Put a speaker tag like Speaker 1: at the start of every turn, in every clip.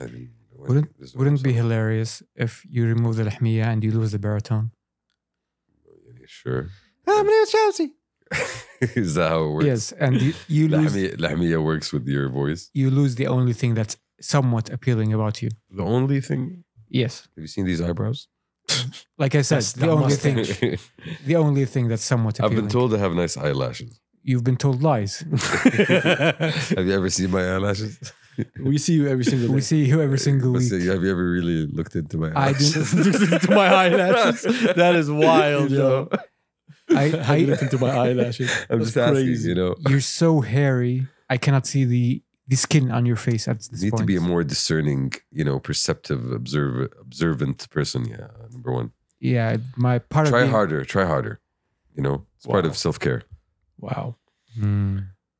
Speaker 1: and when
Speaker 2: Wouldn't-
Speaker 1: there's no
Speaker 2: Wouldn't it be
Speaker 1: sound.
Speaker 2: hilarious if you remove the lahmiya and you lose the baritone?
Speaker 1: Yeah, sure.
Speaker 2: I'm new Chelsea.
Speaker 1: Is that how it works?
Speaker 2: Yes, and you, you lose
Speaker 1: Lahmiya, Lahmiya works with your voice.
Speaker 2: you lose the only thing that's somewhat appealing about you.
Speaker 1: The only thing.
Speaker 2: Yes,
Speaker 1: Have you seen these eyebrows?
Speaker 2: like I said,
Speaker 3: That's
Speaker 2: the
Speaker 3: that
Speaker 2: only
Speaker 3: mustache.
Speaker 2: thing, the only thing that's somewhat
Speaker 1: I've
Speaker 2: appealing.
Speaker 1: been told I have nice eyelashes.
Speaker 2: You've been told lies.
Speaker 1: Have you ever seen my eyelashes?
Speaker 3: we see you every single
Speaker 2: we
Speaker 3: day.
Speaker 2: see you every single
Speaker 1: But
Speaker 2: week.
Speaker 1: say, Have you ever really looked into my
Speaker 2: I
Speaker 1: eyelashes?
Speaker 2: didn't.
Speaker 3: into my eyelashes. That is wild, yo. I
Speaker 2: I,
Speaker 3: looked into my eyelashes.
Speaker 1: I'm
Speaker 3: That's
Speaker 1: just asking,
Speaker 3: crazy.
Speaker 1: you know.
Speaker 2: I you're so hairy. I cannot see the the skin on your face at this
Speaker 1: You need
Speaker 2: point.
Speaker 1: to be a more discerning, you know, perceptive, observe, observant person. Yeah, number one.
Speaker 2: yeah, my part of
Speaker 1: Try
Speaker 2: being-
Speaker 1: harder. Try harder. You know, it's part
Speaker 3: Wow.
Speaker 1: of self care.
Speaker 3: Wow.
Speaker 2: Hmm.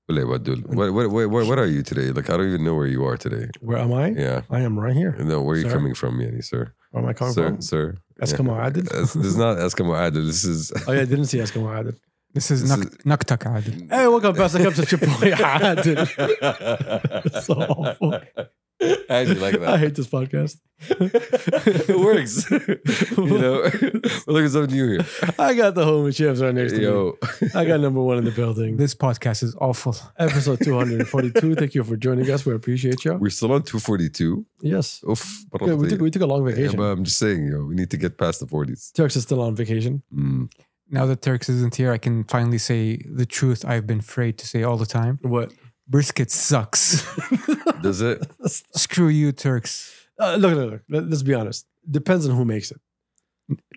Speaker 1: What, what, what, what, what are you today? Like, I don't even know where you are today.
Speaker 3: Where am I?
Speaker 1: Yeah.
Speaker 3: I am right here.
Speaker 1: No, where are you
Speaker 3: Sir?
Speaker 1: coming from, Yanni, sir?
Speaker 3: Where am I coming
Speaker 1: sir,
Speaker 3: from?
Speaker 1: sir.
Speaker 3: Eskimo Adil.
Speaker 1: Yeah. This is not Eskimo Adil. This is.
Speaker 3: Oh, yeah, I didn't see Eskimo Adil.
Speaker 2: This is
Speaker 1: This
Speaker 2: Nak- Naktak Adil.
Speaker 3: Hey, welcome back. I'm such a boy Adil. Ah, So awful.
Speaker 1: I actually like
Speaker 3: I
Speaker 1: that.
Speaker 3: hate this podcast.
Speaker 1: it works. you know, we're looking at something new here.
Speaker 3: I got the homie chips right next to me.
Speaker 1: Yo,
Speaker 3: I got number one in the building.
Speaker 2: This podcast is awful.
Speaker 3: Episode 242. Thank you for joining us. We appreciate you.
Speaker 1: we're still on 242.
Speaker 3: Yes.
Speaker 1: Oof,
Speaker 3: Yeah, we,
Speaker 1: probably.
Speaker 3: took, we took a long
Speaker 1: Yeah,
Speaker 3: vacation.
Speaker 1: but I'm just saying, you know, we need to get past the 40s.
Speaker 3: Turks is still on vacation.
Speaker 1: Mm.
Speaker 2: Now that Turks isn't here, I can finally say the truth I've been afraid to say all the time.
Speaker 3: What?
Speaker 2: Brisket sucks.
Speaker 1: Does it?
Speaker 2: Screw you, Turks.
Speaker 3: Uh, look, look, look. Let- Let's be honest. Depends on who makes it.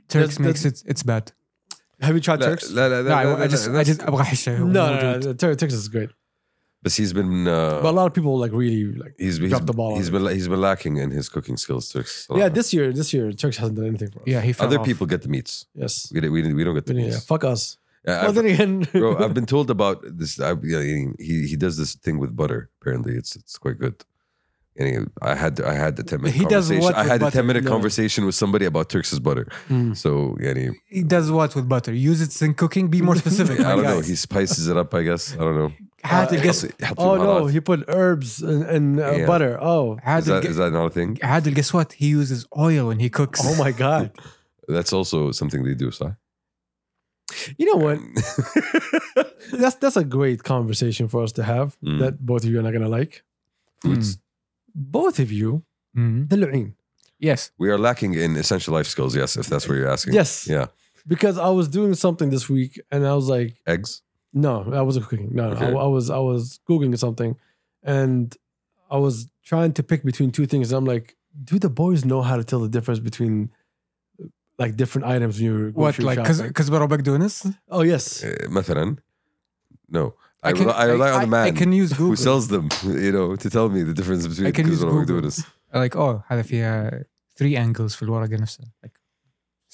Speaker 2: Turks
Speaker 3: That's-
Speaker 2: makes it it's bad.
Speaker 3: Have you tried
Speaker 1: لا-
Speaker 3: Turks?
Speaker 1: لا- لا- لا-
Speaker 2: No, I,
Speaker 1: لا-
Speaker 2: I
Speaker 1: لا-
Speaker 2: just I
Speaker 1: that's-
Speaker 2: just أبغى حشة.
Speaker 3: No, no, no. Tur- Turks is great.
Speaker 1: But he's been. Uh,
Speaker 3: But a lot of people like really like.
Speaker 1: he's, he's,
Speaker 3: dropped the ball on
Speaker 1: he's
Speaker 3: it.
Speaker 1: been he's been lacking in his cooking skills. Turks.
Speaker 3: Yeah, this year, this year, Turks hasn't done anything for us.
Speaker 2: Yeah, he fell
Speaker 1: other
Speaker 2: off.
Speaker 1: people get the meats.
Speaker 3: Yes.
Speaker 1: We, don't- we, don't- we don't get the
Speaker 3: Yeah,
Speaker 1: meats.
Speaker 3: fuck us.
Speaker 1: Yeah,
Speaker 3: well,
Speaker 1: I've-
Speaker 3: then again,
Speaker 1: bro, I've been told about this. I, yeah, he he does this thing with butter. Apparently, it's it's quite good. Anyway, I had I had the ten minute
Speaker 2: He does
Speaker 1: conversation.
Speaker 2: what
Speaker 1: I
Speaker 2: with
Speaker 1: had a
Speaker 2: butter?
Speaker 1: ten minute
Speaker 3: No.
Speaker 1: conversation with somebody about Turks' butter.
Speaker 3: Mm.
Speaker 1: So yeah, anyway,
Speaker 2: He does what with butter? Use it in cooking? Be more specific,
Speaker 1: I
Speaker 2: my
Speaker 1: don't know.
Speaker 2: guys.
Speaker 1: He spices it up. I guess I don't know.
Speaker 2: How to
Speaker 3: Uh,
Speaker 2: guess
Speaker 1: Helps- helps
Speaker 3: oh
Speaker 1: him a lot.
Speaker 3: no, he put herbs and, and uh,
Speaker 1: Yeah.
Speaker 3: butter. Oh,
Speaker 2: how
Speaker 1: Is
Speaker 2: to
Speaker 1: that,
Speaker 2: guess
Speaker 1: is that not a thing?
Speaker 2: Adil, guess what? He uses oil when he cooks.
Speaker 3: oh my god!
Speaker 1: That's also something they do, so.
Speaker 3: You know what? That's that's a great conversation for us to have.
Speaker 1: Mm.
Speaker 3: That both of you are not gonna like.
Speaker 1: Foods.
Speaker 3: Both of you,
Speaker 2: Mhm.
Speaker 3: دلعين.
Speaker 2: Yes.
Speaker 1: We are lacking in essential life skills, yes, if that's what you're asking.
Speaker 3: Yes,
Speaker 1: Yeah.
Speaker 3: because I was doing something this week and I was like,
Speaker 1: Eggs.
Speaker 3: no, I wasn't cooking. No, no, I-
Speaker 1: Okay.
Speaker 3: I, was I was googling something, and I was trying to pick between two things. I'm like, do the boys know how to tell the difference between like different items when you're
Speaker 2: What,
Speaker 3: grocery
Speaker 2: like,
Speaker 3: shopping?
Speaker 2: because we're Bagdonis?
Speaker 3: Oh yes,
Speaker 1: Uh, مثلا. No. I, rely, I rely on the man
Speaker 2: I can use Google.
Speaker 1: who sells them, you know, to tell me the difference between
Speaker 2: I can use
Speaker 1: كزبرة
Speaker 2: Google.
Speaker 1: وبقدونس.
Speaker 2: like oh هذا فيها three angles في الورقة نفسها like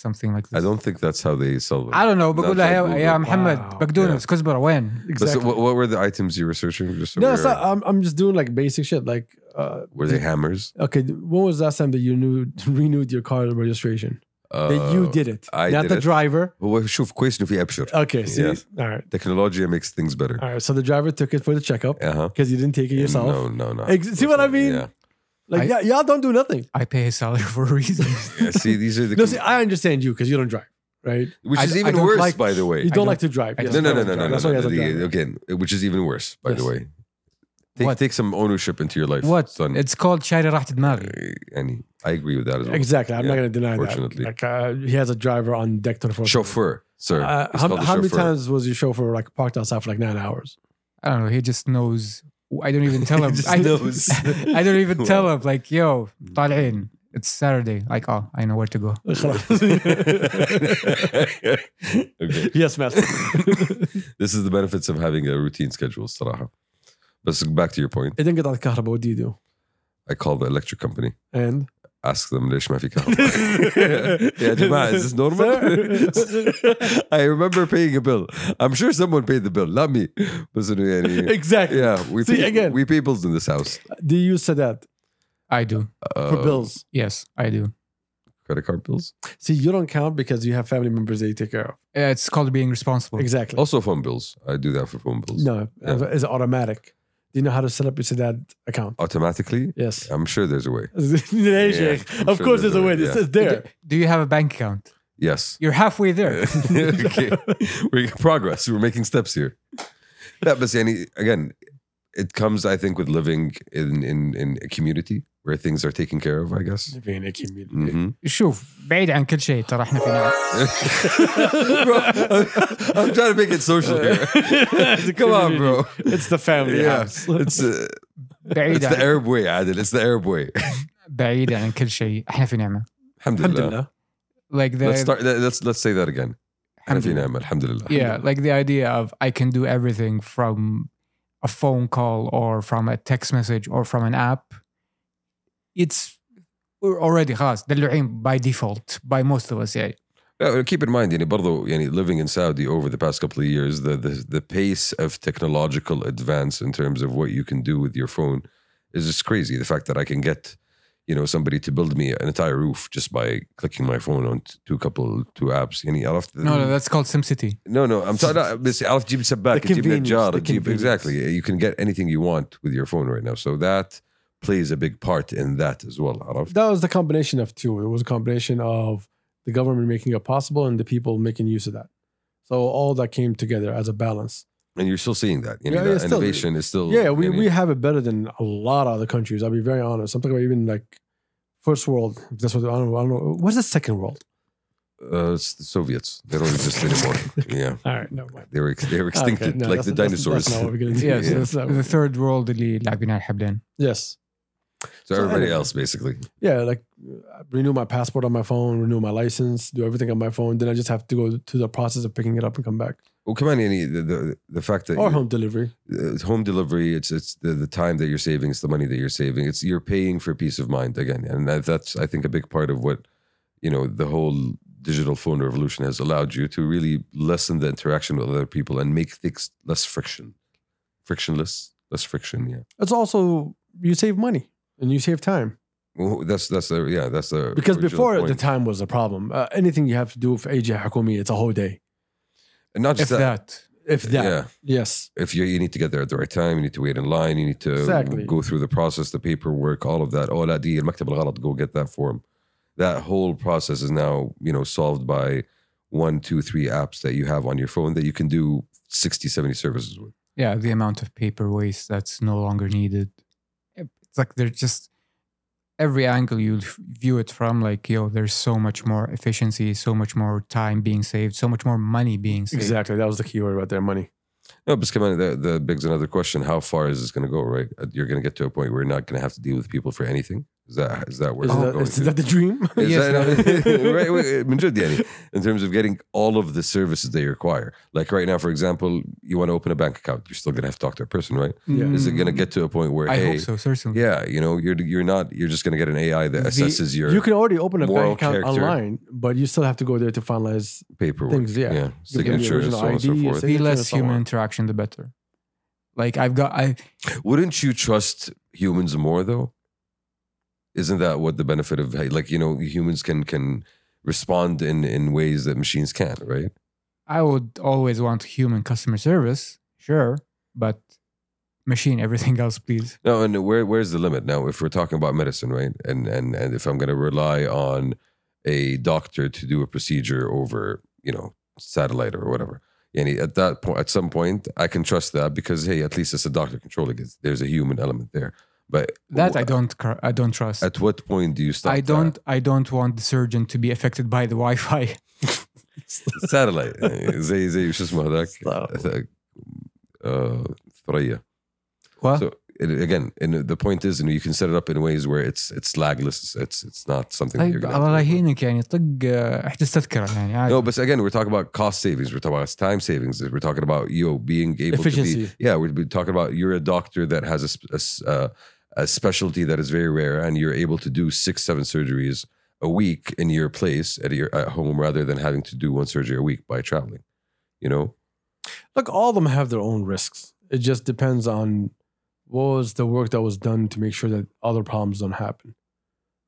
Speaker 2: something like this
Speaker 1: I don't think that's how they sell them.
Speaker 2: I don't know بقول لها
Speaker 1: Google.
Speaker 2: يا, يا محمد
Speaker 3: Wow.
Speaker 2: بقدونس كزبرة وين
Speaker 1: But so what, what were the items you were searching? Just so
Speaker 3: no, uh,
Speaker 1: we're-
Speaker 3: it's not, I'm, I'm just doing like basic shit. Like, uh,
Speaker 1: were they hammers?
Speaker 3: okay, when was the last time that you knew, renewed your car registration? that you
Speaker 1: Uh,
Speaker 3: did Uh, it,
Speaker 1: I
Speaker 3: not
Speaker 1: did
Speaker 3: the
Speaker 1: it.
Speaker 3: driver.
Speaker 1: هو شوف كويس انه في ابشر.
Speaker 3: Okay, see,
Speaker 1: Yes.
Speaker 3: all right,
Speaker 1: Technology makes things better.
Speaker 3: all right. So the driver took it for the checkup
Speaker 1: Uh huh.
Speaker 3: because you didn't take it yourself.
Speaker 1: No, no, no.
Speaker 3: Ex- see what I mean?
Speaker 1: Yeah.
Speaker 3: Like, yeah, y'all don't do nothing.
Speaker 2: I pay his salary for a reason
Speaker 1: yeah. See, these are the.
Speaker 3: No, see, I understand you because you don't drive, right?
Speaker 1: which
Speaker 2: I-
Speaker 1: is
Speaker 2: I
Speaker 1: even
Speaker 2: don't
Speaker 1: worse,
Speaker 2: like-
Speaker 1: by the way.
Speaker 3: You don't
Speaker 2: don't-
Speaker 3: like to drive.
Speaker 2: I
Speaker 3: yes,
Speaker 1: No,
Speaker 2: don't
Speaker 1: no,
Speaker 3: you
Speaker 1: no,
Speaker 3: don't
Speaker 1: no,
Speaker 3: drive.
Speaker 1: no,
Speaker 3: That's
Speaker 1: no,
Speaker 3: why
Speaker 1: no,
Speaker 3: you have a
Speaker 1: the-
Speaker 3: driver.
Speaker 1: Again, which is even worse, by the
Speaker 3: Yes.
Speaker 1: way. Take,
Speaker 2: What?
Speaker 1: take some ownership into your life,
Speaker 2: what
Speaker 1: son.
Speaker 2: it's called شايلة راحة دماغي
Speaker 1: and I agree with that as well.
Speaker 3: Exactly. I'm not
Speaker 1: Yeah,
Speaker 3: going to deny that.
Speaker 1: fortunately.
Speaker 3: Like, uh, he has a driver on deck 24.
Speaker 1: Chauffeur, sir.
Speaker 3: Uh,
Speaker 1: It's
Speaker 3: how
Speaker 1: called a
Speaker 3: how many
Speaker 1: chauffeur.
Speaker 3: times was your chauffeur like parked outside for like nine hours?
Speaker 2: I don't know he just knows I don't even tell
Speaker 1: He
Speaker 2: him
Speaker 1: just
Speaker 2: I,
Speaker 1: knows.
Speaker 2: I don't even tell him like yo طالعين it's Saturday like oh I know where to go
Speaker 1: okay.
Speaker 3: yes, master.
Speaker 1: This is the benefits of having a routine schedule, Sarah. But back to your point,
Speaker 3: it didn't get out of Kahraba. What do you do?
Speaker 1: I called the electric company.
Speaker 3: And
Speaker 1: Ask them, ليش ما في كهرباء? yeah, جماعة, is this normal?
Speaker 3: Sir.
Speaker 1: I remember paying a bill. I'm sure someone paid the bill, not me. But so, yeah,
Speaker 3: exactly.
Speaker 1: yeah, we
Speaker 3: See,
Speaker 1: pay-
Speaker 3: again.
Speaker 1: we pay bills in this house
Speaker 3: Do you use Sadat
Speaker 2: I do
Speaker 1: uh,
Speaker 3: for bills?
Speaker 2: yes I do
Speaker 1: credit card bills,
Speaker 3: See, you don't count because you have family members that you take care of.
Speaker 2: Uh,
Speaker 1: oh.
Speaker 2: it's called being responsible
Speaker 3: Exactly.
Speaker 1: also phone bills. I do that for phone bills.
Speaker 3: No,
Speaker 1: Yeah.
Speaker 3: it's automatic. Do you know how to set up your Sadat account?
Speaker 1: automatically.
Speaker 3: Yes.
Speaker 1: I'm sure there's a way.
Speaker 3: Yeah,
Speaker 1: I'm
Speaker 3: of
Speaker 1: sure
Speaker 3: course, there's a way. It's,
Speaker 1: yeah.
Speaker 3: it's there.
Speaker 2: Do- Do you have a bank account?
Speaker 1: Yes.
Speaker 2: You're halfway there.
Speaker 1: okay. We're making progress. We're making steps here. Yeah, but yani, again, it comes, I think, with living in in in a community where things are taken care of. I guess.
Speaker 3: بين أكيد.
Speaker 1: Mhm.
Speaker 2: شوف بعيد عن كل شيء ترى احنا فينا
Speaker 1: bro, I'm, I'm trying to make it social here.
Speaker 3: It's a
Speaker 1: Come on, bro.
Speaker 3: It's the family
Speaker 1: Yeah.
Speaker 3: house.
Speaker 1: It's uh,
Speaker 2: بعيد
Speaker 1: it's the
Speaker 2: عن
Speaker 1: Arab way, Adil. It's the Arab way.
Speaker 2: بعيد عن كل شيء احنا في نعمه.
Speaker 1: Alhamdulillah.
Speaker 3: Alhamdulillah.
Speaker 2: Like the
Speaker 1: Let's start. Let's let's say that again.
Speaker 2: الحمد
Speaker 1: Happy
Speaker 2: لله.
Speaker 1: Naim, Alhamdulillah.
Speaker 2: yeah like the idea of i can do everything from a phone call or from a text message or from an app it's we're already خلاص دلوعين by default by most of us yeah
Speaker 1: Yeah, keep in mind, yani, برضو, yani, living in Saudi over the past couple of years, the, the the pace of technological advance in terms of what you can do with your phone is just crazy. The fact that I can get, you know, somebody to build me an entire roof just by clicking my phone on t- two couple two apps. Yani, عرفت-
Speaker 2: no no that's called SimCity
Speaker 1: no, no, I'm talking about بس عرفت تجيب سباك
Speaker 3: The
Speaker 1: تجيب
Speaker 3: convenience,
Speaker 1: نجار
Speaker 3: the
Speaker 1: تجيب
Speaker 3: convenience.
Speaker 1: exactly you can get anything you want with your phone right now. So that plays a big part in that as well. عرفت
Speaker 3: That was the combination of two. It was a combination of the government making it possible and the people making use of that. So all that came together as a balance.
Speaker 1: and you're still seeing that. You know,
Speaker 3: Yeah,
Speaker 1: that
Speaker 3: yeah, still-
Speaker 1: innovation is still
Speaker 3: Yeah, we,
Speaker 1: yani-
Speaker 3: we have it better than a lot of other countries. I'll be very honest. I'm talking about even like first world. if That's what I don't, I don't know. What's the second world?
Speaker 1: Uh, it's the Soviets. They don't exist anymore. yeah,
Speaker 3: All right, never mind.
Speaker 1: they were they were extincted
Speaker 3: Okay, no,
Speaker 1: like
Speaker 3: that's-
Speaker 1: the
Speaker 3: that's- that's
Speaker 1: dinosaurs.
Speaker 3: not what we're gonna do.
Speaker 2: yeah,
Speaker 1: Yeah.
Speaker 3: That's not what-
Speaker 2: the third world اللي لاعبين على الحبلين
Speaker 3: yes.
Speaker 1: so
Speaker 3: So
Speaker 1: everybody
Speaker 3: anyway.
Speaker 1: else, basically,
Speaker 3: Yeah, like uh, renew my passport on my phone, renew my license, do everything on my phone. Then I just have to go through the process of picking it up and come back.
Speaker 1: well, come on, any the, the the fact that
Speaker 3: Or
Speaker 1: you-
Speaker 3: home delivery.
Speaker 1: uh, home delivery, it's it's the, the time that you're saving, it's the money that you're saving, it's you're paying for peace of mind again, and that, that's I think a big part of what you know the whole digital phone revolution has allowed you to really lessen the interaction with other people and make things less friction, frictionless, less friction. Yeah,
Speaker 3: It's also you save money and you save time.
Speaker 1: well, that's that's the yeah that's the
Speaker 3: Because
Speaker 1: original
Speaker 3: before
Speaker 1: point.
Speaker 3: the time was a problem. Uh, anything you have to do for AJ Hakumi, it's a whole day.
Speaker 1: And not
Speaker 2: if
Speaker 1: just that,
Speaker 2: that
Speaker 3: If that.
Speaker 1: yeah.
Speaker 3: Yes.
Speaker 1: if you, you need to get there at the right time, you need to wait in line, you need to
Speaker 3: Exactly.
Speaker 1: go through the process, the paperwork, all of that. Oh, la دي المكتب الغلط, go get that form. That whole process is now, you know, solved by one, two, three apps that you have on your phone that you can do 60, 70 services with.
Speaker 2: yeah the amount of paper waste that's no longer needed it's like they're just every angle you view it from like yo there's so much more efficiency so much more time being saved so much more money being saved
Speaker 3: Exactly. That was the key word right there, money.
Speaker 1: No, but come on, that, that begs another question. How far is this going to go, right? You're going to get to a point where you're not going to have to deal with people for anything. Is that is that where
Speaker 3: Is,
Speaker 1: it's
Speaker 3: that,
Speaker 1: going
Speaker 3: is
Speaker 1: to?
Speaker 3: that the dream?
Speaker 1: Is
Speaker 2: Yes,
Speaker 1: that-
Speaker 3: no.
Speaker 1: right, wait, من جد يعني, in terms of getting all of the services they require. Like right now, for example, you want to open a bank account, you're still gonna have to talk to a person, right?
Speaker 3: Yeah.
Speaker 1: Is it gonna get to a point where
Speaker 2: I
Speaker 1: hey,
Speaker 2: hope so, certainly.
Speaker 1: yeah, you know, you're you're not you're just gonna get an AI that
Speaker 2: The-
Speaker 1: assesses your
Speaker 3: you can already open a
Speaker 1: moral
Speaker 3: bank account
Speaker 1: character.
Speaker 3: online, but you still have to go there to finalize
Speaker 1: paperwork,
Speaker 3: things. Yeah. Give them the
Speaker 1: signature, and
Speaker 3: original
Speaker 1: so on and so
Speaker 3: ID,
Speaker 1: forth.
Speaker 3: signature,
Speaker 2: The
Speaker 3: and
Speaker 2: less
Speaker 3: so
Speaker 2: human
Speaker 3: on.
Speaker 2: interaction, the better. Like I've got, I
Speaker 1: Wouldn't you trust humans more though? Isn't that what the benefit of hey, like you know humans can can respond in in ways that machines can't, right?
Speaker 2: I would always want human customer service, sure, but machine everything else, please.
Speaker 1: No, and where where's the limit now? If we're talking about medicine, right? And and and if I'm going to rely on a doctor to do a procedure over, you know, satellite or whatever, and at that point, at some point, I can trust that because hey, at least it's a doctor controlling it. There's a human element there. But
Speaker 2: That I don't, cr- I don't trust.
Speaker 1: At what point do you stop?
Speaker 2: I don't, I don't want the surgeon to be affected by the Wi-Fi.
Speaker 1: that? satellite. زي زي شو اسمه هذاك؟ آه، ثريا.
Speaker 2: What?
Speaker 1: uh, So and again, and the point is, you know, you can set it up in ways where it's it's lagless. It's it's not something. that you're
Speaker 2: طيب
Speaker 1: gonna
Speaker 2: الله
Speaker 1: have to-
Speaker 2: يهينك يعني طق آه، احجز تذكره يعني عادي.
Speaker 1: No, but again, we're talking about cost savings. We're talking about time savings. We're talking about you know, being able to
Speaker 3: Efficiency.
Speaker 1: be. Yeah, we're we're talking about you're a doctor that has a sp- a, s- uh, a specialty that is very rare, and you're able to do six, seven surgeries a week in your place at your at home rather than having to do one surgery a week by traveling. You know,
Speaker 3: Look, all of them have their own risks. It just depends on what was the work that was done to make sure that other problems don't happen.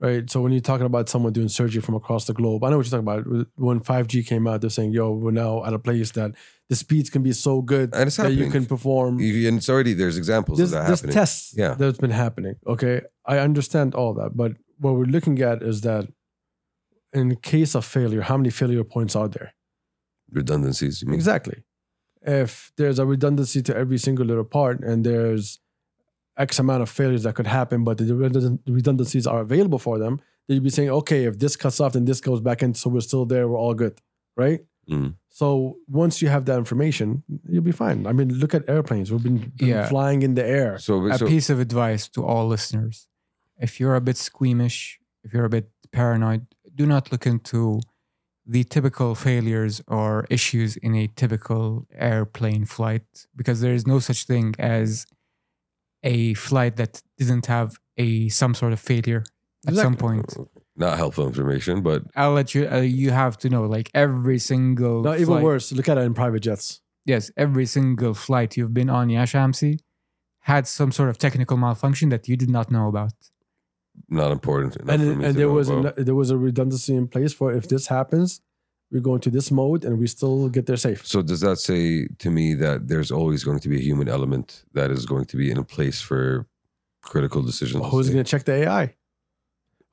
Speaker 3: right? So when you're talking about someone doing surgery from across the globe, I know what you're talking about. When 5G came out, they're saying, "Yo, we're now at a place that the speeds can be so good
Speaker 1: And it's
Speaker 3: that
Speaker 1: happening.
Speaker 3: you can perform."
Speaker 1: You- and it's already there's examples
Speaker 3: There's,
Speaker 1: of that
Speaker 3: there's
Speaker 1: happening.
Speaker 3: tests
Speaker 1: Yeah.
Speaker 3: that's been happening. Okay, I understand all that, but what we're looking at is that in case of failure, how many failure points are there?
Speaker 1: Redundancies. You mean?
Speaker 3: Exactly. If there's a redundancy to every single little part and there's X amount of failures that could happen, but the redund- redundancies are available for them, then you'd be saying, okay, if this cuts off, then this goes back in. So we're still there. We're all good. Right.
Speaker 1: Mm.
Speaker 3: So once you have that information, you'll be fine. I mean, look at airplanes. We've been, been
Speaker 2: Yeah.
Speaker 3: flying in the air.
Speaker 1: So,
Speaker 2: a
Speaker 1: so
Speaker 2: piece of advice to all listeners if you're a bit squeamish if you're a bit paranoid do not look into the typical failures or issues in a typical airplane flight because there is no such thing as a flight that didn't have a some sort of failure at some
Speaker 3: Exactly.
Speaker 2: point
Speaker 1: not helpful information, but
Speaker 2: i'll let you uh, you have to know like every single
Speaker 3: Now, even
Speaker 2: flight-
Speaker 3: worse, look at it in private jets.
Speaker 2: yes, every single flight you've been on, Yash Hamsi, had some sort of technical malfunction that you did not know about.
Speaker 1: not important. Enough
Speaker 3: and
Speaker 1: for me
Speaker 3: and
Speaker 1: to
Speaker 3: there
Speaker 1: know
Speaker 3: was
Speaker 1: about.
Speaker 3: a, there was a redundancy in place for if this happens, we go into this mode and we still get there safe.
Speaker 1: So does that say to me that there's always going to be a human element that is going to be in a place for critical decisions?
Speaker 3: Well, who's going to check the AI?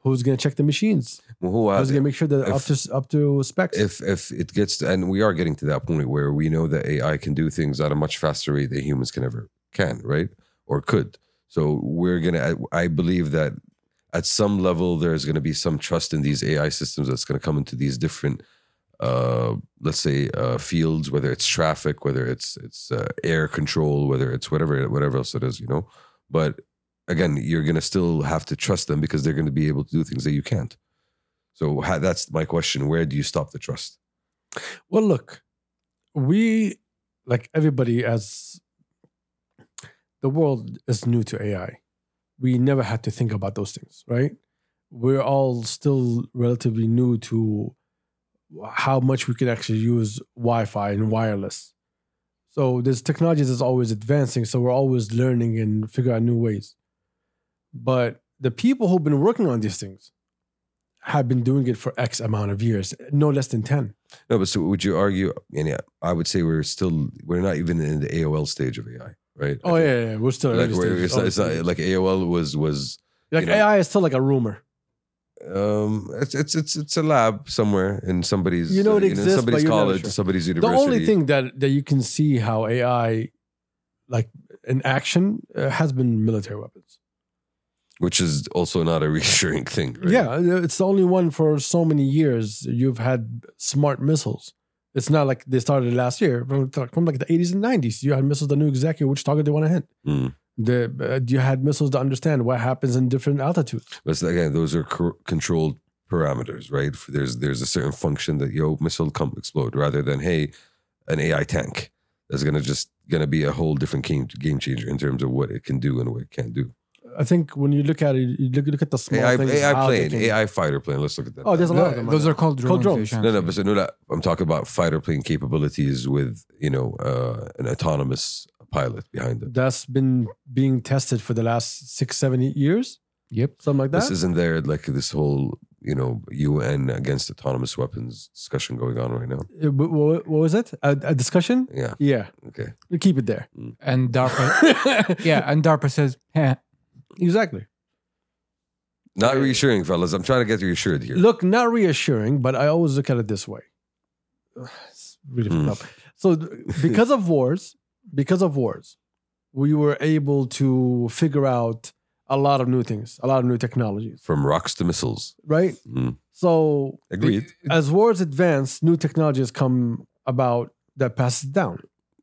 Speaker 3: Who's going to check the machines? Who's going to make sure that up
Speaker 1: if-
Speaker 3: to up to specs?
Speaker 1: if if it gets to, and we are getting to that point where we know that AI can do things at a much faster rate than humans can ever can, right? Or could. So we're gonna. I I believe that at some level there's gonna be some trust in these AI systems that's gonna come into these different, uh, let's say, uh, fields. Whether it's traffic, whether it's it's uh, air control, whether it's whatever whatever else it is, you know. But again, you're gonna still have to trust them because they're gonna be able to do things that you can't. So ha- that's my question. Where do you stop the trust?
Speaker 3: well, look, we like everybody as the world is new to AI. We never had to think about those things, right? We're all still relatively new to how much we can actually use Wi-Fi and wireless. So there's technology that's always advancing. So we're always learning and figure out new ways. But the people who've been working on these things have been doing it for X amount of years, no less than 10.
Speaker 1: No, but so would you argue? And yeah, I would say we're still we're not even in the AOL stage of AI, right?
Speaker 3: Oh
Speaker 1: I think-
Speaker 3: yeah, yeah, we're still
Speaker 1: like
Speaker 3: early
Speaker 1: where
Speaker 3: stages,
Speaker 1: it's, not, it's not-
Speaker 3: obviously.
Speaker 1: like AOL was was
Speaker 3: Like,
Speaker 1: you know-
Speaker 3: AI is still like a rumor.
Speaker 1: um it's it's it's it's a lab somewhere in somebody's
Speaker 3: You know it
Speaker 1: uh,
Speaker 3: exists, but
Speaker 1: somebody's
Speaker 3: you're never
Speaker 1: college,
Speaker 3: sure.
Speaker 1: somebody's
Speaker 3: The
Speaker 1: university.
Speaker 3: only thing that that you can see how AI, like in action, uh, has been military weapons.
Speaker 1: which is also not a reassuring thing, right?
Speaker 3: Yeah, uh, it's the only one for so many years. You've had smart missiles. It's not like they started last year from, from like the eighties and nineties. You had missiles that knew exactly which target they want to hit.
Speaker 1: Mm.
Speaker 3: The uh, you had missiles to understand what happens in different altitudes.
Speaker 1: But it's- again, those are cor- controlled parameters, right? For there's there's a certain function that yo missile come explode rather than hey, an AI tank that's gonna just gonna be a whole different game game changer in terms of what it can do and what it can't do.
Speaker 3: I think when you look at it, you look, look at the small
Speaker 1: AI,
Speaker 3: things.
Speaker 1: AI
Speaker 3: how they
Speaker 1: plane,
Speaker 3: can-
Speaker 1: AI fighter plane. Let's look at that.
Speaker 3: Oh, there's a lot of
Speaker 1: No,
Speaker 3: them.
Speaker 2: Uh, Those are called drones.
Speaker 3: Called drones.
Speaker 2: Hisham.
Speaker 1: No, no, but so no, no, I'm talking about fighter plane capabilities with you know uh, an autonomous pilot behind it.
Speaker 3: that's been being tested for the last six, seven, eight years,
Speaker 2: Yep.
Speaker 3: something like that.
Speaker 1: This isn't there like this whole you know UN against autonomous weapons discussion going on right now.
Speaker 3: Uh, wh- wh- what was it? A, a discussion?
Speaker 1: Yeah.
Speaker 3: Yeah,
Speaker 1: Okay.
Speaker 3: we keep it there.
Speaker 2: And DARPA. yeah, and DARPA says, "Heh,
Speaker 3: exactly.
Speaker 1: Not reassuring, fellas. I'm trying to get reassured here.
Speaker 3: Look, not reassuring, but I always look at it this way. It's really
Speaker 1: Mm.
Speaker 3: fucked up. So, th- because of wars, because of wars, we were able to figure out a lot of new things, a lot of new technologies,
Speaker 1: From rocks to missiles.
Speaker 3: right?
Speaker 1: Mm.
Speaker 3: So,
Speaker 1: Agreed.
Speaker 3: as wars advance, new technologies come about that passes down.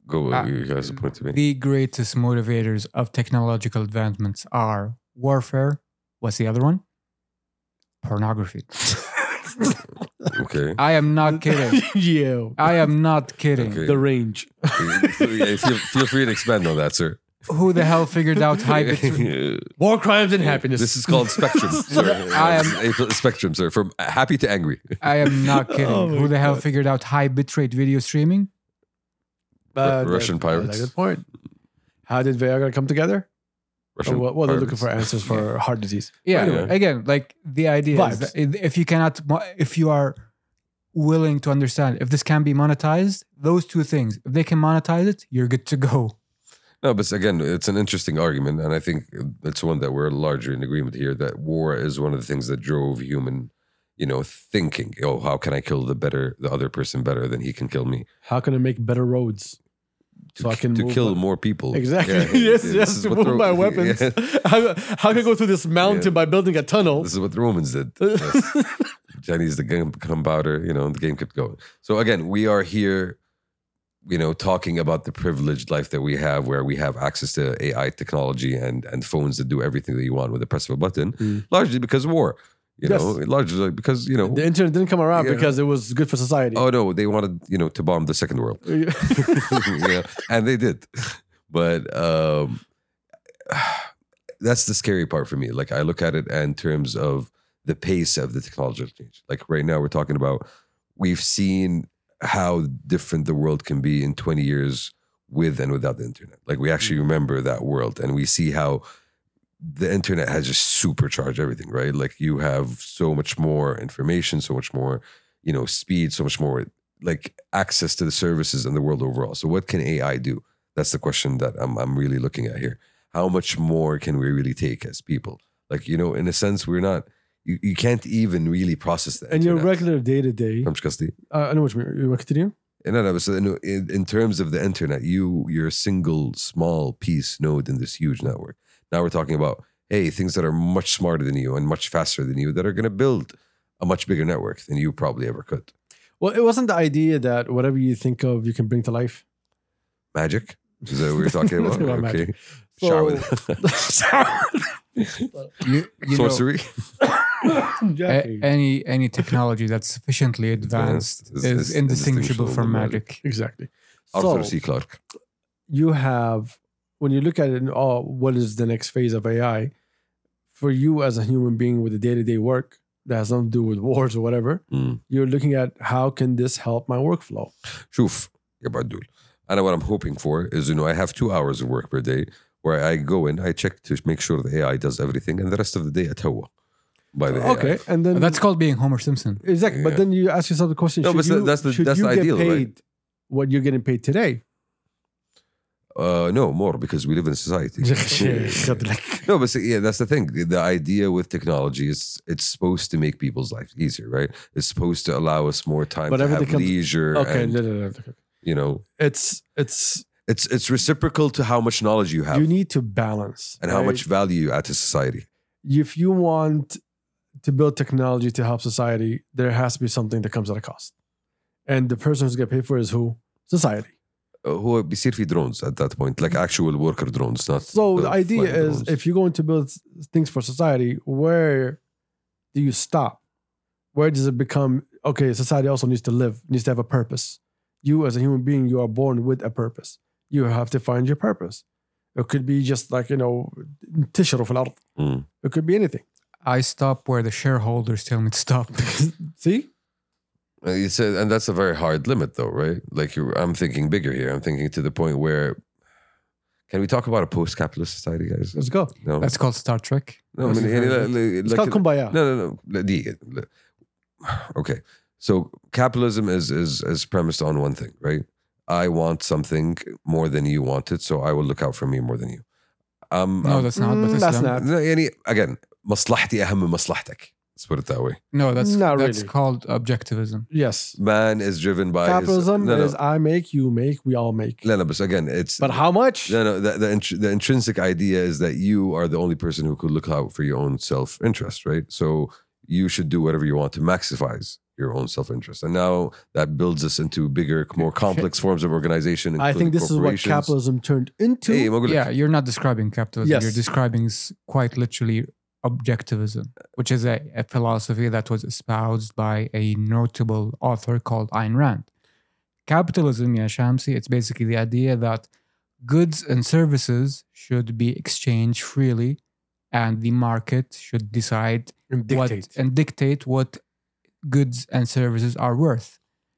Speaker 1: Go,
Speaker 2: Ah.
Speaker 1: you guys point to me.
Speaker 2: the greatest motivators of technological advancements are warfare. What's the other one? Pornography.
Speaker 1: Okay.
Speaker 2: I am not kidding.
Speaker 3: yeah.
Speaker 2: I am not kidding.
Speaker 1: Okay.
Speaker 3: the range.
Speaker 1: Yeah, feel, feel free to expand on that, sir.
Speaker 2: Who the hell figured out high bit?
Speaker 3: War crimes and
Speaker 1: This is called spectrum, sir.
Speaker 2: I
Speaker 1: This is a spectrum, sir. From happy to angry.
Speaker 2: I am not kidding.
Speaker 3: Oh my
Speaker 2: Who the hell
Speaker 3: God.
Speaker 2: figured out high bitrate video streaming?
Speaker 3: uh,
Speaker 1: Ru- Russian pirates.
Speaker 3: Good point. How did Viagra come together?
Speaker 1: Russian
Speaker 3: well, well, they're looking
Speaker 1: pirates.
Speaker 3: for answers for heart disease.
Speaker 2: Yeah.
Speaker 1: Anyway.
Speaker 2: Again, like the idea is
Speaker 3: Vibes.
Speaker 2: that if you cannot, mo- if you are willing to understand, if this can be monetized, those two things, if they can monetize it, you're good to go.
Speaker 1: No, but again, it's an interesting argument, and I think it's one that we're larger in agreement here that war is one of the things that drove human, you know, thinking. Oh, how can I kill the better the other person better than he can kill me?
Speaker 3: How can I make better roads?
Speaker 1: To,
Speaker 3: So I can
Speaker 1: to
Speaker 3: move
Speaker 1: kill
Speaker 3: my-
Speaker 1: more people.
Speaker 3: Exactly.
Speaker 1: Yeah,
Speaker 3: yes,
Speaker 1: this
Speaker 3: yes.
Speaker 1: is
Speaker 3: To
Speaker 1: what
Speaker 3: move
Speaker 1: the-
Speaker 3: my weapons.
Speaker 1: yeah,
Speaker 3: How, how can I go through this mountain by building a tunnel?
Speaker 1: this is what the Romans did. Yes. Chinese the gun gunpowder, you know, and the game kept going. So again, we are here, you know, talking about the privileged life that we have, where we have access to AI technology and and phones that do everything that you want with the press of a button,
Speaker 3: Mm.
Speaker 1: largely because of war. You
Speaker 3: Yes.
Speaker 1: know, largely because you know,
Speaker 3: The internet didn't come around
Speaker 1: Yeah.
Speaker 3: because it was good for society.
Speaker 1: oh no, they wanted you know to bomb the second world, Yeah, and they did. But um, that's the scary part for me. Like I look at it in terms of the pace of the technological change. Like right now, we're talking about we've seen how different the world can be in 20 years with and without the internet. Like we actually
Speaker 3: Mm-hmm.
Speaker 1: remember that world and we see how the internet has just supercharged everything, right? Like you have so much more information, so much more, you know, speed, so much more like access to the services in the world overall. So what can AI do? That's the question that I'm I'm really looking at here. How much more can we really take as people? Like, you know, in a sense, we're not you, you can't even really process that.
Speaker 3: and your regular day to day.
Speaker 1: I'm just gonna-
Speaker 3: I know what you mean. You want to continue?
Speaker 1: no, no. So in, in in terms of the internet, you you're a single small piece node in this huge network. Now we're talking about hey things that are much smarter than you and much faster than you that are going to build a much bigger network than you probably ever could.
Speaker 3: Well, it wasn't the idea that whatever you think of, you can bring to life.
Speaker 1: Magic is that what we're talking about?
Speaker 3: Nothing about
Speaker 1: okay,
Speaker 3: magic.
Speaker 1: Shaman.
Speaker 2: You, you know,
Speaker 1: sorcery
Speaker 2: a- any any technology that's sufficiently advanced,
Speaker 1: Advanced is-
Speaker 2: is,
Speaker 1: is
Speaker 2: indistinguishable
Speaker 1: indistinguishable
Speaker 2: from
Speaker 1: from
Speaker 2: magic.
Speaker 3: exactly.
Speaker 1: Arthur
Speaker 3: So-
Speaker 1: C. Clarke.
Speaker 3: you have when you look at it in all what is the next phase of AI for you as a human being with the day-to-day work that has nothing to do with wars or whatever,
Speaker 1: Mm.
Speaker 3: you're looking at how can this help my workflow?
Speaker 1: شوف يا بعدول انا what I'm hoping for is you know I have two hours of work per day where I go in I check to make sure the AI does everything and the rest of the day اتهوى by the AI.
Speaker 3: Okay. And then
Speaker 2: That's called being Homer Simpson.
Speaker 3: exactly. But
Speaker 1: Yeah.
Speaker 3: then you ask yourself the question,
Speaker 1: No,
Speaker 3: should
Speaker 1: but
Speaker 3: you,
Speaker 1: that's the-
Speaker 3: should
Speaker 1: that's
Speaker 3: you
Speaker 1: the
Speaker 3: get
Speaker 1: ideal, right?
Speaker 3: paid what you're getting paid today?
Speaker 1: Uh, no, more because we live in society. no, but see, yeah, that's the thing. The- The idea with technology is it's supposed to make people's lives easier, right? It's supposed to allow us more time
Speaker 3: But
Speaker 1: to
Speaker 3: everything
Speaker 1: have
Speaker 3: comes-
Speaker 1: leisure.
Speaker 3: okay,
Speaker 1: and,
Speaker 3: no, no, no, no.
Speaker 1: you know,
Speaker 3: It's it's
Speaker 1: it's it's reciprocal to how much knowledge you have
Speaker 3: you need to balance
Speaker 1: and how
Speaker 3: right?
Speaker 1: much value you add to society.
Speaker 3: if you want to build technology to help society, there has to be something that comes at a cost. And the person who's going to pay for it is who? Society.
Speaker 1: Uh, هو بيصير في drones at that point, like actual worker drones, not.
Speaker 3: So the
Speaker 1: built
Speaker 3: idea
Speaker 1: flying
Speaker 3: is
Speaker 1: drones.
Speaker 3: if you're going to build s- things for society, where do you stop? Where does it become, okay, society also needs to live, needs to have a purpose. You as a human being, you are born with a purpose. You have to find your purpose. It could be just like, you know, تشرف الأرض.
Speaker 1: Mm.
Speaker 3: It could be anything.
Speaker 2: I stop where the shareholders tell me to stop.
Speaker 3: See?
Speaker 1: Uh, You said, and that's a very hard limit, though, right? Like you I'm thinking bigger here. I'm thinking to the point where. Can we talk about a post-capitalist society, guys?
Speaker 3: Let's go.
Speaker 1: No,
Speaker 2: That's called Star Trek.
Speaker 1: no. I mean,
Speaker 3: that's-
Speaker 1: like- like-
Speaker 3: It's called Kumbaya.
Speaker 1: No, no, no. لا، دقيقة. لا. Okay. So capitalism is is is premised on one thing, right? I want something more than you want it, so I will look out for me more than you. Um,
Speaker 2: No,
Speaker 1: um,
Speaker 2: that's not. But
Speaker 3: Mm,
Speaker 2: it's
Speaker 3: that's
Speaker 2: them.
Speaker 3: not.
Speaker 1: no, يعني again, مصلحتي أهم من مصلحتك. Let's put it that way.
Speaker 2: No, that's
Speaker 3: Not
Speaker 2: that's
Speaker 3: really.
Speaker 2: called objectivism.
Speaker 3: Yes.
Speaker 1: Man is driven by his-
Speaker 3: Capitalism
Speaker 1: no, no.
Speaker 3: is I make, you make, we all make.
Speaker 1: no, no, but again, it's
Speaker 3: But how much?
Speaker 1: No, no. The the, intr- the intrinsic idea is that you are the only person who could look out for your own self interest, right? So you should do whatever you want to maximize your own self interest, and now that builds us into bigger, more complex forms of organization.
Speaker 3: I think
Speaker 1: including
Speaker 3: this is what
Speaker 1: corporations.
Speaker 3: capitalism turned into.
Speaker 1: Hey, ما أقول لك.
Speaker 2: Yeah, you're not describing capitalism.
Speaker 3: Yes.
Speaker 2: You're describing s- quite literally objectivism, which is a, a philosophy that was espoused by a notable author called Ayn Rand. Capitalism, yeah, Shamsi, it's basically the idea that goods and services should be exchanged freely and the market should decide
Speaker 3: and
Speaker 2: what and dictate what goods and services are worth.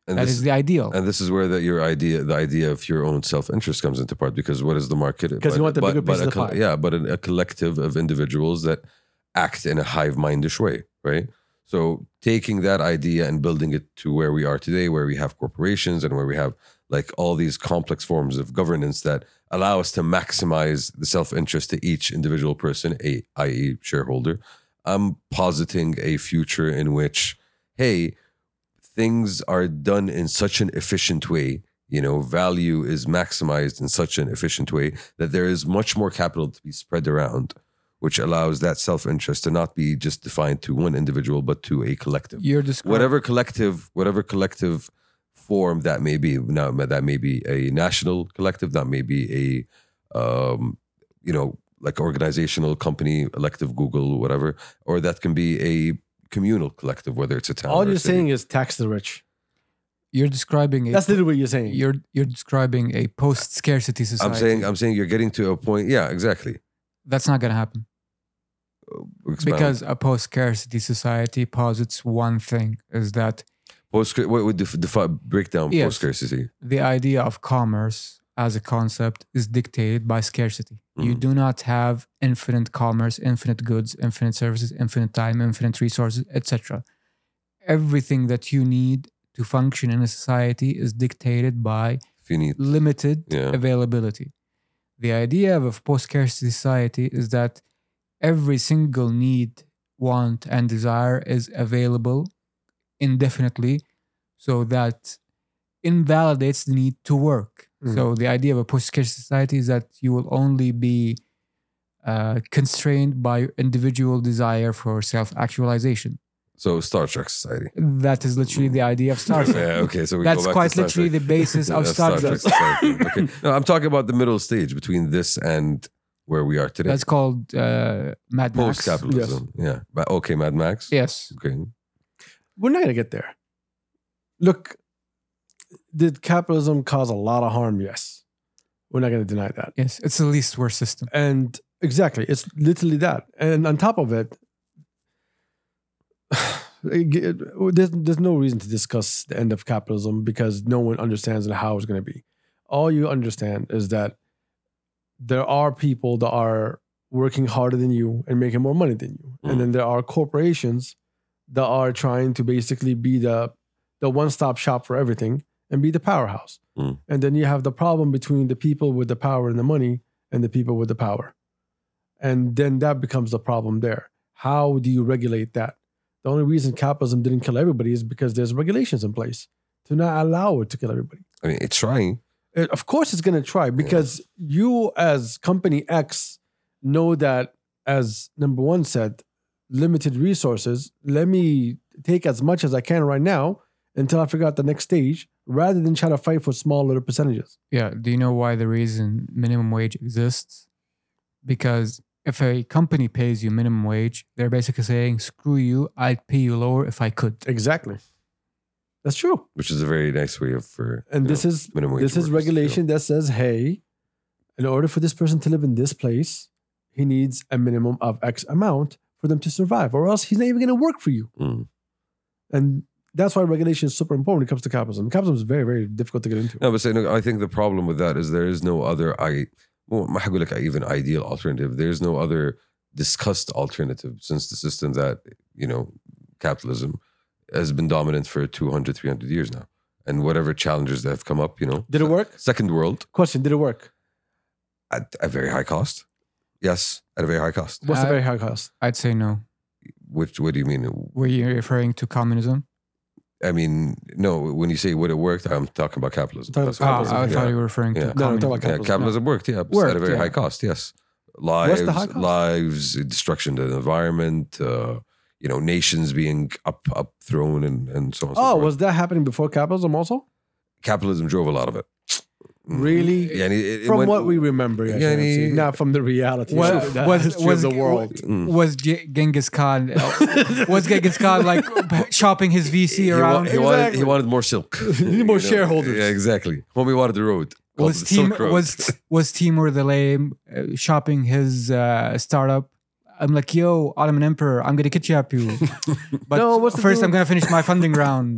Speaker 1: and
Speaker 2: That
Speaker 1: this,
Speaker 2: is the ideal.
Speaker 1: and this is where that your idea, the idea of your own self interest, comes into part because what is the market?
Speaker 3: 'Cause you
Speaker 1: But-
Speaker 3: want the
Speaker 1: but-
Speaker 3: bigger
Speaker 1: but
Speaker 3: piece
Speaker 1: a
Speaker 3: of the
Speaker 1: col-
Speaker 3: pie.
Speaker 1: Yeah, but an, a collective of individuals that act in a hive mindish way, right? So taking that idea and building it to where we are today, where we have corporations and where we have like all these complex forms of governance that allow us to maximize the self-interest to each individual person, a, i.e. shareholder, I'm positing a future in which, hey, things are done in such an efficient way, you know, value is maximized in such an efficient way that there is much more capital to be spread around, which allows that self-interest to not be just defined to one individual, but to a collective
Speaker 2: You're describing
Speaker 1: whatever collective whatever collective form that may be now that may be a national collective that may be a um, you know like organizational company elective google whatever or that can be a communal collective whether it's a town
Speaker 3: All
Speaker 1: or a
Speaker 3: you're
Speaker 1: city.
Speaker 3: saying is tax the rich.
Speaker 2: You're describing a,
Speaker 3: That's literally what you're saying.
Speaker 2: you're you're describing a post scarcity society.
Speaker 1: i'm saying i'm saying you're getting to a point yeah exactly
Speaker 2: that's not gonna happen
Speaker 1: Expound.
Speaker 2: because a post scarcity society posits one thing: is that
Speaker 1: post what would def- defi- break down
Speaker 2: Yes.
Speaker 1: post scarcity
Speaker 2: the idea of commerce as a concept is dictated by scarcity. You
Speaker 1: Mhm.
Speaker 2: do not have infinite commerce, infinite goods, infinite services, infinite time, infinite resources, etc. Everything that you need to function in a society is dictated by
Speaker 1: if you need
Speaker 2: limited
Speaker 1: Yeah.
Speaker 2: availability. The idea of a post scarcity society is that every single need, want, and desire is available indefinitely, so that invalidates the need to work.
Speaker 3: Mm.
Speaker 2: So, the idea of a post scarcity society is that you will only be uh, constrained by individual desire for self actualization.
Speaker 1: so star trek society
Speaker 2: That is literally the idea of Star Trek.
Speaker 1: yeah okay so we go
Speaker 2: That's
Speaker 1: back
Speaker 2: quite
Speaker 1: to Star
Speaker 2: literally
Speaker 1: Trek.
Speaker 2: the basis of
Speaker 1: That's
Speaker 2: Star Trek.
Speaker 1: Trek society. okay. No, I'm talking about the middle stage between this and where we are today.
Speaker 2: That's called uh, Mad
Speaker 1: post
Speaker 2: Max.
Speaker 1: capitalism. Yeah. But okay, Mad Max.
Speaker 2: Yes.
Speaker 1: Okay.
Speaker 3: We're not going to get there. Look, did capitalism cause a lot of harm? Yes. We're not going to deny that.
Speaker 2: Yes. It's the least worst system.
Speaker 3: And exactly, it's literally that. And on top of it, it ge- it- there's, there's no reason to discuss the end of capitalism because no one understands how it's going to be. All you understand is that there are people that are working harder than you and making more money than you.
Speaker 1: Mhm.
Speaker 3: And then there are corporations that are trying to basically be the, the one stop shop for everything and be the powerhouse.
Speaker 1: Mm.
Speaker 3: And then you have the problem between the people with the power and the money and the people with the power. And then that becomes the problem there. How do you regulate that? The only reason capitalism didn't kill everybody is because there's regulations in place to not allow it to kill everybody.
Speaker 1: I mean, it's trying.
Speaker 3: It- of course, it's going to try because you, as company X, know that, as number one said, limited resources. Let me take as much as I can right now until I figure out the next stage rather than try to fight for small little percentages.
Speaker 2: Yeah. Do you know why the reason minimum wage exists? Because if a company pays you minimum wage, they're basically saying, screw you, I'd pay you lower if I could.
Speaker 3: Exactly. That's true.
Speaker 1: Which is a very nice way of for
Speaker 3: And
Speaker 1: you
Speaker 3: this
Speaker 1: know,
Speaker 3: is
Speaker 1: minimum wage
Speaker 3: this is
Speaker 1: workers, you know.
Speaker 3: regulation that says, hey, in order for this person to live in this place, he needs a minimum of X amount for them to survive, or else he's not even going to work for you.
Speaker 1: Mm.
Speaker 3: And that's why regulation is super important when it comes to capitalism. Capitalism is very, very difficult to get into.
Speaker 1: No, but say, no, I think the problem with that is there is no other I well, ما حقول لك even ideal alternative. There's no other discussed alternative since the system that, you know, capitalism has been dominant for 200, 300 years now. And whatever challenges that have come up, you know.
Speaker 3: Did it work?
Speaker 1: Second world
Speaker 3: Question: Did it work?
Speaker 1: at a very high cost. Yes, at a very high cost.
Speaker 3: What's the
Speaker 2: Uh,
Speaker 3: very high cost?
Speaker 2: I'd say no.
Speaker 1: Which what do you mean?
Speaker 2: Were you referring to communism?
Speaker 1: I mean, no. When you say would it worked, I'm talking about capitalism.
Speaker 3: Talking
Speaker 1: That's
Speaker 3: about
Speaker 1: what
Speaker 2: Ah,
Speaker 1: I'm
Speaker 2: I
Speaker 1: saying.
Speaker 2: thought
Speaker 1: yeah.
Speaker 2: you were referring
Speaker 1: Yeah.
Speaker 2: to
Speaker 1: No,
Speaker 3: No, no,
Speaker 2: communism.
Speaker 3: talk about
Speaker 1: Yeah,
Speaker 3: capitalism.
Speaker 1: capitalism worked. Yeah, it's at
Speaker 3: Worked,
Speaker 1: a very
Speaker 3: yeah.
Speaker 1: high cost. Yes,
Speaker 3: What's
Speaker 1: lives,
Speaker 3: the high cost?
Speaker 1: lives, destruction to the environment. Uh, you know, nations being up upthrown and and so on. and so
Speaker 3: Oh,
Speaker 1: forth.
Speaker 3: was that happening before capitalism also?
Speaker 1: capitalism drove a lot of it. Mm.
Speaker 3: Really?
Speaker 1: Yeah, and it- it
Speaker 3: From
Speaker 1: went-
Speaker 3: what we remember,
Speaker 1: Yeah,
Speaker 3: yeah,
Speaker 1: I mean-
Speaker 3: not from the reality.
Speaker 2: Well,
Speaker 3: of the
Speaker 2: was-
Speaker 3: history
Speaker 2: was-
Speaker 3: of the world?
Speaker 1: Mm.
Speaker 2: Was G- Genghis Khan uh, was Genghis Khan like shopping his
Speaker 1: He,
Speaker 2: VC
Speaker 1: wa-
Speaker 2: around?
Speaker 1: he wanted
Speaker 3: Exactly.
Speaker 1: he wanted more silk.
Speaker 3: He needed
Speaker 1: You
Speaker 3: more shareholders.
Speaker 1: Yeah, exactly. Homie wanted the road. Called
Speaker 2: was
Speaker 1: the
Speaker 2: team
Speaker 1: Silk Road.
Speaker 2: was was Timur the lame uh, shopping his uh, startup? I'm like, yo, Ottoman Emperor, I'm gonna kidnap you. But
Speaker 3: No, what's the
Speaker 2: first, I'm
Speaker 3: deal?
Speaker 2: gonna finish my funding round.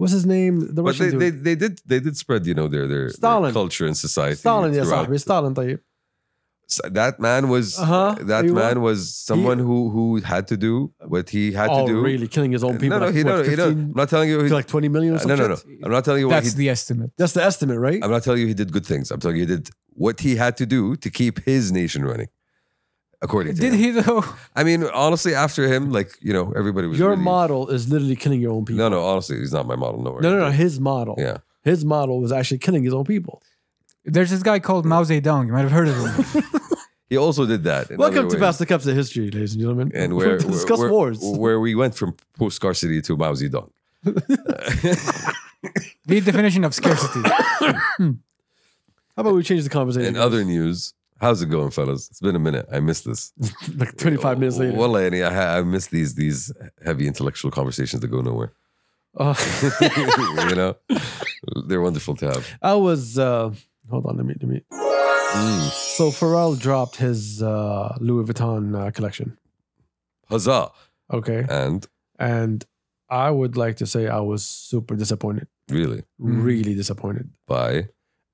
Speaker 3: What's his name? The
Speaker 1: but they,
Speaker 3: Russian
Speaker 1: they,
Speaker 3: dude.
Speaker 1: they did they did spread you know their their, their
Speaker 3: Stalin.
Speaker 1: culture and society
Speaker 3: Stalin, yes,
Speaker 1: throughout
Speaker 3: Stalin. طيب.
Speaker 1: s- that man was uh,
Speaker 3: Uh-huh.
Speaker 1: that
Speaker 3: You
Speaker 1: man
Speaker 3: were-
Speaker 1: was someone who who had to do what he had
Speaker 3: oh,
Speaker 1: to do. Uh,
Speaker 3: really killing his own people.
Speaker 1: No, no,
Speaker 3: like,
Speaker 1: he,
Speaker 3: what,
Speaker 1: no, no, he, no,
Speaker 3: 15
Speaker 1: I'm not telling you. He,
Speaker 3: to like 20 million or
Speaker 1: no,
Speaker 3: something.
Speaker 1: no, no. I'm not telling you what he
Speaker 2: That's the estimate.
Speaker 3: That's the estimate, right?
Speaker 1: I'm not telling you he did good things. I'm telling you he did what he had to do to keep his nation running. According to
Speaker 2: Did
Speaker 1: him.
Speaker 2: he though?
Speaker 1: I mean, honestly, after him, like you know, everybody was
Speaker 3: Your
Speaker 1: really-
Speaker 3: model is literally killing your own people.
Speaker 1: No, no, honestly, he's not my model. No,
Speaker 3: No, no, no. His model.
Speaker 1: Yeah.
Speaker 3: His model was actually killing his own people.
Speaker 2: There's this guy called Mao Zedong. You might have heard of him.
Speaker 1: He also did that. in
Speaker 3: Welcome
Speaker 1: other
Speaker 3: to
Speaker 1: ways.
Speaker 3: Past the Cups of History, ladies and gentlemen.
Speaker 1: And where
Speaker 3: we discuss
Speaker 1: where,
Speaker 3: wars.
Speaker 1: Where we went from post scarcity to Mao Zedong.
Speaker 2: the definition of scarcity.
Speaker 3: How about we change the conversation?
Speaker 1: In other news, how's it going, fellas? It's been a minute. I missed this.
Speaker 3: like 25 minutes later.
Speaker 1: Well, I, ha- I miss these these heavy intellectual conversations that go nowhere.
Speaker 3: Uh,
Speaker 1: you know, they're wonderful to have.
Speaker 3: I was uh hold on, let me let me.
Speaker 1: Mm.
Speaker 3: So Pharrell dropped his uh Louis Vuitton uh, collection.
Speaker 1: Huzzah!
Speaker 3: Okay.
Speaker 1: And
Speaker 3: And I would like to say I was super disappointed.
Speaker 1: really,
Speaker 2: Mm.
Speaker 3: Really disappointed
Speaker 1: bye.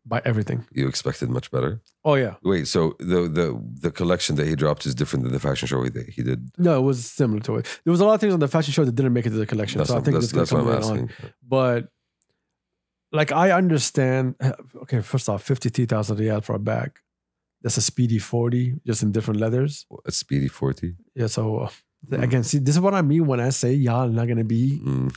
Speaker 3: by everything.
Speaker 1: You expected much better.
Speaker 3: Oh yeah.
Speaker 1: Wait, so the the the collection that he dropped is different than the fashion show that he did.
Speaker 3: No, it was similar to it. There was a lot of things on the fashion show that didn't make it to the collection.
Speaker 1: That's,
Speaker 3: so I
Speaker 1: what,
Speaker 3: think
Speaker 1: that's,
Speaker 3: this is
Speaker 1: that's what
Speaker 3: gonna
Speaker 1: I'm
Speaker 3: come later on.
Speaker 1: asking.
Speaker 3: but like I understand. Okay, first off, fifty-two thousand riyal for a bag. That's a speedy forty, just in different leathers.
Speaker 1: A speedy forty.
Speaker 3: Yeah. So uh,
Speaker 1: Mm.
Speaker 3: again, see, this is what I mean when I say y'all not gonna be
Speaker 1: Mm.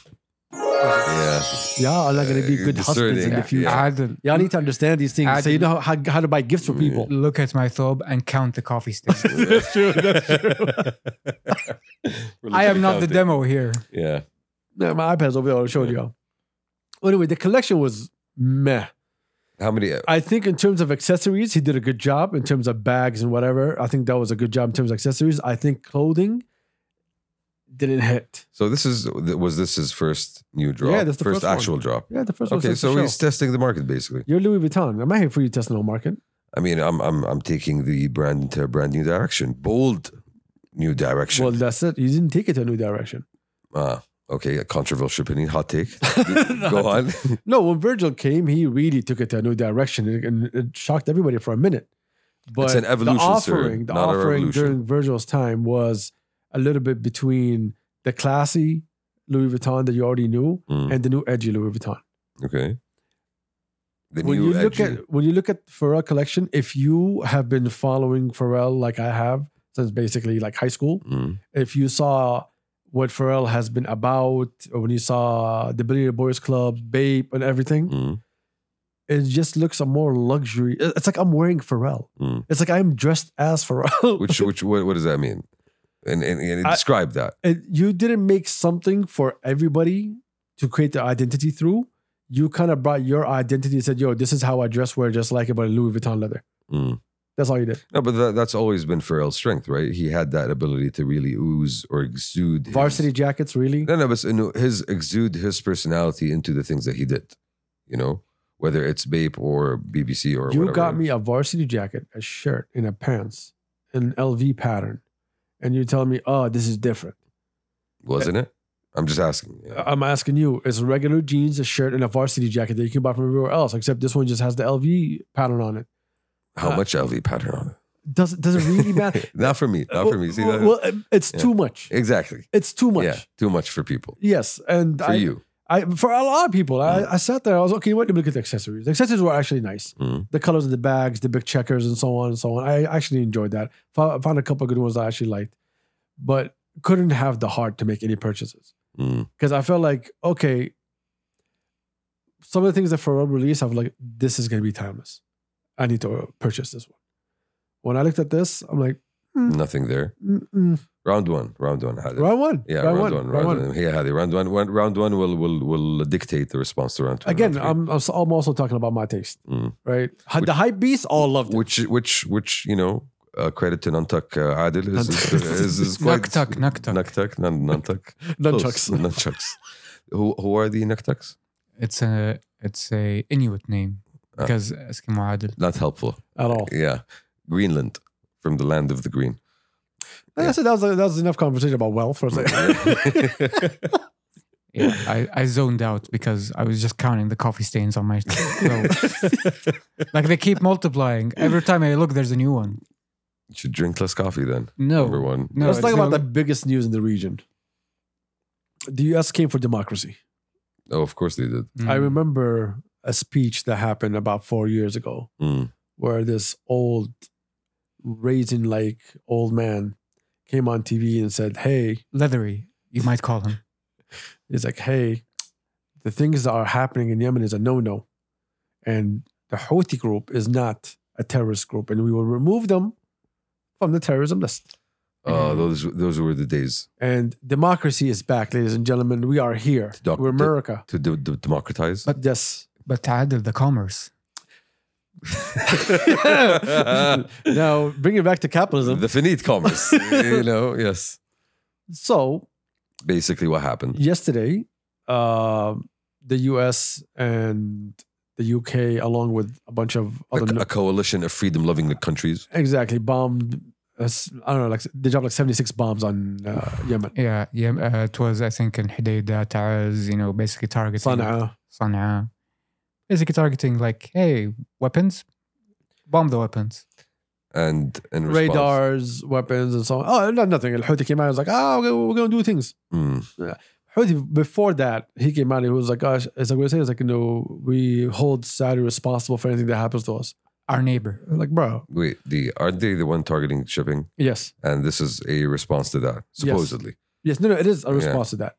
Speaker 1: Yeah.
Speaker 3: y'all are not gonna be
Speaker 1: Uh,
Speaker 3: good husbands in
Speaker 1: discerning,
Speaker 3: the future.
Speaker 1: yeah.
Speaker 2: I'd
Speaker 3: Y'all need to understand these things,
Speaker 2: I
Speaker 3: so you
Speaker 2: didn't-
Speaker 3: know how, how to buy gifts
Speaker 1: Mm.
Speaker 3: for people.
Speaker 2: look at my thob and count the coffee stain.
Speaker 1: that's
Speaker 3: true, that's true.
Speaker 2: I am not the demo here.
Speaker 1: Yeah.
Speaker 3: No, my iPad's over there. I showed y'all. Anyway, the collection was meh.
Speaker 1: How many? uh,
Speaker 3: I think in terms of accessories, he did a good job. In terms of bags and whatever, I think that was a good job in terms of accessories. I think clothing didn't hit.
Speaker 1: So this is was this his first new drop?
Speaker 3: Yeah, that's the first one.
Speaker 1: actual drop.
Speaker 3: Yeah, the first one.
Speaker 1: Okay, so he's testing the market basically.
Speaker 3: you're Louis Vuitton. I'm not here for you testing no market.
Speaker 1: I mean, I'm I'm I'm taking the brand into a brand new direction, bold new direction.
Speaker 3: Well, that's it. You didn't take it to a new direction.
Speaker 1: ah, okay, a controversial opinion, hot take. Go on.
Speaker 3: No, when Virgil came, he really took it to a new direction, and- and it shocked everybody for a minute. But
Speaker 1: an evolution,
Speaker 3: the
Speaker 1: sir,
Speaker 3: offering, the
Speaker 1: not a
Speaker 3: offering
Speaker 1: revolution.
Speaker 3: during Virgil's time was a little bit between the classy Louis Vuitton that you already knew
Speaker 1: Mm,
Speaker 3: and the new edgy Louis Vuitton.
Speaker 1: okay. The
Speaker 3: when
Speaker 1: new
Speaker 3: you look
Speaker 1: edgy.
Speaker 3: at when you look at Pharrell collection, if you have been following Pharrell like I have since basically like high school,
Speaker 1: Mm,
Speaker 3: if you saw what Pharrell has been about, or when you saw the Billionaire Boys Club, Babe, and everything,
Speaker 1: mm,
Speaker 3: it just looks a more luxury. it- It's like I'm wearing Pharrell.
Speaker 1: Mm.
Speaker 3: It's like I'm dressed as Pharrell.
Speaker 1: which which what, what does that mean? And and, and
Speaker 3: I-
Speaker 1: describe that.
Speaker 3: And you didn't make something for everybody to create their identity through. You kind of brought your identity and said, "Yo, this is how I dress. Wear just like it, but in Louis Vuitton leather."
Speaker 1: Mm.
Speaker 3: That's all you did.
Speaker 1: No, but that, that's always been Pharrell's strength, right? He had that ability to really ooze or exude his-
Speaker 3: Varsity jackets, really?
Speaker 1: No, no, but you know, his exude his personality into the things that he did. You know, whether it's Bape or BBC or
Speaker 3: you
Speaker 1: whatever.
Speaker 3: got me a varsity jacket, a shirt, and a pants, an LV pattern, and you tell me, "Oh, this is different."
Speaker 1: wasn't it? I'm just asking. Yeah.
Speaker 3: I'm asking you, it's regular jeans, a shirt, and a varsity jacket that you can buy from everywhere else, except this one just has the LV pattern on it.
Speaker 1: How
Speaker 3: uh,
Speaker 1: much LV pattern on
Speaker 3: Does it? Does it really matter?
Speaker 1: it? not for me. Not for me. See
Speaker 3: well,
Speaker 1: that?
Speaker 3: well, it's
Speaker 1: Yeah.
Speaker 3: too much.
Speaker 1: exactly.
Speaker 3: It's too much.
Speaker 1: Yeah, too much for people.
Speaker 3: Yes, and
Speaker 1: For
Speaker 3: I,
Speaker 1: you,
Speaker 3: I, for a lot of people,
Speaker 1: Mm.
Speaker 3: I, I sat there. I was okay. Wait, let me look at the accessories. The accessories were actually nice.
Speaker 1: Mm.
Speaker 3: The colors of the bags, the big checkers, and so on and so on. I actually enjoyed that. Found, found a couple of good ones I actually liked, but couldn't have the heart to make any purchases
Speaker 1: Mm.
Speaker 3: because I felt like okay, some of the things that Pharrell released, I'm like, this is gonna be timeless. I need to purchase this one. When I looked at this, I'm like,
Speaker 1: nothing there.
Speaker 3: mm-mm.
Speaker 1: Round one. Round one had it.
Speaker 3: round one,
Speaker 1: yeah,
Speaker 3: round, one,
Speaker 1: round one. He had it. Round one. one- Round one will will will dictate the response to round two. and
Speaker 3: Again,
Speaker 1: round three.
Speaker 3: I'm, I'm s- I'm also talking about my taste,
Speaker 1: Mm.
Speaker 3: right? Had
Speaker 1: Which-
Speaker 3: the hype beast all loved it.
Speaker 1: which which which you know uh, credit to Nantuk uh, Adil is is, is, is quite
Speaker 2: Nuktuk, Nuktuk.
Speaker 1: Nuktuk, Nun- Nuntuk.
Speaker 3: Nunchucks.
Speaker 1: Close. nunchucks who who are the Nuntucks
Speaker 2: It's a it's a Inuit name
Speaker 1: Ah.
Speaker 2: because Eskimo Adil.
Speaker 1: not helpful
Speaker 3: at all.
Speaker 1: yeah Greenland from the land of the green
Speaker 3: And I said that was, that was enough conversation about wealth for a second.
Speaker 1: Yeah.
Speaker 2: Yeah, I, I zoned out because I was just counting the coffee stains on my. so, like they keep multiplying. Every time I look, there's a new one.
Speaker 1: You should drink less coffee then.
Speaker 2: No,
Speaker 1: Number one.
Speaker 2: no.
Speaker 3: Let's
Speaker 2: it's
Speaker 3: talk
Speaker 2: the
Speaker 3: about the
Speaker 2: only-
Speaker 3: biggest news in the region. The U.S. came for democracy.
Speaker 1: Oh, of course they did.
Speaker 2: Mm.
Speaker 3: I remember a speech that happened about four years ago
Speaker 1: Mm.
Speaker 3: where this old, raisin like old man came on TV and said, Hey,
Speaker 2: leathery. You might call him.
Speaker 3: he's like, Hey, the things that are happening in Yemen is a no no. And the Houthi group is not a terrorist group, and we will remove them from the terrorism list.
Speaker 1: Uh, those those were the days
Speaker 3: And democracy is back, ladies and gentlemen. We are here.
Speaker 1: Doc-
Speaker 3: We're America.
Speaker 1: to de- de- democratize.
Speaker 2: But-
Speaker 3: yes.
Speaker 2: But Adil, the commerce.
Speaker 3: now, bring it back to capitalism.
Speaker 1: the finite commerce. you know, yes.
Speaker 3: so,
Speaker 1: Basically, what happened?
Speaker 3: yesterday, uh, the US and the UK, along with a bunch of
Speaker 1: A,
Speaker 3: other.
Speaker 1: a coalition of freedom-loving countries.
Speaker 3: exactly, bombed. uh, s- I don't know, like they dropped like 76 bombs on uh, Yemen.
Speaker 2: Yeah, yeah. Uh, it was, I think, in Hodeidah, Taiz. You know, basically targeting
Speaker 3: Sana'a.
Speaker 2: Sana'a. Basically targeting like, hey, weapons, bomb the weapons.
Speaker 1: and in response-
Speaker 3: Radars, weapons, and so on. Oh, not nothing. Al Houthi came out and was like, oh, we're- we're going to do things.
Speaker 1: Mm.
Speaker 3: Houthi, before that, he came out. He was like, "Gosh, it's like we say, it's like you know, we hold Saudi responsible for anything that happens to us."
Speaker 2: Our neighbor.
Speaker 3: I'm like, bro,
Speaker 1: Wait, the aren't they the one targeting shipping?
Speaker 3: yes,
Speaker 1: And this is a response to that, supposedly.
Speaker 3: yes, no, no, it is a
Speaker 1: Yeah.
Speaker 3: response to that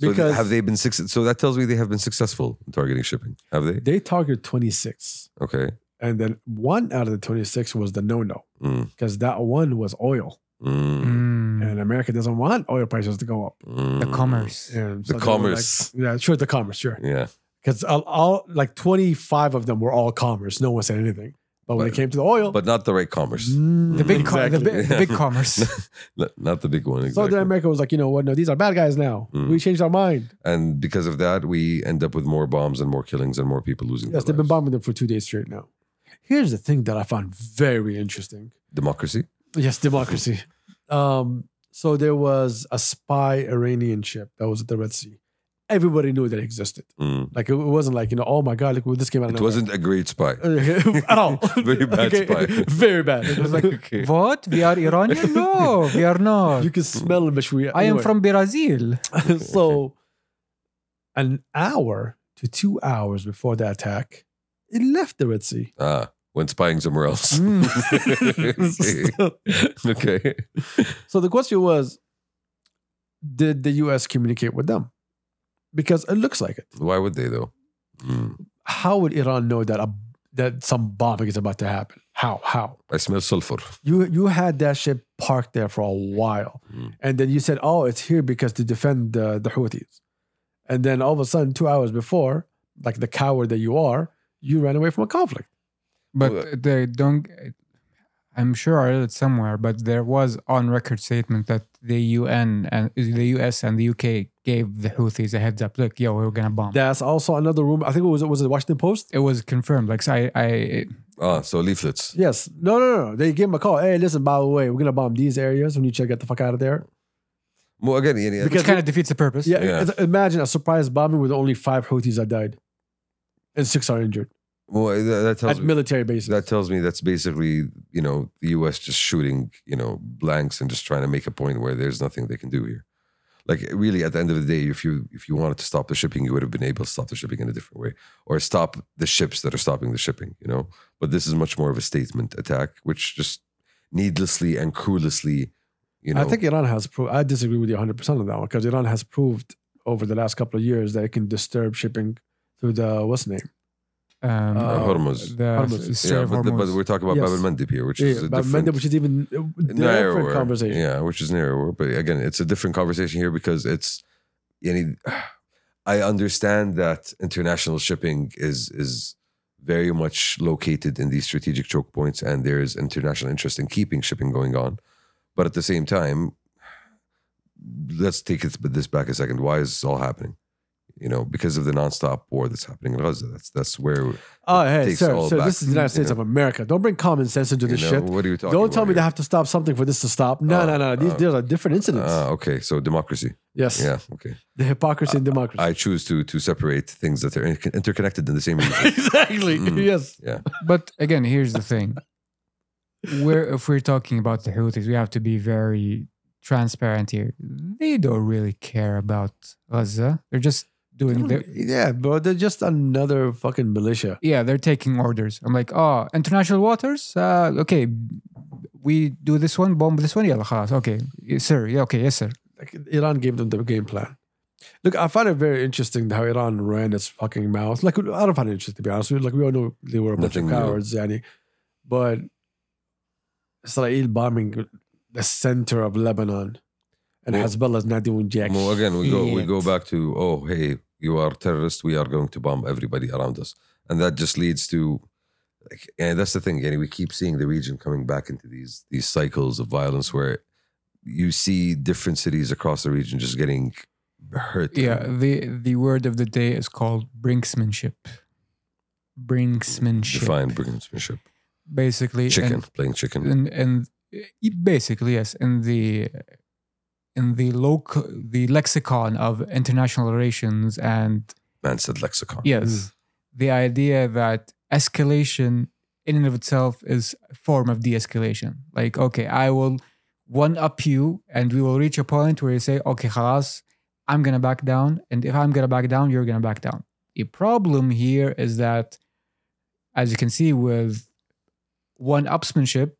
Speaker 1: So th-
Speaker 3: because
Speaker 1: have they been six? So that tells me they have been successful in targeting shipping. Have they?
Speaker 3: they targeted 26,
Speaker 1: Okay.
Speaker 3: and then one out of the 26 was the no-no
Speaker 1: Mm,
Speaker 3: because that one was oil,
Speaker 1: mm,
Speaker 2: Mm,
Speaker 3: and America doesn't want oil prices to go up.
Speaker 2: the
Speaker 1: mm.
Speaker 2: commerce.
Speaker 3: And
Speaker 1: The
Speaker 3: so they were like-
Speaker 1: commerce.
Speaker 3: yeah, sure, the commerce, sure,
Speaker 1: Yeah.
Speaker 3: because all, all like 25 of them were all commerce. No one said anything, but when
Speaker 1: But-
Speaker 3: it came to the oil,
Speaker 1: But not the right commerce.
Speaker 3: mm,
Speaker 2: The big, co- the,
Speaker 3: exactly.
Speaker 2: big, the big commerce.
Speaker 1: Not- Not the big one.
Speaker 3: So
Speaker 1: Exactly.
Speaker 3: then America was like, you know what? No, these are bad guys now.
Speaker 1: Mm.
Speaker 3: We changed our mind.
Speaker 1: and because of that, we end up with more bombs and more killings and more people losing
Speaker 3: Yes,
Speaker 1: their
Speaker 3: they've been
Speaker 1: lives.
Speaker 3: bombing them for two days straight now. Here's the thing that I found very interesting.
Speaker 1: Democracy.
Speaker 3: Yes, democracy. um, so there was a spy Iranian ship that was at the Red Sea. Everybody knew that it existed.
Speaker 1: Mm.
Speaker 3: Like it, it wasn't like you know, oh my god, look, this came out. of
Speaker 1: It
Speaker 3: nowhere."
Speaker 1: wasn't a great spy.
Speaker 3: at all.
Speaker 1: Very bad spy.
Speaker 3: Very bad. It was like
Speaker 1: okay.
Speaker 2: what? We are Iranian? No, we are not.
Speaker 3: you can smell the mashwi.
Speaker 2: I am from Brazil.
Speaker 3: so an hour to two hours before the attack, it left the Red Sea.
Speaker 1: Ah, went spying somewhere else.
Speaker 3: Mm.
Speaker 1: okay.
Speaker 3: so the question was, did the US communicate with them? Because it looks like it.
Speaker 1: Why would they though? Mm.
Speaker 3: How would Iran know that a, that some bombing is about to happen? How? How?
Speaker 1: I smell sulfur.
Speaker 3: You you had that ship parked there for a while,
Speaker 1: Mm.
Speaker 3: and then you said, "Oh, it's here because to defend the, the Houthis," and then all of a sudden, two hours before, like the coward that you are, you ran away from a conflict.
Speaker 1: Well-
Speaker 2: But they don't. I'm sure I read it somewhere, but there was on record statement that the UN and the US and the UK gave the Houthis a heads up. Look, yo, we're gonna bomb.
Speaker 3: That's also another rumor. I think it was was it Washington Post.
Speaker 2: it was confirmed. Like so I, I,
Speaker 1: Ah, so leaflets.
Speaker 3: Yes. No, no, no. They gave him a call. Hey, listen, by the way, we're going to bomb these areas. We need you to get the fuck out of there.
Speaker 1: Well, again, yeah, yeah.
Speaker 3: Because-
Speaker 2: which kind of defeats the purpose.
Speaker 3: Yeah.
Speaker 1: Yeah.
Speaker 3: i- Imagine a surprise bombing with only five Houthis that died and six are injured
Speaker 1: Well, that, that tells
Speaker 3: at
Speaker 1: me
Speaker 3: military bases.
Speaker 1: that tells me that's basically you know the U.S. just shooting you know blanks and just trying to make a point where there's nothing they can do here. Like really, at the end of the day, if you if you wanted to stop the shipping, you would have been able to stop the shipping in a different way, or stop the ships that are stopping the shipping. You know, but this is much more of a statement attack, which just needlessly and cruelly, you know.
Speaker 3: I think Iran has proved, I disagree with you 100% on that one because Iran has proved over the last couple of years that it can disturb shipping through the, what's the name?
Speaker 2: Um,
Speaker 1: uh,
Speaker 3: Uh,
Speaker 1: Hormuz.
Speaker 2: the
Speaker 3: Hormuz.
Speaker 2: s- Strait
Speaker 1: Yeah,
Speaker 2: of
Speaker 1: but, the- but
Speaker 2: Hormuz.
Speaker 1: we're talking about
Speaker 3: Yes.
Speaker 1: Bab al-Mandeb here, which is
Speaker 3: Yeah,
Speaker 1: a
Speaker 3: but
Speaker 1: different,
Speaker 3: Mendeb, which is even uh, different
Speaker 1: narrower
Speaker 3: conversation.
Speaker 1: Yeah, which is narrower. But again, it's a different conversation here because it's any. I understand that international shipping is is very much located in these strategic choke points, and there is international interest in keeping shipping going on. But at the same time, let's take it- this back a second. Why is this all happening? You know, because of the nonstop war that's happening in Gaza. That's that's where
Speaker 3: Oh, hey,
Speaker 1: Takes
Speaker 3: sir,
Speaker 1: all
Speaker 3: sir
Speaker 1: back,
Speaker 3: this is the United
Speaker 1: you
Speaker 3: States
Speaker 1: know.
Speaker 3: of America. Don't bring common sense into
Speaker 1: you
Speaker 3: this
Speaker 1: know,
Speaker 3: shit.
Speaker 1: What are you talking?
Speaker 3: Don't tell
Speaker 1: about
Speaker 3: me they
Speaker 1: here?
Speaker 3: have to stop something for this to stop. No,
Speaker 1: Oh,
Speaker 3: no, no. These,
Speaker 1: oh.
Speaker 3: these are different incidents.
Speaker 1: Ah, okay. So democracy.
Speaker 3: yes.
Speaker 1: Yeah. Okay.
Speaker 3: The hypocrisy in democracy.
Speaker 1: I choose to to separate things that are inter- interconnected in the same region.
Speaker 3: exactly.
Speaker 1: Mm.
Speaker 3: Yes.
Speaker 2: But again, here's the thing. we're if we're talking about the Houthis, we have to be very transparent here. They don't really care about Gaza. They're just doing their
Speaker 3: yeah, bro. They're just another fucking militia.
Speaker 2: yeah, they're taking orders. I'm like, oh, international waters. Uh, okay, we do this one, bomb this one. Yeah, خلاص. Okay, yes, sir. Yeah, okay, yes, sir.
Speaker 3: Like Iran gave them the game plan. Look, I find it very interesting how Iran ran its fucking mouth. Like, I don't find it interesting to be honest. with you. Like, we all know they were a bunch
Speaker 1: Nothing
Speaker 3: of
Speaker 1: new.
Speaker 3: cowards, yani. But Israel bombing the center of Lebanon, and
Speaker 1: Well-
Speaker 3: Hezbollah's not doing jack.
Speaker 1: Well,
Speaker 3: shit.
Speaker 1: again, we go we
Speaker 2: shit.
Speaker 1: go back to oh hey, you are terrorist. We are going to bomb everybody around us, and that just leads to, like, and that's the thing. And we keep seeing the region coming back into these these cycles of violence where you see different cities across the region just getting hurt.
Speaker 2: Yeah, the the word of the day is called brinksmanship. Brinksmanship.
Speaker 1: define brinkmanship.
Speaker 2: Basically, and-
Speaker 1: Chicken playing chicken.
Speaker 2: and and uh, basically yes in the in the local the lexicon of international relations and
Speaker 1: Man said lexicon.
Speaker 2: yes the idea that escalation in and of itself is a form of de-escalation like okay i will one up you and we will reach a point where you say okay halas i'm gonna back down and if i'm gonna back down you're gonna back down the problem here is that as you can see with one upsmanship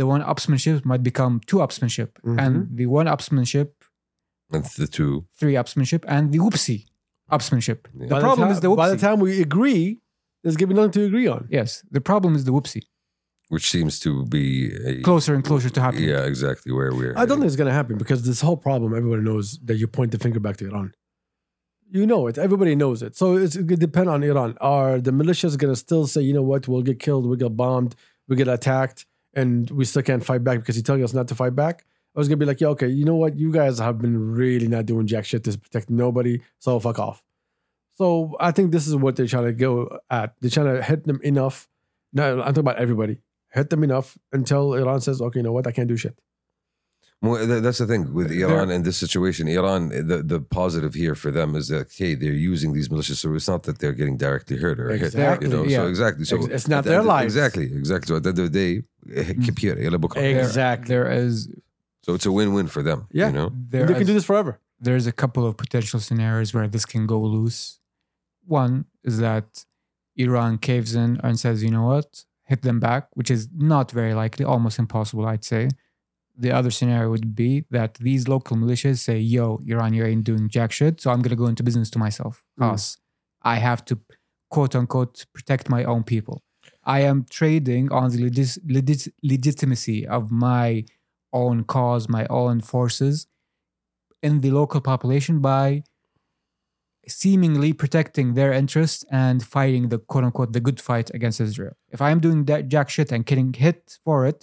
Speaker 2: the one upsmanship might become two upsmanship and the one upsmanship
Speaker 1: and the two.
Speaker 2: three upsmanship and the whoopsie upsmanship
Speaker 1: Yeah.
Speaker 2: the
Speaker 3: By
Speaker 2: problem
Speaker 3: ti-
Speaker 2: is the
Speaker 3: by the
Speaker 2: whoopsie.
Speaker 3: time we agree, there's gonna be nothing to agree on.
Speaker 2: yes the problem is the whoopsie
Speaker 1: which seems to be a,
Speaker 2: closer and closer to happening.
Speaker 1: Yeah, exactly where we're.
Speaker 3: I don't think it's gonna happen because this whole problem, everybody knows that you point the finger back to Iran. You know it. Everybody knows it. So it's, it could depend on Iran. Are the militias gonna still say, you know what, we'll get killed, we get bombed, we get attacked, and we still can't fight back because he's telling us not to fight back? I was gonna be like, yeah, okay, you know what, you guys have been really not doing jack shit to protect nobody, so fuck off. So I think this is what they're trying to go at. They're trying to hit them enough. No, I'm talking about everybody. Hit them enough until Iran says, okay, you know what, I can't do shit.
Speaker 1: Well, tha- that's the thing with Iran and this situation. Iran, the, the positive here for them is that hey, they're using these militias, so it's not that they're getting directly hurt or hit.
Speaker 3: Exactly,
Speaker 1: You know, so
Speaker 2: yeah.
Speaker 1: exactly. So
Speaker 3: Ex- it's
Speaker 1: at
Speaker 3: not
Speaker 1: the
Speaker 3: their
Speaker 1: end of-
Speaker 3: lives.
Speaker 1: Exactly, exactly. So at the end of the day, eh,
Speaker 2: Mm.
Speaker 1: keep here, يلا بكرة.
Speaker 3: Ex-
Speaker 2: There-
Speaker 3: Exactly.
Speaker 2: There is
Speaker 1: so it's a win-win for them.
Speaker 3: Yeah.
Speaker 1: you know.
Speaker 2: there
Speaker 3: they can
Speaker 2: is-
Speaker 3: do this forever.
Speaker 2: there's a couple of potential scenarios where this can go loose. One is that Iran caves in and says, you know what, hit them back, which is not very likely, almost impossible, I'd say. The other scenario would be that these local militias say, yo, Iran, you ain't doing jack shit, so I'm going to go into business to myself.
Speaker 3: Mm.
Speaker 2: Us. I have to, quote unquote, protect my own people. I am trading on the legis- legit- legitimacy of my own cause, my own forces in the local population by seemingly protecting their interests and fighting the quote unquote the good fight against Israel. If I'm doing that jack shit and getting hit for it,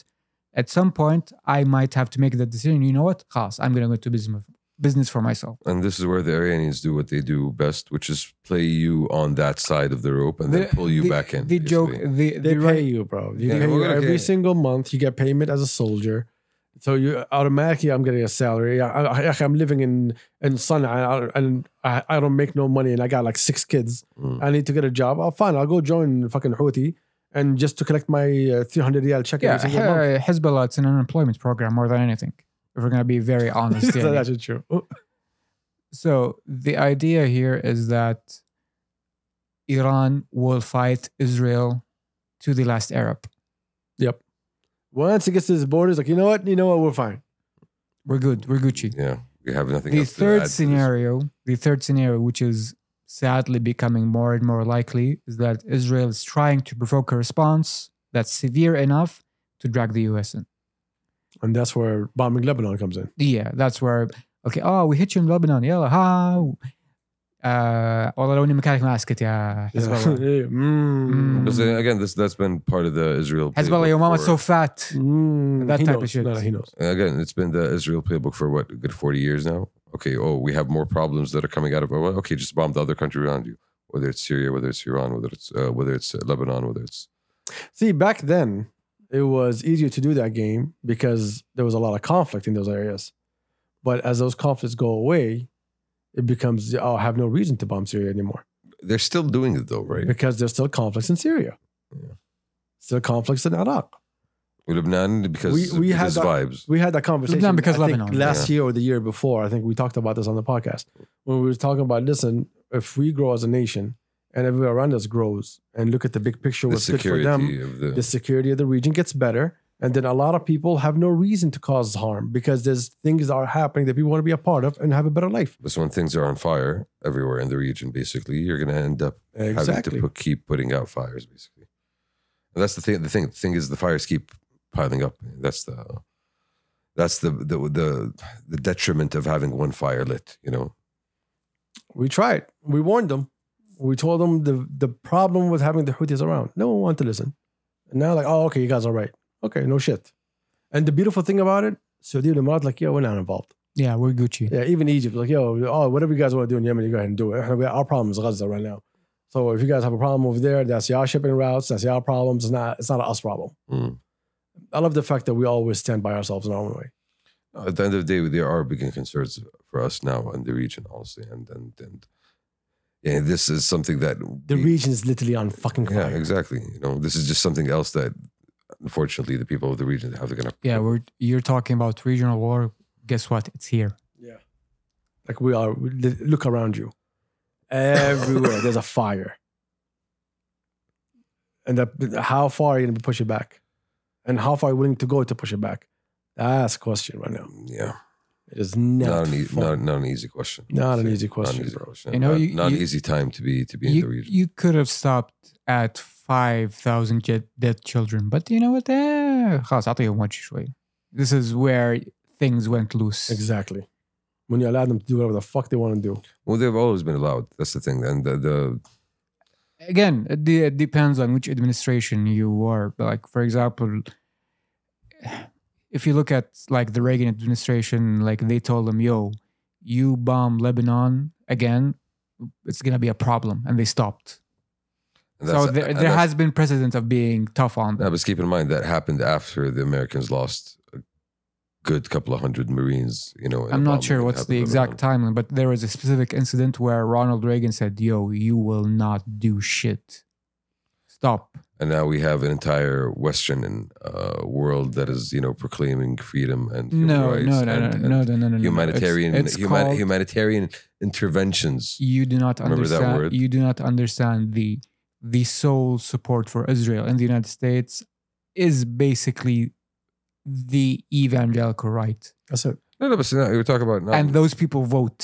Speaker 2: at some point I might have to make that decision. You know what? Khas, I'm gonna go to business business for myself.
Speaker 1: And this is where the Iranians do what they do best, which is play you on that side of the rope and then
Speaker 2: The-
Speaker 1: pull you
Speaker 2: the-
Speaker 1: back in.
Speaker 2: The joke
Speaker 1: basically.
Speaker 2: the,
Speaker 3: They
Speaker 2: the
Speaker 3: pay
Speaker 2: right,
Speaker 3: you, bro. You
Speaker 1: Yeah,
Speaker 3: pay you
Speaker 1: well, okay.
Speaker 3: every single month. You get payment as a soldier, so you automatically I'm getting a salary. I, I, I- I'm living in in Sana'a and I, I don't make no money, and I got like six kids.
Speaker 1: Mm.
Speaker 3: I need to get a job. Oh, fine, I'll go join fucking Houthi and just to collect my uh, 300 real check
Speaker 2: yeah,
Speaker 3: every single month.
Speaker 2: He- Hezbollah it's an unemployment program more than anything. If we're gonna be very honest
Speaker 3: That's
Speaker 2: here.
Speaker 3: actually true.
Speaker 2: So the idea here is that Iran will fight Israel to the last Arab.
Speaker 3: Once it gets to his borders, like you know what, you know what, we're fine.
Speaker 2: We're good. We're Gucci.
Speaker 1: Yeah, we have nothing.
Speaker 2: The
Speaker 1: else to add
Speaker 2: third
Speaker 1: to this.
Speaker 2: scenario, the third scenario, which is sadly becoming more and more likely, is that Israel is trying to provoke a response that's severe enough to drag the U.S. in.
Speaker 3: And that's where bombing Lebanon comes in.
Speaker 2: Yeah, that's where. Okay. Oh, we hit you in Lebanon. Yeah. Ha. Uh, والله لو اني مكانك ما اسكت يا
Speaker 3: Yeah.
Speaker 2: حزب الله.
Speaker 3: Mm.
Speaker 1: Because, uh, again, this that's been part of the Israel.
Speaker 2: Hezbollah,
Speaker 1: playbook
Speaker 2: your mama's
Speaker 1: for-
Speaker 2: so fat.
Speaker 3: Mm.
Speaker 2: That
Speaker 3: He
Speaker 2: type of
Speaker 3: knows.
Speaker 2: shit.
Speaker 3: No, no, he knows.
Speaker 1: again, it's been the Israel playbook for what, a good 40 years now? Okay, oh, we have more problems that are coming out of, well, okay, just bomb the other country around you, whether it's Syria, whether it's Iran, whether it's uh, whether it's Lebanon, whether it's.
Speaker 3: See, back then, it was easier to do that game because there was a lot of conflict in those areas. But as those conflicts go away, it becomes, oh, I have no reason to bomb Syria anymore
Speaker 1: They're still doing it though, right?
Speaker 3: because there's still conflicts in Syria,
Speaker 1: Yeah.
Speaker 3: still conflicts in Iraq.
Speaker 1: Lebanon because
Speaker 3: We- we
Speaker 1: it
Speaker 3: had
Speaker 1: is
Speaker 3: that-
Speaker 1: vibes.
Speaker 3: We had that conversation
Speaker 2: Lebanon because
Speaker 3: I think,
Speaker 2: Lebanon.
Speaker 3: last year or the year before. I think we talked about this on the podcast when we were talking about listen, if we grow as a nation and everywhere around us grows and look at the big picture,
Speaker 1: The
Speaker 3: what's good for
Speaker 1: security
Speaker 3: them,
Speaker 1: of the,
Speaker 3: the security of the region gets better. And then a lot of people have no reason to cause harm because there's things that are happening that people want to be a part of and have a better life.
Speaker 1: Because when things are on fire everywhere in the region, basically, you're going to end up having
Speaker 3: Exactly.
Speaker 1: to put, keep putting out fires, basically. And that's the thing. The thing, the thing is, the fires keep piling up. That's the that's the the the, the detriment of having one fire lit. You know,
Speaker 3: We tried. We warned them. We told them the, the problem with having the Houthis around. No one wanted to listen. And now, like, oh, okay, you guys are right. Okay, no shit. And the beautiful thing about it, Saudi and Emirat, like, yeah, we're not involved.
Speaker 2: Yeah, we're Gucci.
Speaker 3: Yeah, even Egypt, like, yo, oh, whatever you guys want to do in Yemen, you go ahead and do it. We- Our problem is Gaza right now. So if you guys have a problem over there, that's y'all shipping routes, that's y'all problems. It's not, it's not a us problem.
Speaker 1: Mm.
Speaker 3: I love the fact that we always stand by ourselves in our own way.
Speaker 1: at the end of the day, there are big concerns for us now in the region, honestly, and and and yeah, this is something that
Speaker 3: The
Speaker 1: we-
Speaker 3: region is literally on fucking
Speaker 1: yeah,
Speaker 3: fire.
Speaker 1: exactly. You know, this is just something else that unfortunately the people of the region have going to
Speaker 2: Yeah, we're you're talking about regional war. Guess what? It's here.
Speaker 3: Yeah. Like we are, we- look around you. Everywhere there's a fire. And that, how far are you going to push it back? And how far are you willing to go to push it back? That's a question right now.
Speaker 1: yeah,
Speaker 3: It is not,
Speaker 1: not an, e-
Speaker 3: fun.
Speaker 1: not, not an easy question.
Speaker 3: Not an
Speaker 1: Say,
Speaker 3: easy question,
Speaker 1: Not an easy
Speaker 3: bro.
Speaker 1: question.
Speaker 2: You know,
Speaker 1: not,
Speaker 2: you-
Speaker 1: not an
Speaker 2: you-
Speaker 1: easy time to be to be in the
Speaker 2: You,
Speaker 1: region.
Speaker 2: you could have stopped at five thousand dead children, but you know what? Eh, خلاص, أعطيهم وجه شوي. This is where things went loose.
Speaker 3: Exactly. When you allow them to do whatever the fuck they want to do.
Speaker 1: Well, they've always been allowed. That's the thing. And the, the
Speaker 2: Again, it, de- it depends on which administration you were. Like, for example, if you look at like the Reagan administration, like they told them, "Yo, you bomb Lebanon again, it's gonna be a problem," and they stopped.
Speaker 1: and
Speaker 2: So
Speaker 1: that's-
Speaker 2: there,
Speaker 1: and
Speaker 2: there
Speaker 1: that's-
Speaker 2: has been precedent of being tough on
Speaker 1: No,
Speaker 2: them.
Speaker 1: but keep in mind that happened after the Americans lost a good couple of hundred Marines. You know, in
Speaker 2: I'm
Speaker 1: the
Speaker 2: not
Speaker 1: bombing
Speaker 2: sure
Speaker 1: that
Speaker 2: what's the
Speaker 1: happened
Speaker 2: exact timeline, but there was a specific incident where Ronald Reagan said, "Yo, you will not do shit. Stop."
Speaker 1: and now we have an entire Western uh, world that is, you know, proclaiming freedom and human
Speaker 2: No,
Speaker 1: rights
Speaker 2: no, no,
Speaker 1: and,
Speaker 2: no,
Speaker 1: and
Speaker 2: no, no, no, no, no. It's-
Speaker 1: humanitarian
Speaker 2: It's,
Speaker 1: human,
Speaker 2: called,
Speaker 1: humanitarian interventions.
Speaker 2: you do not
Speaker 1: Remember that
Speaker 2: understand.
Speaker 1: word?
Speaker 2: You do not understand the the sole support for Israel in the United States is basically the evangelical right,
Speaker 3: That's it.
Speaker 1: No, no, but so now you're talking about not,
Speaker 2: and those people vote.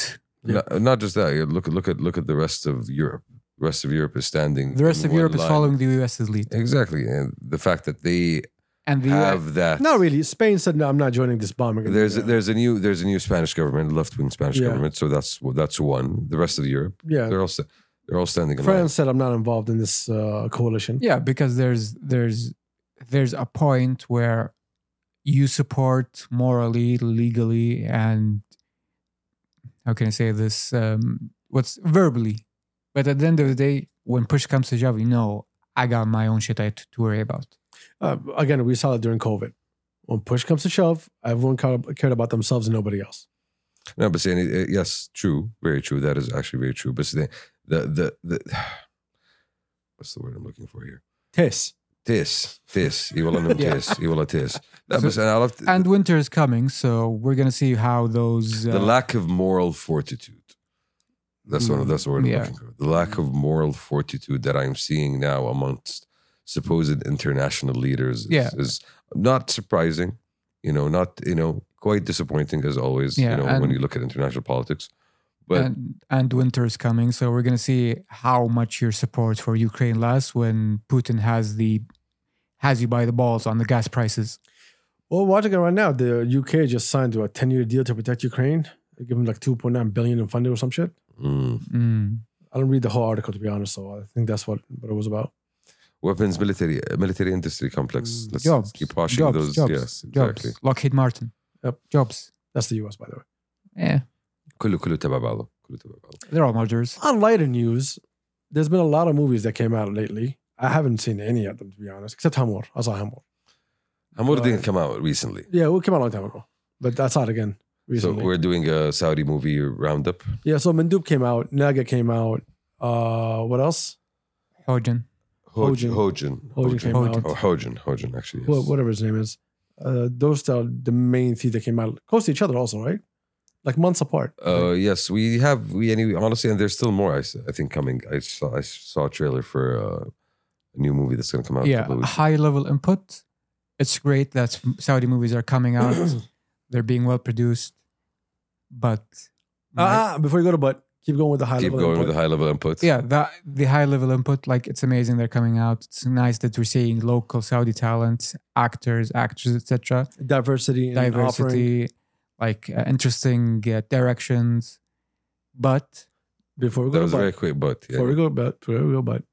Speaker 1: not, not just that. You Look at look at look at the rest of Europe. The rest of Europe is standing.
Speaker 2: The rest
Speaker 1: in
Speaker 2: of
Speaker 1: one
Speaker 2: Europe is
Speaker 1: line.
Speaker 2: following the U.S.'s lead,
Speaker 1: Exactly, and the fact that they
Speaker 2: and the uh, US
Speaker 1: have that.
Speaker 3: Not really. Spain said, no, I'm not joining this bombing.
Speaker 1: There's
Speaker 3: yeah.
Speaker 1: there's a new there's a new Spanish government, left wing Spanish
Speaker 3: Yeah.
Speaker 1: government. So that's that's one. The rest of Europe,
Speaker 3: yeah.
Speaker 1: they're all sta- they're all standing. in line.
Speaker 3: France said, I'm not involved in this uh, coalition.
Speaker 2: Yeah, because there's there's there's a point where you support morally, legally, and how can I say this? Um, what's verbally, but at the end of the day, when push comes to shove, you know, I got my own shit I had to worry about.
Speaker 3: uh, again, we saw that during COVID. When push comes to shove, everyone ca- cared about themselves and nobody else.
Speaker 1: No, but saying uh, yes, true, very true. That is actually very true. But the the the, the what's the word I'm looking for here?
Speaker 3: Tis.
Speaker 1: Tis, tis. You will
Speaker 2: Yeah.
Speaker 1: tis. You will tis. No,
Speaker 2: So-
Speaker 1: but I love
Speaker 2: And winter is coming, so we're gonna see how those. Uh,
Speaker 1: the lack of moral fortitude. That's one.
Speaker 3: Mm,
Speaker 1: That's the word I'm
Speaker 2: yeah.
Speaker 1: looking for. The lack of moral fortitude that I'm seeing now amongst supposed international leaders is,
Speaker 2: Yeah.
Speaker 1: is not surprising. You know, not you know, quite disappointing as always.
Speaker 2: Yeah,
Speaker 1: you know, when
Speaker 2: and-
Speaker 1: you look at international politics, but
Speaker 2: and, and winter is coming, so we're gonna see how much your support for Ukraine lasts when Putin has the has you by the balls on the gas prices.
Speaker 3: Well, watching it right now, the UK just signed to a 10 year deal to protect Ukraine. They give them like 2.9 billion in funding or some shit.
Speaker 1: mm,
Speaker 2: Mm.
Speaker 3: I don't read the whole article, to be honest. So I think that's what, what it was about.
Speaker 1: weapons, military, military industry complex.
Speaker 3: Mm,
Speaker 1: Let's,
Speaker 2: Jobs,
Speaker 1: let's keep washing
Speaker 2: jobs,
Speaker 1: those.
Speaker 2: jobs,
Speaker 1: yes,
Speaker 2: Jobs.
Speaker 1: exactly.
Speaker 2: Lockheed Martin.
Speaker 3: Yep.
Speaker 2: Jobs.
Speaker 3: That's the US, by the way.
Speaker 2: Yeah.
Speaker 1: كله كله تبع بعضه كله تبع بعضه.
Speaker 2: They're all murderers.
Speaker 3: On lighter news, there's been a lot of movies that came out lately. I haven't seen any of them, to be honest, except Hamor. I saw Hamor.
Speaker 1: Hamur
Speaker 3: Right.
Speaker 1: didn't come out recently.
Speaker 3: Yeah, it came out a long time ago, but I saw it again recently.
Speaker 1: So we're doing a Saudi movie roundup.
Speaker 3: yeah, so Mandoop came out, Naga came out. Uh, what else?
Speaker 2: Hojan.
Speaker 1: Hoj-
Speaker 3: Hojin.
Speaker 1: Hojin.
Speaker 3: Hojin came
Speaker 2: Hojin.
Speaker 3: out.
Speaker 1: Oh, Hojin. Hojin, actually. Yes.
Speaker 3: Wha- whatever his name is. Uh, those are the main three that came out close to each other, also, right? Like months apart.
Speaker 1: Uh, yes, we have. We anyway, honestly, and there's still more. I, s- I think coming. I saw. I saw a trailer for uh, a new movie that's going to come out. in a
Speaker 2: yeah,
Speaker 1: couple of weeks.
Speaker 2: high level input. It's great that Saudi movies are coming out. They're being well produced, but my-
Speaker 3: Ah, ah, before you go to but keep going with the high
Speaker 1: Keep
Speaker 3: level.
Speaker 1: going with
Speaker 3: input.
Speaker 1: the high level inputs.
Speaker 2: yeah, that the high level input, like it's amazing they're coming out. It's nice that we're seeing local Saudi talent, actors, actresses, etc.
Speaker 3: diversity, and offering.
Speaker 2: Diversity, like uh, interesting uh, directions, but
Speaker 3: Before we go
Speaker 1: that
Speaker 3: to
Speaker 1: was
Speaker 3: but,
Speaker 1: very quick, but yeah.
Speaker 3: before we go but before we go but,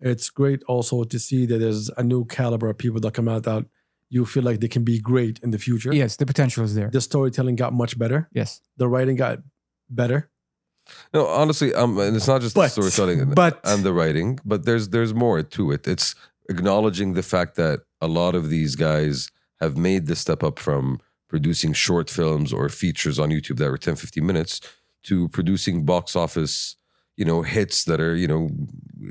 Speaker 3: it's great also to see that there's a new caliber of people that come out that you feel like they can be great in the future.
Speaker 2: yes, the potential is there.
Speaker 3: The storytelling got much better.
Speaker 2: yes,
Speaker 3: The writing got better.
Speaker 1: No, honestly, um, and it's not just
Speaker 3: But-
Speaker 1: the storytelling and-
Speaker 3: but-
Speaker 1: and the writing, but there's there's more to it. It's acknowledging the fact that a lot of these guys have made the step up from producing short films or features on YouTube that were 10, 15 minutes to producing box office, you know, hits that are, you know,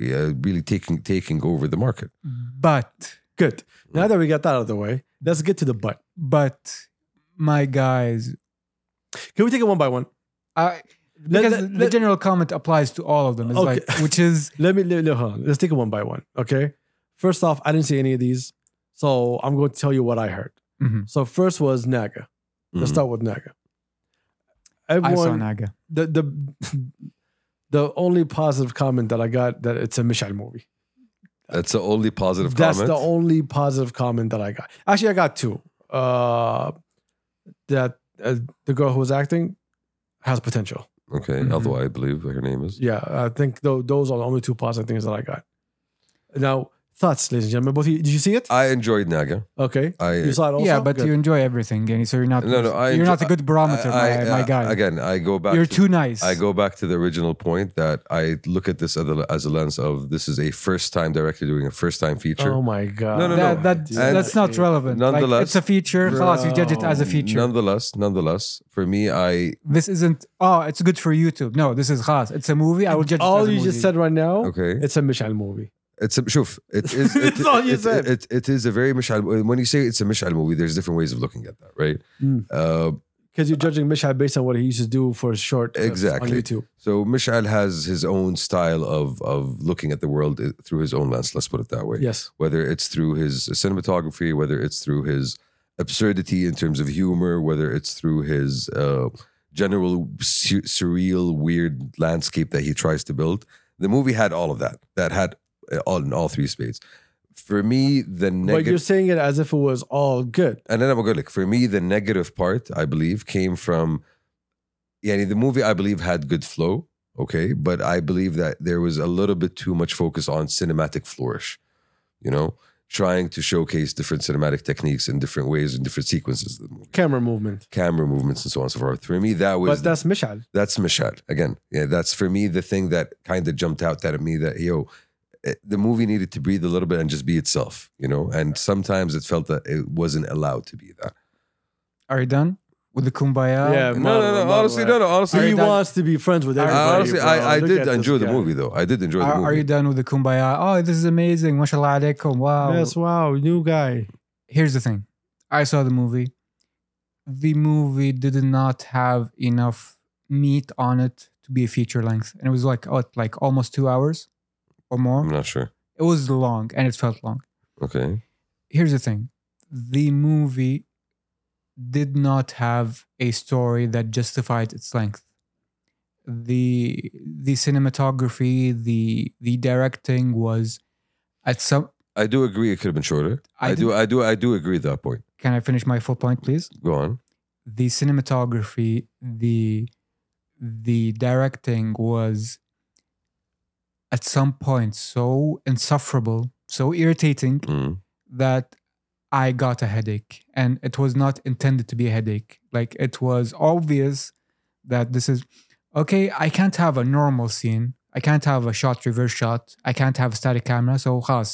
Speaker 1: yeah, really taking taking over the market.
Speaker 2: but
Speaker 3: Good.
Speaker 1: Mm.
Speaker 3: Now that we got that out of the way, let's get to the but.
Speaker 2: but my guys,
Speaker 3: Can we take it one by one?
Speaker 2: I.
Speaker 3: Let-
Speaker 2: Because
Speaker 3: let-
Speaker 2: the
Speaker 3: let-
Speaker 2: general comment applies to all of them, it's
Speaker 3: Okay.
Speaker 2: like, which is
Speaker 3: Let me let, let- hold on. Let's take it one by one. Okay. First off, I didn't see any of these, so I'm going to tell you what I heard.
Speaker 1: Mm-hmm.
Speaker 2: Mhm.
Speaker 3: So first was Naga. Let's
Speaker 1: Mhm.
Speaker 3: start with Naga.
Speaker 2: I saw
Speaker 3: Everyone,
Speaker 2: Naga.
Speaker 3: the the the only positive comment that I got that it's a Mishal movie.
Speaker 1: That's the only positive
Speaker 3: That's
Speaker 1: comment.
Speaker 3: the only positive comment that I got. Actually, I got two. Uh, that uh, the girl who was acting has potential.
Speaker 1: okay,
Speaker 2: Mhm.
Speaker 1: although I believe her name is.
Speaker 3: Yeah, I think tho- those are the only two positive things that I got. Now, thoughts, ladies and gentlemen. Both of you, did you see it?
Speaker 1: I enjoyed Naga.
Speaker 3: Okay.
Speaker 1: I
Speaker 3: You saw it also?
Speaker 2: yeah, but
Speaker 3: Good.
Speaker 2: you enjoy everything, and so you're not.
Speaker 1: No, no, I
Speaker 2: you're not a
Speaker 1: enjoy-
Speaker 2: good barometer,
Speaker 1: I-
Speaker 2: my,
Speaker 1: I- uh,
Speaker 2: my guy.
Speaker 1: Again, I go back
Speaker 2: you're
Speaker 1: to
Speaker 2: too nice.
Speaker 1: I go back to the original point that I look at this as a, as a lens of this is a first time director doing a first time feature.
Speaker 3: Oh my god.
Speaker 1: No, no,
Speaker 2: that,
Speaker 1: no.
Speaker 2: that-
Speaker 3: dude.
Speaker 2: that's not relevant. Like,
Speaker 1: Nonetheless-
Speaker 2: it's a feature. Khalas, you judge it as a
Speaker 3: Bro.
Speaker 2: feature.
Speaker 1: Nonetheless, nonetheless, for me, I
Speaker 2: this isn't. Oh, it's good for YouTube. No, this is Khalas. It's a movie. I will judge. it
Speaker 3: All
Speaker 2: as a
Speaker 3: you
Speaker 2: movie.
Speaker 3: just said right now,
Speaker 1: okay.
Speaker 3: it's a Mishal movie.
Speaker 1: It's a shoof. It is. It,
Speaker 3: That's all you
Speaker 1: it-
Speaker 3: said.
Speaker 1: It, it is a very mishal. When you say it's a mishal movie, there's different ways of looking at that, right?
Speaker 3: Mm.
Speaker 1: Uh,
Speaker 3: Because you're judging Mishal based on what he used to do for short clips on
Speaker 1: Exactly.
Speaker 3: YouTube.
Speaker 1: so Mishal has his own style of of looking at the world uh, through his own lens. Let's put it that way.
Speaker 3: Yes.
Speaker 1: whether it's through his cinematography, whether it's through his absurdity in terms of humor, whether it's through his uh, general su- surreal, weird landscape that he tries to build. The movie had all of that. That had uh, all in all three spades. For me, the
Speaker 3: But you're
Speaker 1: negative,
Speaker 3: saying it as if it was all good.
Speaker 1: and then I'm going to look. For me, the negative part, I believe, came from. Yeah, the movie I believe had good flow. Okay, but I believe that there was a little bit too much focus on cinematic flourish. You know, trying to showcase different cinematic techniques in different ways and different sequences of the movie,
Speaker 3: Camera movement.
Speaker 1: camera movements and so on and so forth. For me, that was
Speaker 3: But that's Mishal.
Speaker 1: that's Michelle again. Yeah, that's for me the thing that kind of jumped out at me that yo, it- the movie needed to breathe a little bit and just be itself, you know. And sometimes it felt that it wasn't allowed to be that.
Speaker 2: Are you done with the kumbaya?
Speaker 3: Yeah.
Speaker 1: No, no, no.
Speaker 3: Model,
Speaker 1: Honestly, no,
Speaker 3: model.
Speaker 1: no. Honestly,
Speaker 2: Are
Speaker 3: He
Speaker 2: you done?
Speaker 3: wants to be friends with
Speaker 2: Are-
Speaker 3: everybody.
Speaker 1: I, honestly,
Speaker 3: bro.
Speaker 1: I, I
Speaker 3: Look
Speaker 1: did
Speaker 3: at this
Speaker 1: enjoy the
Speaker 3: guy.
Speaker 1: movie though. I did enjoy the
Speaker 2: Are,
Speaker 1: movie.
Speaker 2: are you done with the kumbaya? Oh, this is amazing. Mashallah alaikum. Wow.
Speaker 3: Yes, wow, new guy.
Speaker 2: Here's the thing. I saw the movie. The movie did not have enough meat on it to be a feature length, and it was like what, like almost two hours or more.
Speaker 1: I'm not sure.
Speaker 2: It was long, and it felt long.
Speaker 1: Okay.
Speaker 2: here's the thing the movie did not have a story that justified its length the the cinematography the the directing was at some
Speaker 1: I do agree it could have been shorter.
Speaker 2: I
Speaker 1: I, do. I do. I do agree at that point.
Speaker 2: can i finish my full point please
Speaker 1: Go on.
Speaker 2: the cinematography the the directing was at some point so insufferable so irritating
Speaker 1: Mm.
Speaker 2: that I got a headache and it was not intended to be a headache. Like it was obvious that this is okay, I can't have a normal scene. I can't have a shot reverse shot. I can't have a static camera. So khas,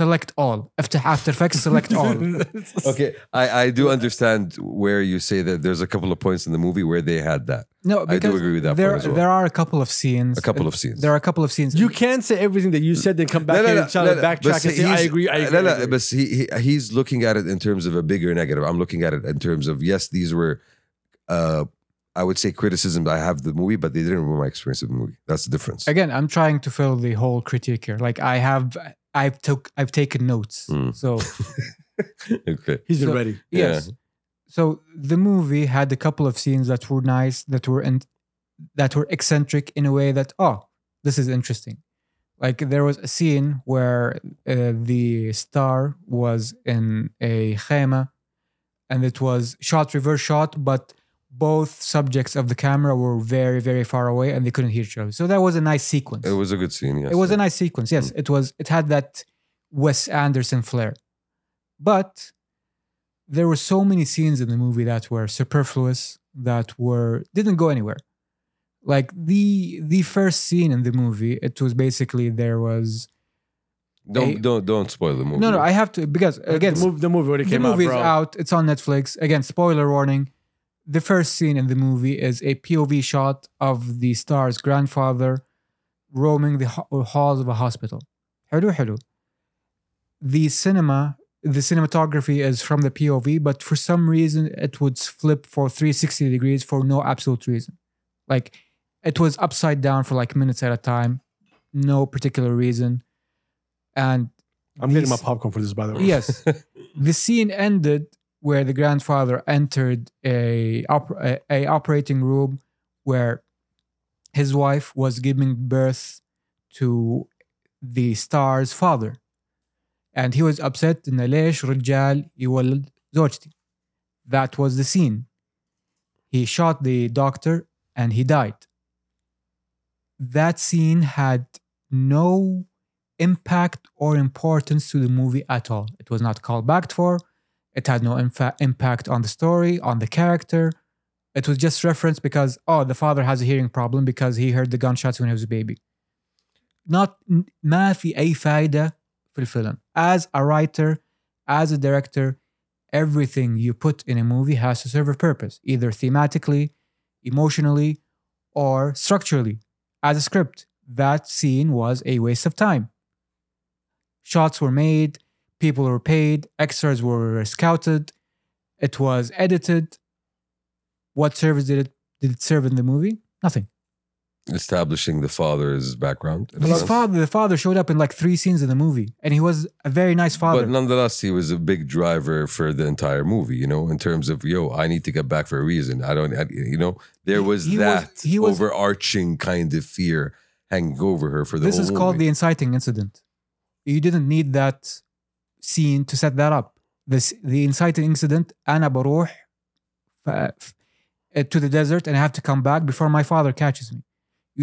Speaker 2: select all. افتح After Effects, select all.
Speaker 1: Okay, I, I do understand where you say that there's a couple of points in the movie where they had that.
Speaker 2: No,
Speaker 1: I
Speaker 2: because
Speaker 1: do agree with that
Speaker 2: there
Speaker 1: point as well.
Speaker 2: there are a couple of scenes.
Speaker 1: a couple of scenes.
Speaker 2: There are a couple of scenes.
Speaker 4: You can't say everything that you said, then come back
Speaker 1: No, no,
Speaker 4: and
Speaker 1: no,
Speaker 4: try
Speaker 1: no,
Speaker 4: to
Speaker 1: no,
Speaker 4: backtrack
Speaker 1: but
Speaker 4: and say, I
Speaker 1: he's-
Speaker 4: agree, I
Speaker 1: no,
Speaker 4: agree.
Speaker 1: no,
Speaker 4: I agree.
Speaker 1: but he, he- he's looking at it in terms of a bigger negative. I'm looking at it in terms of yes, these were, uh, I would say criticism I have the movie, but they didn't ruin my experience of the movie. That's the difference.
Speaker 2: Again, I'm trying to fill the whole critique here. Like I have, I've took, I've taken notes.
Speaker 1: Mm.
Speaker 2: So
Speaker 1: Okay.
Speaker 4: He's
Speaker 2: So-
Speaker 4: ready.
Speaker 1: Yeah.
Speaker 2: Yes. So the movie had a couple of scenes that were nice, that were in, that were eccentric in a way that oh, this is interesting. Like there was a scene where uh, the star was in a khema, and it was shot reverse shot, but both subjects of the camera were very very far away and they couldn't hear each other. So that was a nice sequence.
Speaker 1: It was a good scene. Yes.
Speaker 2: It was a nice sequence. Yes, it was. It had that Wes Anderson flair, but there were so many scenes in the movie that were superfluous, that were didn't go anywhere. Like the the first scene in the movie, it was basically there was
Speaker 1: Don't don't don't spoil the movie.
Speaker 2: no no. I have to because again
Speaker 4: the movie, the movie already
Speaker 2: the
Speaker 4: came out,
Speaker 2: movie is
Speaker 4: bro.
Speaker 2: out. It's on Netflix. Again, spoiler warning. The first scene in the movie is a POV shot of the star's grandfather roaming the ho- halls of a hospital. حلو حلو. The cinema, the cinematography is from the POV, but for some reason it would flip for 360 degrees for no absolute reason. Like it was upside down for like minutes at a time, no particular reason. And
Speaker 3: I'm getting my
Speaker 2: these-
Speaker 3: popcorn for this, by the way.
Speaker 2: Yes, the scene ended where the grandfather entered a, oper- a a operating room where his wife was giving birth to the star's father, and he was upset. إن ليش رجال يولد زوجتي? That was the scene. He shot the doctor and he died. That scene had no impact or importance to the movie at all. It was not called back for. It had no infa- impact on the story, on the character. It was just reference because oh, the father has a hearing problem because he heard the gunshots when he was a baby. Not ما في أي فائدة في الفيلم. As a writer, as a director, everything you put in a movie has to serve a purpose, either thematically, emotionally, or structurally. As a script, that scene was a waste of time. Shots were made, people were paid, extras were scouted, it was edited. What service did it did it serve in the movie? Nothing.
Speaker 1: establishing the father's background. in a
Speaker 2: His
Speaker 1: sense.
Speaker 2: father, the father showed up in like three scenes in the movie, and he was a very nice father.
Speaker 1: But nonetheless, he was a big driver for the entire movie. You know, in terms of yo, I need to get back for a reason. I don't, I, you know, there was
Speaker 2: He- he was-
Speaker 1: that
Speaker 2: he was-
Speaker 1: overarching kind of fear hanging over her for the.
Speaker 2: this
Speaker 1: whole
Speaker 2: is called the
Speaker 1: movie.
Speaker 2: inciting incident. You didn't need that scene to set that up. This the inciting incident. أنا بروح ف- ف- eh, to the desert and I have to come back before my father catches me.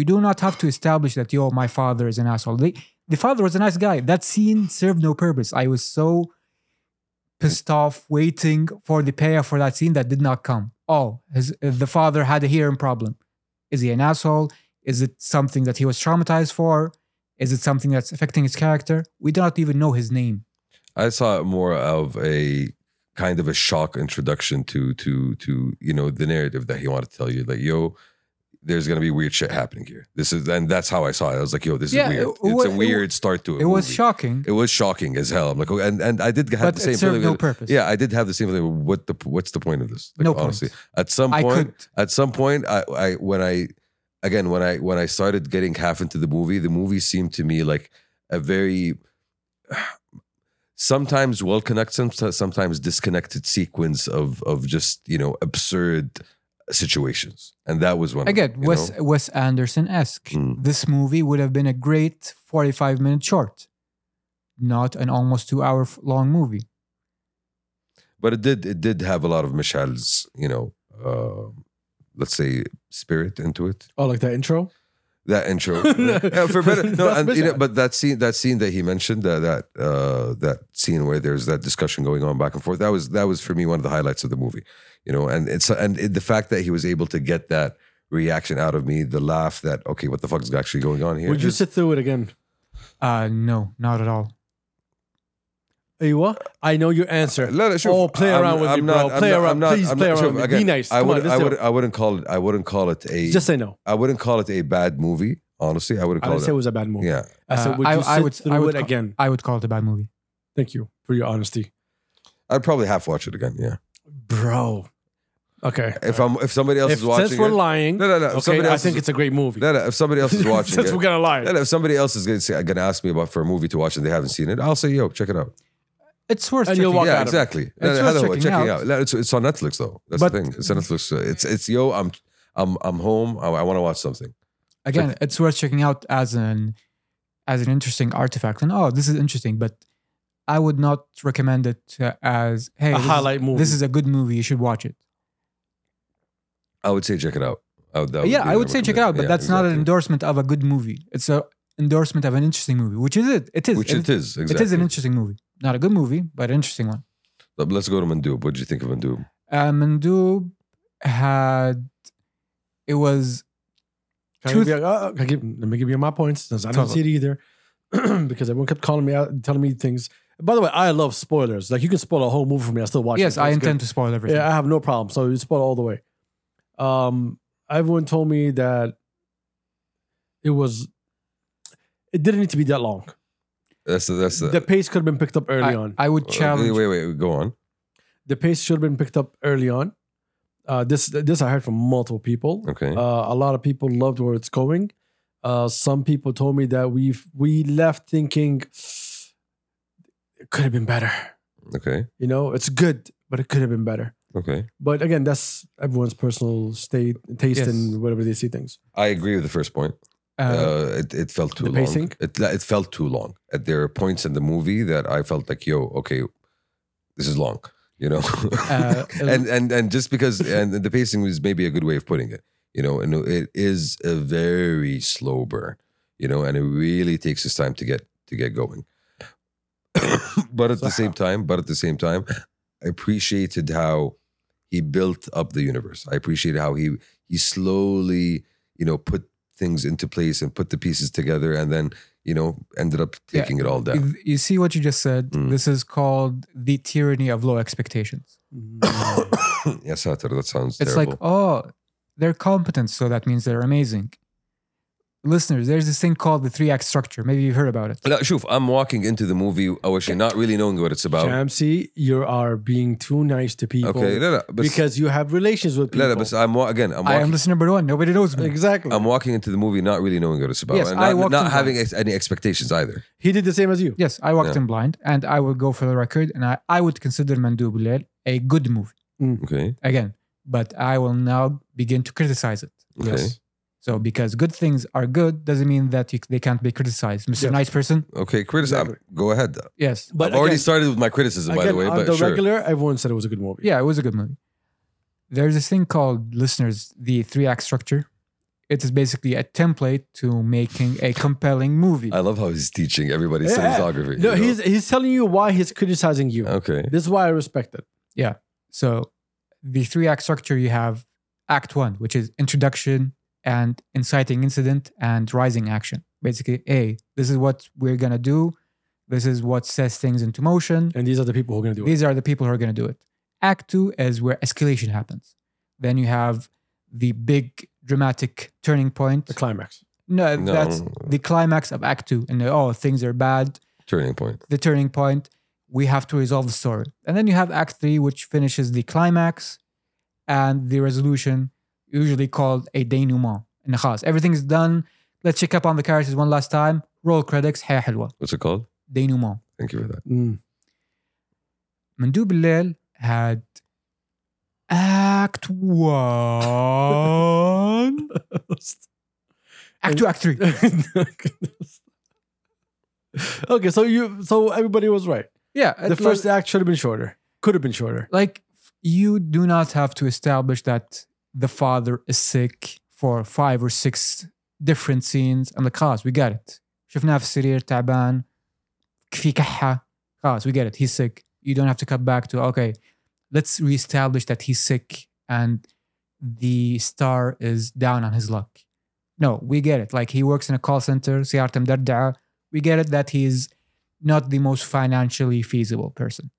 Speaker 2: You do not have to establish that yo, my father is an asshole. They, the father was a nice guy. That scene served no purpose. I was so pissed off waiting for the payoff for that scene that did not come. Oh, his, the father had a hearing problem. Is he an asshole? Is it something that he was traumatized for? Is it something that's affecting his character? We do not even know his name.
Speaker 1: I saw it more of a kind of a shock introduction to to to you know the narrative that he wanted to tell you. Like yo. There's gonna be weird shit happening here. This is, and that's how I saw it. I was like, "Yo, this is
Speaker 2: Yeah,
Speaker 1: weird.
Speaker 2: it- it
Speaker 1: it's
Speaker 2: wa-
Speaker 1: a
Speaker 2: it wa-
Speaker 1: weird start to it."
Speaker 2: It was shocking,
Speaker 1: It was shocking as hell. I'm like, okay, and and I did have
Speaker 2: but
Speaker 1: the same
Speaker 2: it served
Speaker 1: feeling.
Speaker 2: no purpose.
Speaker 1: Yeah, I did have the same feeling. What the what's the point of this? Like,
Speaker 2: no point.
Speaker 1: honestly, at some
Speaker 2: I
Speaker 1: point,
Speaker 2: could.
Speaker 1: at some point, I, I when I again when I when I started getting half into the movie, the movie seemed to me like a very sometimes well connected, sometimes disconnected sequence of of just you know absurd situations, and that was one of
Speaker 2: Again,
Speaker 1: them, you
Speaker 2: Wes
Speaker 1: know?
Speaker 2: Wes Anderson esque.
Speaker 1: Mm.
Speaker 2: This movie would have been a great forty-five minute short, not an almost two-hour f- long movie.
Speaker 1: But it did it did have a lot of Michelle's you know uh, let's say spirit into it.
Speaker 3: Oh, like that intro?
Speaker 1: that intro
Speaker 3: No.
Speaker 1: Yeah, for better no
Speaker 3: That's
Speaker 1: and, you know,
Speaker 3: Bishop.
Speaker 1: but that scene that scene that he mentioned that that uh that scene where there's that discussion going on back and forth that was that was for me one of the highlights of the movie you know and it's and it, the fact that he was able to get that reaction out of me the laugh that okay what the fuck is actually going on here
Speaker 3: Would you
Speaker 1: Just-
Speaker 3: sit through it again?
Speaker 2: Uh, no, not at all.
Speaker 3: ايوه I know your answer
Speaker 1: لا لا شوف
Speaker 3: Oh, play around with me,
Speaker 1: I'm
Speaker 3: bro.
Speaker 1: not- I'm
Speaker 3: Play
Speaker 1: not-
Speaker 3: around.
Speaker 1: I'm not-
Speaker 3: Please
Speaker 1: I'm
Speaker 3: play
Speaker 1: not-
Speaker 3: around
Speaker 1: شوف,
Speaker 3: with me.
Speaker 1: again,
Speaker 3: Be nice.
Speaker 1: I
Speaker 3: Come on,
Speaker 1: wouldn't
Speaker 3: let's
Speaker 1: I
Speaker 3: do
Speaker 1: would
Speaker 3: it.
Speaker 1: I wouldn't call it I wouldn't call it a
Speaker 3: just say no
Speaker 1: I wouldn't call it a bad movie honestly I wouldn't
Speaker 3: I
Speaker 1: call
Speaker 3: didn't say it
Speaker 1: it
Speaker 3: was a bad movie
Speaker 1: yeah
Speaker 3: I said
Speaker 2: Uh,
Speaker 3: would
Speaker 2: I-
Speaker 3: you
Speaker 2: I
Speaker 3: sit
Speaker 2: would-
Speaker 3: through
Speaker 2: I would
Speaker 3: it
Speaker 2: co-
Speaker 3: again
Speaker 2: I would call it a bad movie.
Speaker 3: thank you for your honesty
Speaker 1: I'd probably half watch it again yeah
Speaker 3: bro okay
Speaker 1: if I'm if somebody else
Speaker 3: If-
Speaker 1: is watching
Speaker 3: since we're
Speaker 1: it,
Speaker 3: lying
Speaker 1: no no no if
Speaker 3: okay
Speaker 1: somebody
Speaker 3: I
Speaker 1: else
Speaker 3: think
Speaker 1: is,
Speaker 3: it's a great movie
Speaker 1: no no if somebody else is watching
Speaker 3: since
Speaker 1: it
Speaker 3: we're gonna lie
Speaker 1: no, no, if somebody else is gonna say, gonna ask me about for a movie to watch and they haven't seen it I'll say yo check it out
Speaker 2: It's worth
Speaker 3: And you'll
Speaker 2: checking
Speaker 3: walk
Speaker 1: yeah
Speaker 3: out of it.
Speaker 1: exactly no,
Speaker 2: It's
Speaker 1: no,
Speaker 2: worth
Speaker 1: hello,
Speaker 2: checking
Speaker 1: checking
Speaker 2: out.
Speaker 1: out No, it's it's on Netflix though that's
Speaker 3: But-
Speaker 1: the thing it's on Netflix uh, it's it's yo I'm I'm I'm home I, I want to watch something
Speaker 2: again it's worth checking out as an as an interesting artifact and oh this is interesting but i would not recommend it uh, as hey
Speaker 3: a
Speaker 2: this is-
Speaker 3: highlight movie
Speaker 2: this is a good movie you should watch it
Speaker 1: I would say check it out I would, that would
Speaker 2: yeah
Speaker 1: be
Speaker 2: i
Speaker 1: my
Speaker 2: would say check it out but
Speaker 1: recommendation.
Speaker 2: that's
Speaker 1: Yeah,
Speaker 2: not an
Speaker 1: exactly.
Speaker 2: endorsement of a good movie it's a endorsement of an interesting movie which is it it is
Speaker 1: which
Speaker 2: It-
Speaker 1: it is exactly
Speaker 2: it is an interesting movie not a good movie but an interesting one
Speaker 1: But Let's go to Mandoob. What did you think of Mandoob?
Speaker 2: uh, Mandoob had it was
Speaker 3: Can I
Speaker 2: Tooth-
Speaker 3: be like, oh, okay, give- let me give you my points since I didn't see it either, because everyone kept calling me out, and telling me things. By the way, I love spoilers. Like you can spoil a whole movie for me, I still watch.
Speaker 2: yes
Speaker 3: it.
Speaker 2: i
Speaker 3: It's good.
Speaker 2: intend to spoil everything
Speaker 3: Yeah, I have no problem. So you spoil all the way. Um, everyone told me that it was. It didn't need to be that long.
Speaker 1: That's the, that's the,
Speaker 3: the pace could have been picked up early
Speaker 2: I,
Speaker 3: on.
Speaker 2: I would
Speaker 1: Uh,
Speaker 2: challenge
Speaker 1: Wait, wait, wait, go on.
Speaker 3: the pace should have been picked up early on. Uh, this this I heard from multiple people.
Speaker 1: Okay.
Speaker 3: Uh, a lot of people loved where it's going. Uh, some people told me that we we left thinking it could have been better.
Speaker 1: okay.
Speaker 3: You know, it's good, but it could have been better.
Speaker 1: Okay.
Speaker 3: But again, that's everyone's personal state, taste,
Speaker 2: Yes.
Speaker 3: and whatever they see things.
Speaker 1: I agree with the first point.
Speaker 2: uh,
Speaker 1: Uh, it, it felt too
Speaker 3: the
Speaker 1: long.
Speaker 3: pacing?
Speaker 1: It, it felt too long. Uh, There are points in the movie that I felt like, yo, okay, this is long, you know?
Speaker 2: uh,
Speaker 1: and, and, and just because, and the pacing is maybe a good way of putting it, you know, and it is a very slow burn, you know, and it really takes its time to get, to get going. but at the
Speaker 3: So-
Speaker 1: same time, but at the same time, I appreciated how he built up the universe. I appreciated how he he slowly, you know, put things into place and put the pieces together, and then you know ended up
Speaker 2: Yeah.
Speaker 1: taking it all down.
Speaker 2: If- You see what you just said?
Speaker 1: Mm.
Speaker 2: This is called the tyranny of low expectations.
Speaker 1: Mm-hmm. yes, Satar, that sounds
Speaker 2: It's
Speaker 1: terrible.
Speaker 2: like, oh, they're competent, so that means they're amazing. Listeners, there's this thing called the three act structure. Maybe you've heard about it.
Speaker 1: Now, Shuf, I'm walking into the movie, Awashi, not really knowing what it's about.
Speaker 3: Shamsi, you are being too nice to people
Speaker 1: Okay, no, no, but
Speaker 3: because you have relations with people.
Speaker 1: no, no, but I'm wa- again, I'm
Speaker 2: I am
Speaker 1: walking,
Speaker 2: listener number one. Nobody knows me.
Speaker 3: exactly.
Speaker 1: I'm walking into the movie not really knowing what it's about,
Speaker 2: Yes,
Speaker 1: and
Speaker 2: I
Speaker 1: not,
Speaker 2: walked
Speaker 1: not
Speaker 2: in
Speaker 1: having ex- any expectations either.
Speaker 3: he did the same as you.
Speaker 2: Yes, I walked
Speaker 1: Yeah.
Speaker 2: in blind, and I will go for the record, and I, I would consider Mandub Lel a good movie
Speaker 1: Okay,
Speaker 2: again, but I will now begin to criticize it.
Speaker 1: okay,
Speaker 2: So, because good things are good doesn't mean that you, they can't be criticized. Mr.
Speaker 3: Yes.
Speaker 2: Nice Person,
Speaker 1: okay. Criticism. Go ahead.
Speaker 2: yes,
Speaker 3: But
Speaker 1: I've already
Speaker 3: again-
Speaker 1: started with my criticism, by the
Speaker 3: Again,
Speaker 1: way.
Speaker 3: on
Speaker 1: But
Speaker 3: the
Speaker 1: sure.
Speaker 3: regular, everyone said it was a good movie.
Speaker 2: Yeah, it was a good movie. There's this thing called listeners, the three act structure. It is basically a template to making a compelling movie.
Speaker 1: I love how he's teaching everybody
Speaker 3: Yeah.
Speaker 1: cinematography. you
Speaker 3: No,
Speaker 1: know?
Speaker 3: he's he's telling you why he's criticizing you.
Speaker 1: okay.
Speaker 3: This is why I respect it.
Speaker 2: so, the three act structure you have act one, which is introduction and inciting incident and rising action. Basically, A, this is what we're going to do. This is what sets things into motion.
Speaker 3: And these are the people who are going to do it.
Speaker 2: These are the people who are going to do it. Act two is where escalation happens. Then you have the big dramatic turning point.
Speaker 3: The climax.
Speaker 2: No,
Speaker 1: No.
Speaker 2: that's the climax of Act Two, and oh, things are bad.
Speaker 1: Turning point.
Speaker 2: The turning point. We have to resolve the story, and then you have Act Three, which finishes the climax and the resolution, usually called a denouement. And خلاص, everything's done. Let's check up on the characters one last time. Roll credits. حياة حلوة.
Speaker 1: What's it called?
Speaker 2: Denouement.
Speaker 1: Thank you for that.
Speaker 3: Mm.
Speaker 2: مندوب الليل had Act One, Act Two, Act Three.
Speaker 3: okay, so you so everybody was right.
Speaker 2: Yeah,
Speaker 3: The first act should have been shorter. Could have been shorter.
Speaker 2: like you do not have to establish that the father is sick for five or six different scenes and like خلاص we got it شفناه في السرير تعبان في كحة خلاص we get it he's sick you don't have to cut back to okay let's reestablish that he's sick and the star is down on his luck no we get it like he works in a call center سيارته مدردعة we get it that he's not the most financially feasible person.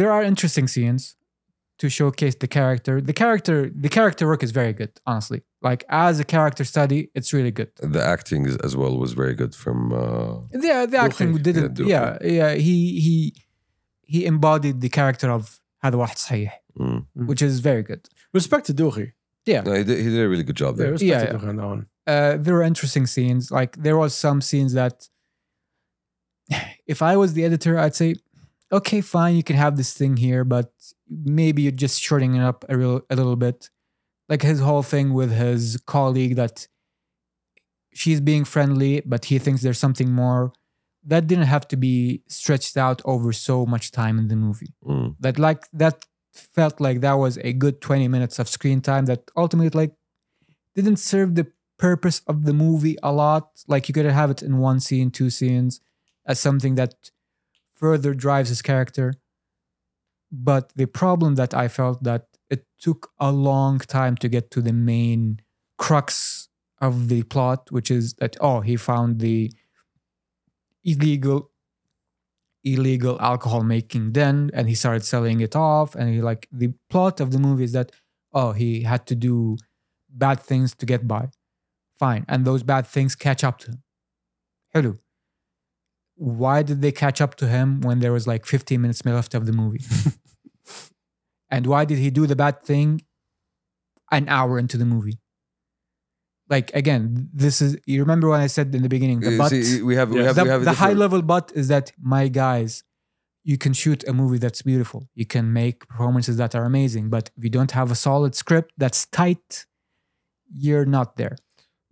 Speaker 2: There are interesting scenes to showcase the character. The character, the character work is very good, honestly. Like as a character study, it's really good.
Speaker 1: The acting is- as well was very good from. Uh,
Speaker 2: Yeah, the acting
Speaker 3: Dukhey.
Speaker 2: didn't.
Speaker 1: Yeah, Dukhey.
Speaker 2: Yeah, yeah, he he he embodied the character of هذا واحد صحيح,
Speaker 1: mm.
Speaker 2: which is very good.
Speaker 3: Respect to Duhi.
Speaker 1: no, he, did, he did a really good job
Speaker 3: Yeah,
Speaker 1: there.
Speaker 3: respect
Speaker 2: Yeah,
Speaker 3: to
Speaker 2: yeah.
Speaker 3: Duhi on that one.
Speaker 2: Uh, there were interesting scenes. Like there was some scenes that, if I was the editor, I'd say, okay, fine, you can have this thing here, but maybe you're just shorting it up a real a little bit. Like his whole thing with his colleague that she's being friendly, but he thinks there's something more. That didn't have to be stretched out over so much time in the movie
Speaker 1: Mm.
Speaker 2: that like that felt like that was a good 20 minutes of screen time that ultimately like didn't serve the purpose of the movie a lot like you could have it in one scene two scenes as something that further drives his character but the problem that i felt that it took a long time to get to the main crux of the plot which is that oh he found the illegal illegal alcohol making den and he started selling it off and he like the plot of the movie is that oh he had to do bad things to get by fine and those bad things catch up to him hello why did they catch up to him when there was like 15 minutes left of the movie and why did he do the bad thing an hour into the movie like again this is you remember when i said in the beginning the
Speaker 1: You
Speaker 2: but
Speaker 1: Uh, see, we have, we
Speaker 3: Yeah.
Speaker 1: have,
Speaker 2: the,
Speaker 1: we have a
Speaker 2: the high
Speaker 1: different-
Speaker 2: level but is that my guys you can shoot a movie that's beautiful you can make performances that are amazing but if you don't have a solid script that's tight you're not there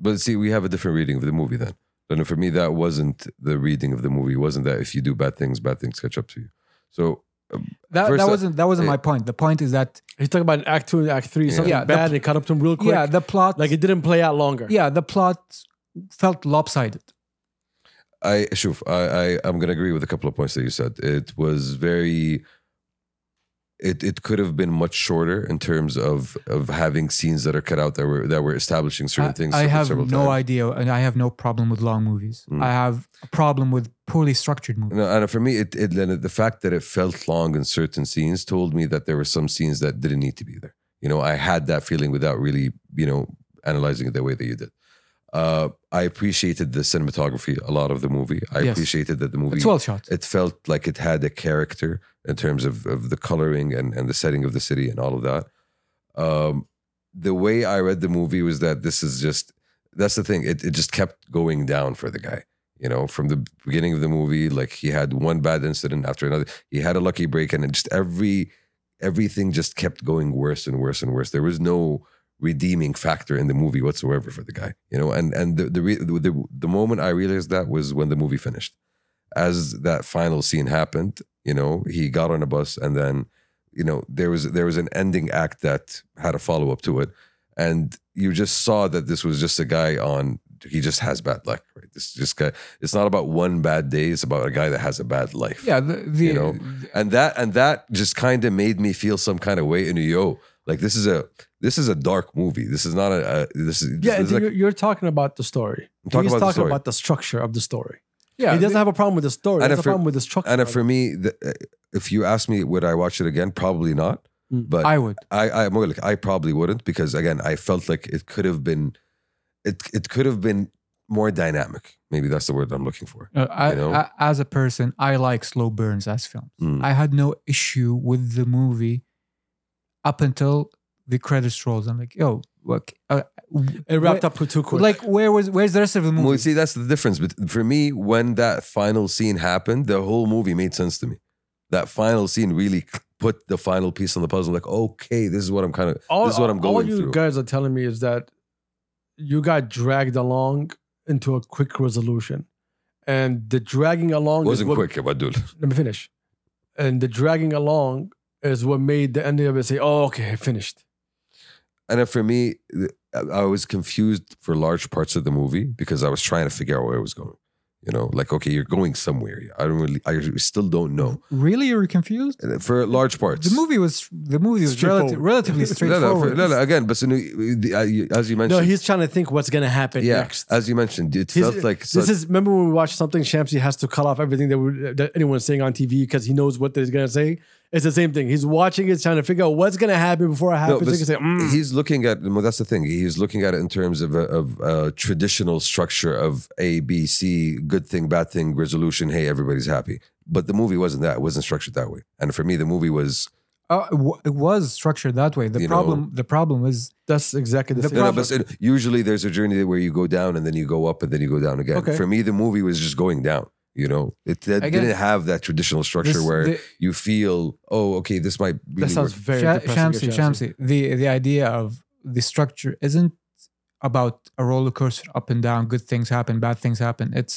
Speaker 1: But see, we have a different reading of the movie then. And for me, that wasn't the reading of the movie. It wasn't that if you do bad things, bad things catch up to you. So
Speaker 2: that,
Speaker 1: First,
Speaker 2: that
Speaker 1: uh,
Speaker 2: wasn't that wasn't
Speaker 1: uh,
Speaker 2: my point the point is that
Speaker 3: He's talking about Act Two and Act Three. Something
Speaker 2: Yeah, the-
Speaker 3: bad. They cut up to him real quick.
Speaker 2: yeah the plot
Speaker 3: like it didn't play out longer.
Speaker 2: yeah the plot felt lopsided
Speaker 1: I, Shuf, I, I, I'm going to agree with a couple of points that you said. It was very, it, it could have been much shorter in terms of of having scenes that are cut out that were that were establishing certain
Speaker 2: I,
Speaker 1: things.
Speaker 2: I
Speaker 1: several-
Speaker 2: have no
Speaker 1: several times.
Speaker 2: idea and i have no problem with long movies
Speaker 1: Mm.
Speaker 2: i have a problem with poorly structured movies
Speaker 1: No, and for me, it, it then the fact that it felt long in certain scenes told me that there were some scenes that didn't need to be there. You know, I had that feeling without really, you know, analyzing it the way that you did. Uh, I appreciated the cinematography a lot of the movie. I
Speaker 2: Yes.
Speaker 1: appreciated that the movie
Speaker 2: it's well shot
Speaker 1: it felt like it had a character in terms of, of the coloring and, and the setting of the city and all of that. Um, the way I read the movie was that this is just that's the thing. It it just kept going down for the guy. You know, from the beginning of the movie, like he had one bad incident after another. He had a lucky break, and it just every everything just kept going worse and worse and worse. There was no redeeming factor in the movie whatsoever for the guy. You know, and and the the re- the, the, the moment I realized that was when the movie finished as that final scene happened, you know, he got on a bus and then, you know, there was there was an ending act that had a follow up to it, and you just saw that this was just a guy on he just has bad luck, right? This is just guy. It's not about one bad day. It's about a guy that has a bad life.
Speaker 2: yeah the, the
Speaker 1: You know, and that and that just kind of made me feel some kind of way in a yo. Like this is a this is a dark movie. This is not a, a this is
Speaker 3: Yeah,
Speaker 1: This is like,
Speaker 3: you're, you're talking about the story.
Speaker 1: I'm talking
Speaker 3: He's
Speaker 1: about the
Speaker 3: talking
Speaker 1: story.
Speaker 3: about the structure of the story.
Speaker 2: yeah
Speaker 3: he doesn't have a problem with the story.
Speaker 1: And
Speaker 3: He has
Speaker 1: if
Speaker 3: a
Speaker 1: for-
Speaker 3: problem with the structure.
Speaker 1: and
Speaker 3: of it.
Speaker 1: for me, the, uh, if you ask me would I watch it again, probably not.
Speaker 3: Mm.
Speaker 1: But
Speaker 2: i would
Speaker 1: I, I more like I probably wouldn't because again I felt like it could have been, it it could have been more dynamic. Maybe that's the word I'm looking for.
Speaker 2: Uh, I,
Speaker 1: You know?
Speaker 2: I, as a person, I like slow burns as films.
Speaker 1: Mm.
Speaker 2: I had no issue with the movie up until the credits rolls. I'm like, yo, look, uh,
Speaker 3: it wrapped up too quick.
Speaker 2: like where was where's the rest of the
Speaker 1: Well, you
Speaker 2: movie?
Speaker 1: see, that's the difference. But for me, when that final scene happened, the whole movie made sense to me. That final scene really put the final piece on the puzzle. Like, okay, this is what I'm kind of.
Speaker 3: all,
Speaker 1: this is what I'm
Speaker 3: all
Speaker 1: going
Speaker 3: you
Speaker 1: through.
Speaker 3: guys are telling me is that you got dragged along into a quick resolution, and the dragging
Speaker 4: Oh,
Speaker 3: along is
Speaker 1: wasn't
Speaker 3: what,
Speaker 1: quick, Abdul.
Speaker 3: Let me finish. And the dragging along is what made the ending of it say, "Oh, okay, finished."
Speaker 1: And then for me, th- I I was confused for large parts of the movie because I was trying to figure out where it was going. You know, like okay, you're going somewhere. I don't really, I still don't know.
Speaker 2: Really, you're confused.
Speaker 1: And For large parts,
Speaker 2: The movie was the movie is relati-
Speaker 3: Straightforward.
Speaker 2: relatively
Speaker 1: no, no,
Speaker 2: straightforward.
Speaker 1: for, no, no. Again, but so, no, the- uh, you- as you
Speaker 4: No,
Speaker 1: mentioned,
Speaker 4: he's trying to think what's gonna happen
Speaker 1: yeah,
Speaker 4: next.
Speaker 1: as you mentioned, it
Speaker 4: He's-
Speaker 1: felt like
Speaker 4: this
Speaker 1: such,
Speaker 4: is remember when we watched something, Shamsi has to cut off everything that, we, that anyone's saying on TV because he knows what they're gonna say. It's the same thing. He's watching it, trying to figure out what's gonna happen before it
Speaker 1: No,
Speaker 4: happens.
Speaker 1: but
Speaker 4: he can say, "Mm."
Speaker 1: he's looking at well, that's the thing he's looking at it in terms of a, of a traditional structure of a b c good thing bad thing resolution hey everybody's happy but the movie wasn't that it wasn't structured that way and for me the movie was
Speaker 2: Uh, it wa- it was structured that way. The
Speaker 1: You
Speaker 2: problem the problem is
Speaker 4: That's exactly the,
Speaker 2: The
Speaker 4: same.
Speaker 1: no, no, but so- usually there's a journey where you go down and then you go up and then you go down again
Speaker 4: Okay.
Speaker 1: for me the movie was just going down you know it, that
Speaker 2: Again,
Speaker 1: didn't have that traditional structure
Speaker 2: this-
Speaker 1: where
Speaker 2: the,
Speaker 1: you feel oh okay this might really
Speaker 4: that sounds
Speaker 1: work.
Speaker 4: very
Speaker 2: Sha-
Speaker 4: depressing.
Speaker 2: Shamsi, Shamsi, the the idea of the structure isn't about a roller coaster up and down. Good things happen, bad things happen. It's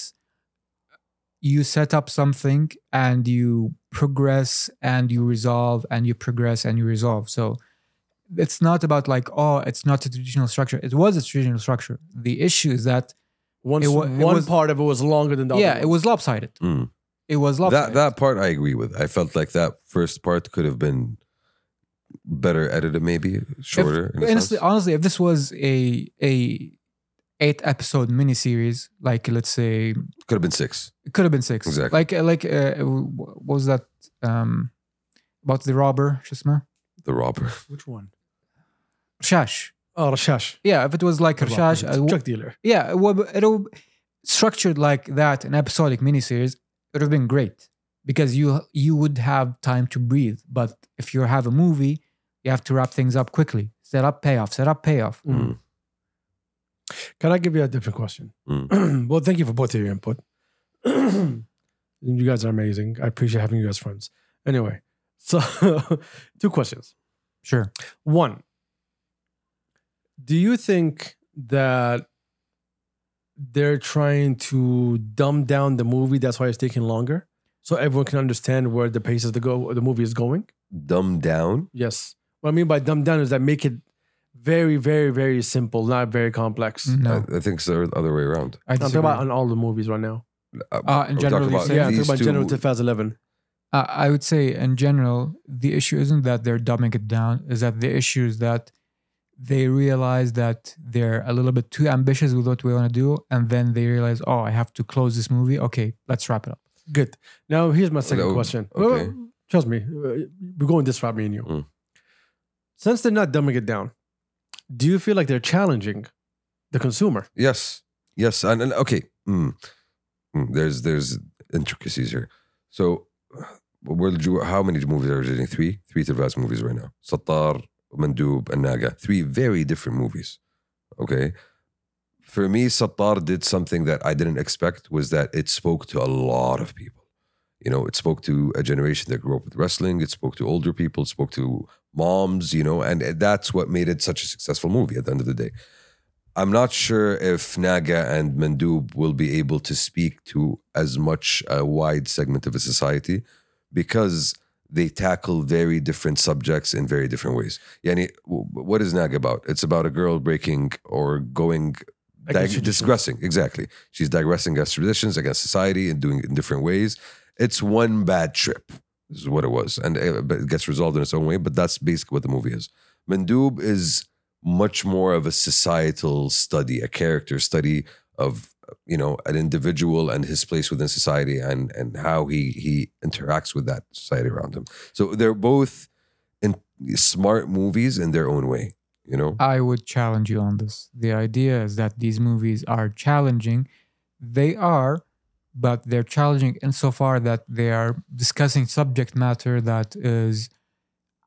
Speaker 2: you set up something and you progress and you resolve and you progress and you resolve. So it's not about like oh, it's not a traditional structure. It was a traditional structure. The issue is that
Speaker 4: One,
Speaker 2: It wa- it
Speaker 4: one
Speaker 2: was-
Speaker 4: part of it was longer than the
Speaker 2: yeah,
Speaker 4: other.
Speaker 2: it
Speaker 4: one.
Speaker 2: was lopsided.
Speaker 1: Mm.
Speaker 2: It was
Speaker 1: that
Speaker 2: lopsided.
Speaker 1: that part I agree with. I felt like that first part could have been better edited, maybe
Speaker 2: If-
Speaker 1: shorter. in a
Speaker 2: honestly,
Speaker 1: sense.
Speaker 2: honestly, if this was a a eight episode miniseries, like let's say
Speaker 1: could have been six.
Speaker 2: It could have been six.
Speaker 1: Exactly.
Speaker 2: Like like uh, what was that um about the robber Shusma
Speaker 1: The robber.
Speaker 3: Which one?
Speaker 2: Shash?
Speaker 4: Oh, Rashash.
Speaker 2: Yeah, if it was like Rashash, uh, w-
Speaker 4: Drug dealer.
Speaker 2: yeah, it would it'll structured like that an episodic miniseries. It would have been great because you you would have time to breathe. But if you have a movie, you have to wrap things up quickly. Set up payoff. Set up payoff.
Speaker 1: Mm.
Speaker 3: Can I give you a different question? well, thank you for both of your input. you guys are amazing. I appreciate having you as friends. Anyway, so two questions.
Speaker 2: Sure.
Speaker 3: One, do you think that they're trying to dumb down the movie? That's why it's taking longer, so everyone can understand where the pace of the go the movie is going.
Speaker 1: Dumbed down.
Speaker 3: Yes. What I mean by dumb down is that make it very, very, very simple, not very complex.
Speaker 2: No,
Speaker 1: I, I think it's the other way around.
Speaker 2: Mm-hmm. I
Speaker 3: I'm talking
Speaker 2: disagree.
Speaker 3: about on all the movies right now.
Speaker 1: Uh,
Speaker 2: uh, in
Speaker 1: we're
Speaker 2: general,
Speaker 1: talking
Speaker 2: you
Speaker 1: about-
Speaker 2: say-
Speaker 3: Yeah, I'm talking
Speaker 1: these
Speaker 3: about
Speaker 1: two
Speaker 3: General
Speaker 1: mo-
Speaker 3: Tefaz 11.
Speaker 2: I I would say, in general, the issue isn't that they're dumbing it down, is that the issue is that they realize that they're a little bit too ambitious with what we want to do. And then they realize, oh, I have to close this movie. Okay, let's wrap it up.
Speaker 3: Good. Now here's my second
Speaker 1: Hello.
Speaker 3: question.
Speaker 1: Okay.
Speaker 3: Well, trust me, uh, we're going this route, me and you.
Speaker 1: Mm.
Speaker 3: Since they're not dumbing it down, do you feel like they're challenging the consumer?
Speaker 1: Yes. Yes. And, and okay. Mm. Mm. There's there's intricacies here. So we're, how many movies are there? Three? Three Tavaz movies right now. Sattar, Mandub, and Naga. Three very different movies. Okay. For me, Sattar did something that I didn't expect was that it spoke to a lot of people. You know, it spoke to a generation that grew up with wrestling. It spoke to older people. It spoke to moms, you know, and that's what made it such a successful movie at the end of the day. I'm not sure if Naga and Mandub will be able to speak to as much a wide segment of a society because they tackle very different subjects in very different ways. Yani, w- what is Naga about? It's about a girl breaking or going,
Speaker 3: Against
Speaker 1: dig-
Speaker 3: traditions.
Speaker 1: digressing. Exactly. She's digressing against traditions, against society, and doing it in different ways. It's one bad trip, is what it was. And uh, but it gets resolved in its own way, but that's basically what the movie is. Mandub is much more of a societal study, a character study of you know an individual and his place within society and and how he he interacts with that society around him. So they're both in smart movies in their own way, you know.
Speaker 2: I would challenge you on this. The idea is that these movies are challenging. They are, but they're challenging insofar that they are discussing subject matter that is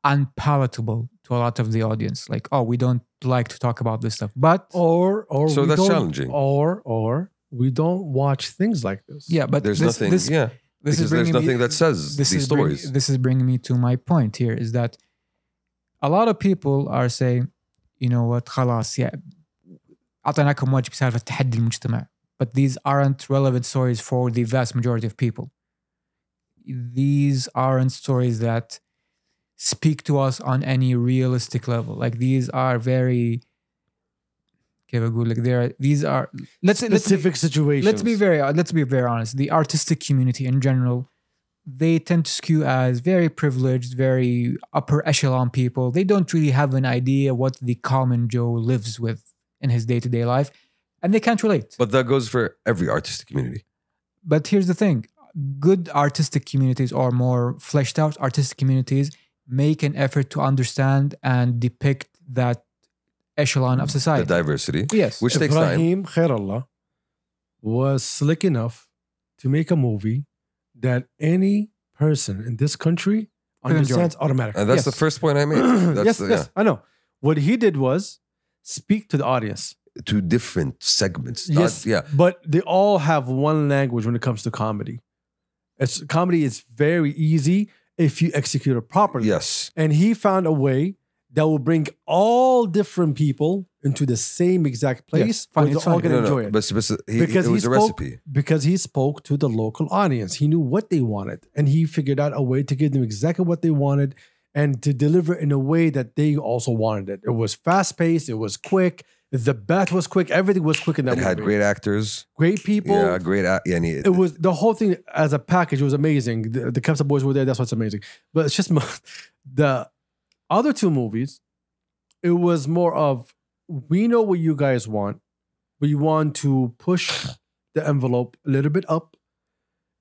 Speaker 2: unpalatable to a lot of the audience. Like, oh, we don't like to talk about this stuff. But
Speaker 3: Or or
Speaker 1: So
Speaker 3: we
Speaker 1: that's
Speaker 3: don't-
Speaker 1: challenging.
Speaker 3: Or or we don't watch things like this.
Speaker 2: yeah, but
Speaker 1: there's
Speaker 2: this,
Speaker 1: nothing,
Speaker 2: This,
Speaker 1: yeah,
Speaker 2: this
Speaker 1: because
Speaker 2: is
Speaker 1: there's
Speaker 2: bringing me-
Speaker 1: nothing that says
Speaker 2: this
Speaker 1: these
Speaker 2: is bring-
Speaker 1: stories.
Speaker 2: this is bringing me to my point here is that a lot of people are saying, you know what, خلاص yeah, أعطيناكم واجب سالفة تحدي المجتمع. But these aren't relevant stories for the vast majority of people. These aren't stories that speak to us on any realistic level. Like these are very Kevagul. Like there, are, these are let's let's be-
Speaker 4: specific situations.
Speaker 2: let's be very uh, let's be very honest. The artistic community in general, they tend to skew as very privileged, very upper echelon people. They don't really have an idea what the common Joe lives with in his day to day life, and they can't relate.
Speaker 1: But that goes for every artistic community.
Speaker 2: But here's the thing good artistic communities or more fleshed out artistic communities make an effort to understand and depict that echelon of
Speaker 1: The
Speaker 2: society.
Speaker 1: diversity,
Speaker 2: yes.
Speaker 1: Mm, which takes time.
Speaker 3: Ibrahim Khairallah was slick enough to make a movie that any person in this country
Speaker 2: Could enjoy.
Speaker 3: understands automatically.
Speaker 1: And that's
Speaker 3: Yes.
Speaker 1: the first point I made. That's
Speaker 3: yes,
Speaker 1: the, yeah.
Speaker 3: yes, I know. What he did was speak to the audience.
Speaker 1: Two different segments. not-
Speaker 3: Yes,
Speaker 1: yeah.
Speaker 3: But they all have one language when it comes to comedy. It's comedy is very easy if you execute it properly.
Speaker 1: Yes.
Speaker 3: And he found a way that will bring all different people into the same exact place
Speaker 2: funny,
Speaker 3: where
Speaker 2: it's
Speaker 3: they all
Speaker 2: funny.
Speaker 3: can
Speaker 1: No,
Speaker 3: enjoy
Speaker 1: no.
Speaker 3: it.
Speaker 1: But, speci- he,
Speaker 3: Because
Speaker 1: it
Speaker 3: he
Speaker 1: was a
Speaker 3: spoke-
Speaker 1: recipe.
Speaker 3: because he spoke to the local audience. He knew what they wanted and he figured out a way to give them exactly what they wanted and to deliver in a way that they also wanted it. It was fast paced, it was quick, the bat was quick, everything was quick in that
Speaker 1: It had
Speaker 3: movie.
Speaker 1: great actors.
Speaker 3: great people.
Speaker 1: yeah, great. Act- yeah, and it,
Speaker 3: It was the whole thing as a package was amazing. The, the Captain Boys were there, that's what's amazing. But it's just mo- the other two movies, it was more of we know what you guys want. We want to push the envelope a little bit up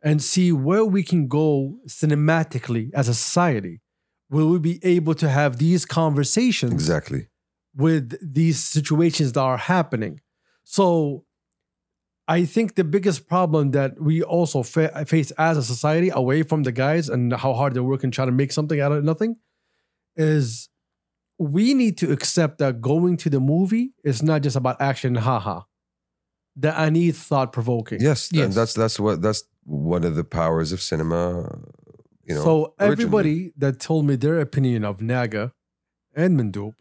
Speaker 3: and see where we can go cinematically as a society. Will we be able to have these conversations
Speaker 1: exactly.
Speaker 3: with these situations that are happening. So I think the biggest problem that we also fa- face as a society, away from the guys and how hard they work and trying to make something out of nothing, is we need to accept that going to the movie is not just about action, haha. That I need thought provoking.
Speaker 1: Yes,
Speaker 2: Yes.
Speaker 1: and that's that's what that's one of the powers of cinema. You know,
Speaker 3: so
Speaker 1: originally.
Speaker 3: everybody that told me their opinion of Naga and Mandoop,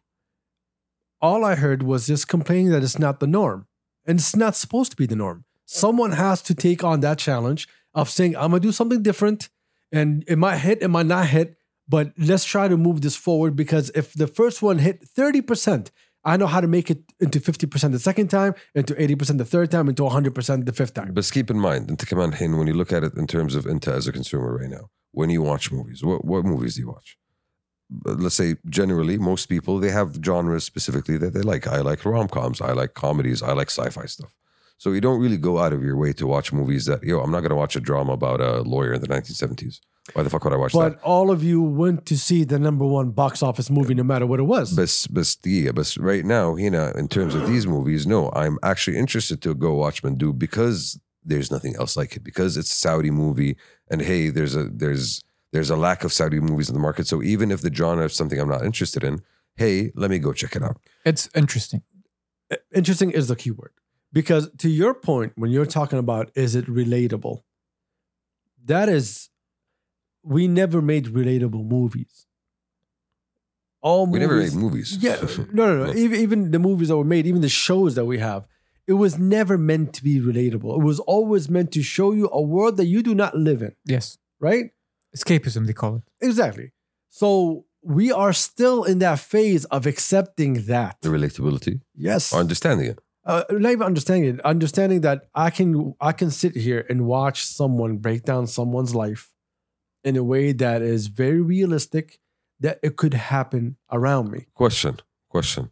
Speaker 3: all I heard was just complaining that it's not the norm. And it's not supposed to be the norm. Someone has to take on that challenge of saying, I'm gonna do something different. And it might hit, it might not hit, but let's try to move this forward because if the first one hit 30%, I know how to make it into 50% the second time, into 80% the third time, into 100% the fifth time.
Speaker 1: But keep in mind, انت كمان الحين when you look at it in terms of انت as a consumer right now, when you watch movies, what what movies do you watch? But Let's say generally, most people they have genres specifically that they like. I like rom coms, I like comedies, I like sci fi stuff. So you don't really go out of your way to watch movies that yo, I'm not gonna watch a drama about a lawyer in the 1970s. Why the fuck would I watch that?
Speaker 3: But all of you went to see the number one box office movie, no matter what it was.
Speaker 1: Bas, bas, yeah, bas, right now, Hina, in terms of these movies, no, I'm actually interested to go watch Mandu because there's nothing else like it because it's a Saudi movie, and hey, there's a there's there's a lack of Saudi movies in the market. So even if the genre is something I'm not interested in, hey, let me go check it out.
Speaker 2: It's interesting.
Speaker 3: interesting is the keyword because to your point when you're talking about is it relatable that is we never made relatable movies all
Speaker 1: We never made movies.
Speaker 3: movies yeah no no no
Speaker 1: Yeah.
Speaker 3: even, even the movies that were made even the shows that we have it was never meant to be relatable it was always meant to show you a world that you do not live in
Speaker 2: Yes.
Speaker 3: right
Speaker 2: Escapism, they call it.
Speaker 3: exactly so we are still in that phase of accepting that
Speaker 1: the relatability,
Speaker 3: yes
Speaker 1: or understanding it.
Speaker 3: uh, not even understanding it understanding that i can i can sit here and watch someone break down someone's life in a way that is very realistic that it could happen around me
Speaker 1: Question, question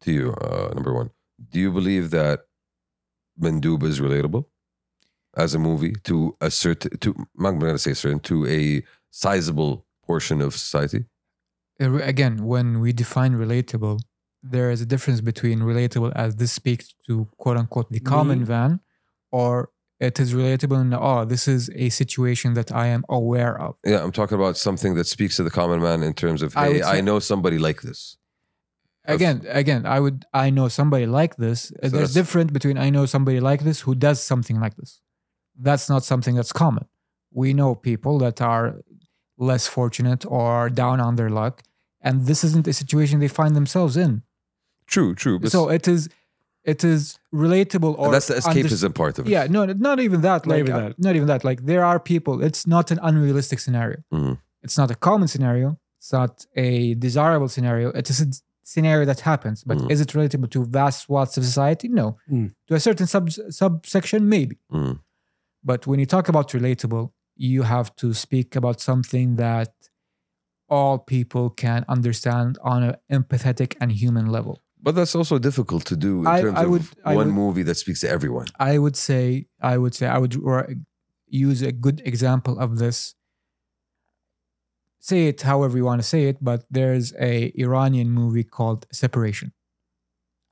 Speaker 1: to you, uh, number one. Do you believe that Mandub is relatable as a movie to a certain to I'm not gonna say certain to a sizable portion of society?
Speaker 2: Uh, re- Again, when we define relatable, there is a difference between relatable as this speaks to quote unquote the common
Speaker 3: Me.
Speaker 2: van, or it is relatable in oh, this is a situation that I am aware of.
Speaker 1: Yeah, I'm talking about something that speaks to the common man in terms of
Speaker 2: I
Speaker 1: hey,
Speaker 2: would
Speaker 1: I,
Speaker 2: say-
Speaker 1: know somebody like this. Of-
Speaker 2: Again, again, I would I know somebody like this. Uh,
Speaker 1: that's-
Speaker 2: There's different between I know somebody like this who does something like this. That's not something that's common. We know people that are less fortunate or down on their luck, and this isn't a situation they find themselves in.
Speaker 1: True, true. But
Speaker 2: so it is it is relatable or
Speaker 1: that's the
Speaker 2: under-
Speaker 1: escapism part of it.
Speaker 2: yeah no not even that like
Speaker 3: even
Speaker 2: uh,
Speaker 3: that.
Speaker 2: not even that like there are people it's not an unrealistic scenario
Speaker 1: Mhm.
Speaker 2: it's not a common scenario it's not a desirable scenario it is a scenario that happens, but
Speaker 1: Mm.
Speaker 2: is it relatable to vast swaths of society? No.
Speaker 3: Mm.
Speaker 2: To a certain sub subsection, maybe.
Speaker 1: Mm.
Speaker 2: But when you talk about relatable, you have to speak about something that all people can understand on an empathetic and human level.
Speaker 1: But that's also difficult to do in
Speaker 2: I-
Speaker 1: terms
Speaker 2: I would-
Speaker 1: of
Speaker 2: I
Speaker 1: one
Speaker 2: would-
Speaker 1: movie that speaks to everyone.
Speaker 2: I would say, I would say, I would r- use a good example of this. Say it however you want to say it, but there's a Iranian movie called Separation.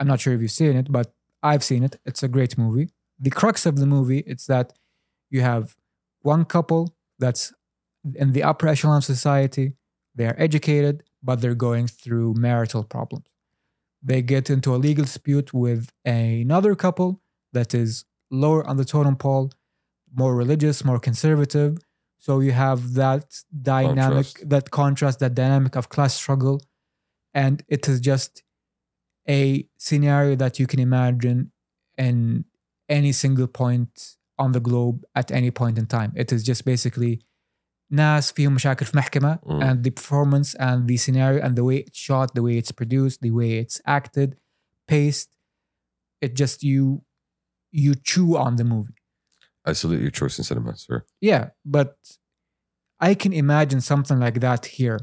Speaker 2: I'm not sure if you've seen it, but I've seen it. It's a great movie. The crux of the movie it's that you have one couple that's in the upper echelon of society. They are educated, but they're going through marital problems. They get into a legal dispute with another couple that is lower on the totem pole, more religious, more conservative. So you have that dynamic,
Speaker 1: Contrast.
Speaker 2: that contrast, that dynamic of class struggle. And it is just a scenario that you can imagine in any single point on the globe at any point in time. It is just basically ناس فيهم مشاكل في محكمة
Speaker 1: Mm.
Speaker 2: and the performance and the scenario and the way it's shot, the way it's produced, the way it's acted, paced. It just you you chew on the movie.
Speaker 1: I salute your choice in cinema, sir.
Speaker 2: Yeah, but I can imagine something like that here.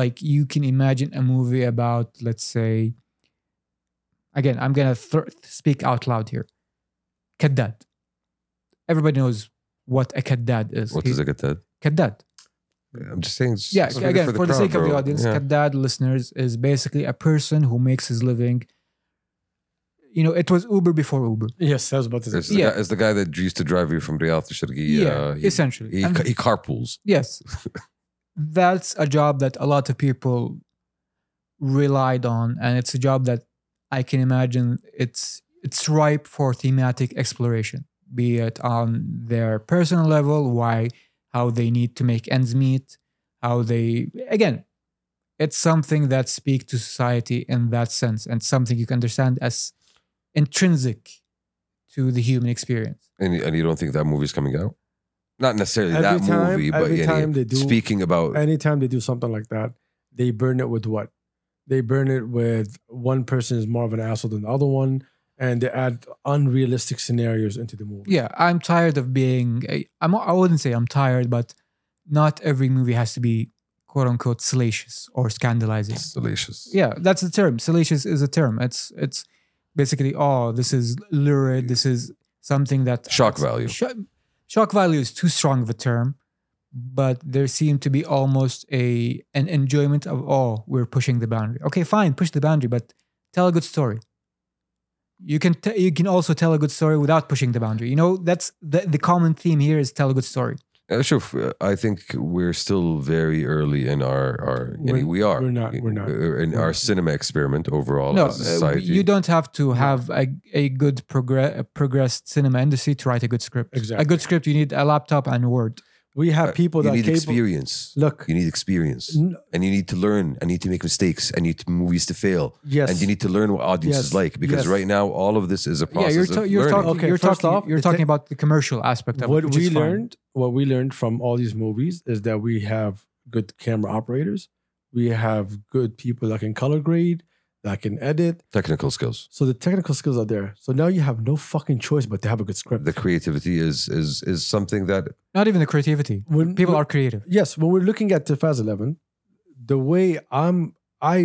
Speaker 2: Like you can imagine a movie about, let's say, again, I'm gonna th- speak out loud here. Kaddad. Everybody knows what a kaddad is.
Speaker 1: What
Speaker 2: He-
Speaker 1: does it get that?
Speaker 2: Kaddad.
Speaker 1: I'm just saying. it's-
Speaker 2: Yeah,
Speaker 1: it's
Speaker 2: again, for the,
Speaker 1: crowd,
Speaker 2: sake of the
Speaker 1: bro.
Speaker 2: audience,
Speaker 1: Yeah.
Speaker 2: Kaddad listeners is basically a person who makes his living. You know, it was Uber before Uber.
Speaker 3: Yes, I was about to
Speaker 1: It's,
Speaker 3: say.
Speaker 1: the
Speaker 2: Yeah.
Speaker 1: guy, it's the guy that used to drive you from Riyadh to Sharqiyya. Uh, he,
Speaker 2: essentially.
Speaker 1: he,
Speaker 2: And-
Speaker 1: ca- he carpools.
Speaker 2: Yes. That's a job that a lot of people relied on and it's a job that I can imagine it's it's ripe for thematic exploration, be it on their personal level, why how they need to make ends meet, how they again it's something that speaks to society in that sense and something you can understand as intrinsic to the human experience.
Speaker 1: And, you- and you don't think that movie's coming out? Not necessarily
Speaker 3: Every
Speaker 1: that
Speaker 3: time-
Speaker 1: movie, but
Speaker 3: every
Speaker 1: yeah,
Speaker 3: time they do-
Speaker 1: speaking about
Speaker 3: Anytime they do something like that, they burn it with what? They burn it with one person is more of an asshole than the other one, and they add unrealistic scenarios into the movie.
Speaker 2: yeah i'm tired of being I- i'm i wouldn't say i'm tired but not every movie has to be quote unquote salacious or scandalizing
Speaker 1: it's salacious.
Speaker 2: yeah that's the term salacious is a term it's it's basically oh this is lurid this is something that
Speaker 1: Shock value.
Speaker 2: Shock, shock value is too strong of a term, but there seemed to be almost a an enjoyment of oh, we're pushing the boundary. Okay, fine, push the boundary, but tell a good story. You can te- you can also tell a good story without pushing the boundary. You know that's the the common theme here is tell a good story.
Speaker 1: Uh, Sure, f- uh, I think we're still very early in our our.
Speaker 3: We're-
Speaker 1: we are.
Speaker 3: we're not- we're not.
Speaker 1: Uh, in our cinema experiment overall
Speaker 2: no,
Speaker 1: as a
Speaker 2: uh,
Speaker 1: society.
Speaker 2: you don't have to have a a good progress progressed cinema industry to write a good script.
Speaker 3: Exactly.
Speaker 2: A good script you need a laptop and Word.
Speaker 3: We have
Speaker 1: Uh,
Speaker 3: people
Speaker 1: you
Speaker 3: that
Speaker 1: need
Speaker 3: capable.
Speaker 1: experience.
Speaker 3: Look,
Speaker 1: You need experience,
Speaker 3: n-
Speaker 1: and you need to learn, and you need to make mistakes, and you need to- movies to fail,
Speaker 3: yes,
Speaker 1: and you need to learn what audience is
Speaker 3: Yes.
Speaker 1: like because
Speaker 3: Yes.
Speaker 1: right now all of this is a
Speaker 2: yeah,
Speaker 1: process.
Speaker 2: you're
Speaker 1: of
Speaker 2: ta- you're
Speaker 1: learning.
Speaker 2: talking
Speaker 3: Okay,
Speaker 2: you're
Speaker 3: first
Speaker 2: talking
Speaker 3: off,
Speaker 2: you're
Speaker 3: the
Speaker 2: talking
Speaker 3: thing-
Speaker 2: about the commercial aspect of
Speaker 3: what
Speaker 2: it. which
Speaker 3: we
Speaker 2: is fine.
Speaker 3: learned what we learned from all these movies is that we have good camera operators we have good people that can color grade that can edit
Speaker 1: Technical skills.
Speaker 3: so the technical skills are there so now you have no fucking choice but to have a good script
Speaker 1: The creativity is is is something that
Speaker 2: Not even the creativity.
Speaker 3: when
Speaker 2: People
Speaker 3: when-
Speaker 2: are creative.
Speaker 3: yes when we're looking at Tefaz 11 the way i'm i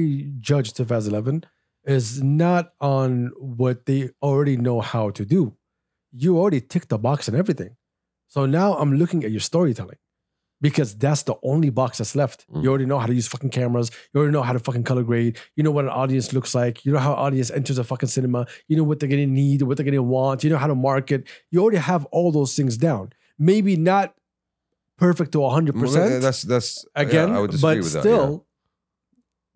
Speaker 3: judge Tefaz 11 is not on what they already know how to do you already ticked the box and everything so now i'm looking at your storytelling because that's the only box that's left
Speaker 1: Mm.
Speaker 3: you already know how to use fucking cameras you already know how to fucking color grade you know what an audience looks like you know how an audience enters a fucking cinema you know what they're gonna need what they're gonna want you know how to market you already have all those things down maybe not perfect to 100%
Speaker 1: well, that- that's that's yeah,
Speaker 3: again,
Speaker 1: I would disagree
Speaker 3: but
Speaker 1: with that, yeah.
Speaker 3: still,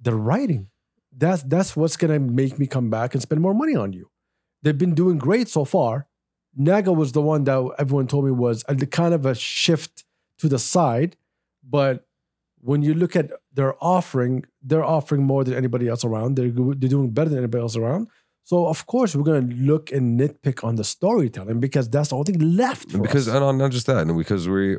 Speaker 3: the writing. That's that's what's gonna make me come back and spend more money on you. They've been doing great so far. Naga was the one that everyone told me was a kind of a shift to the side, but when you look at their offering, they're offering more than anybody else around. They're go- they're doing better than anybody else around. So of course we're gonna look and nitpick on the storytelling because that's the only thing left. for
Speaker 1: because uh,
Speaker 3: us.
Speaker 1: and on- not just that, and because we,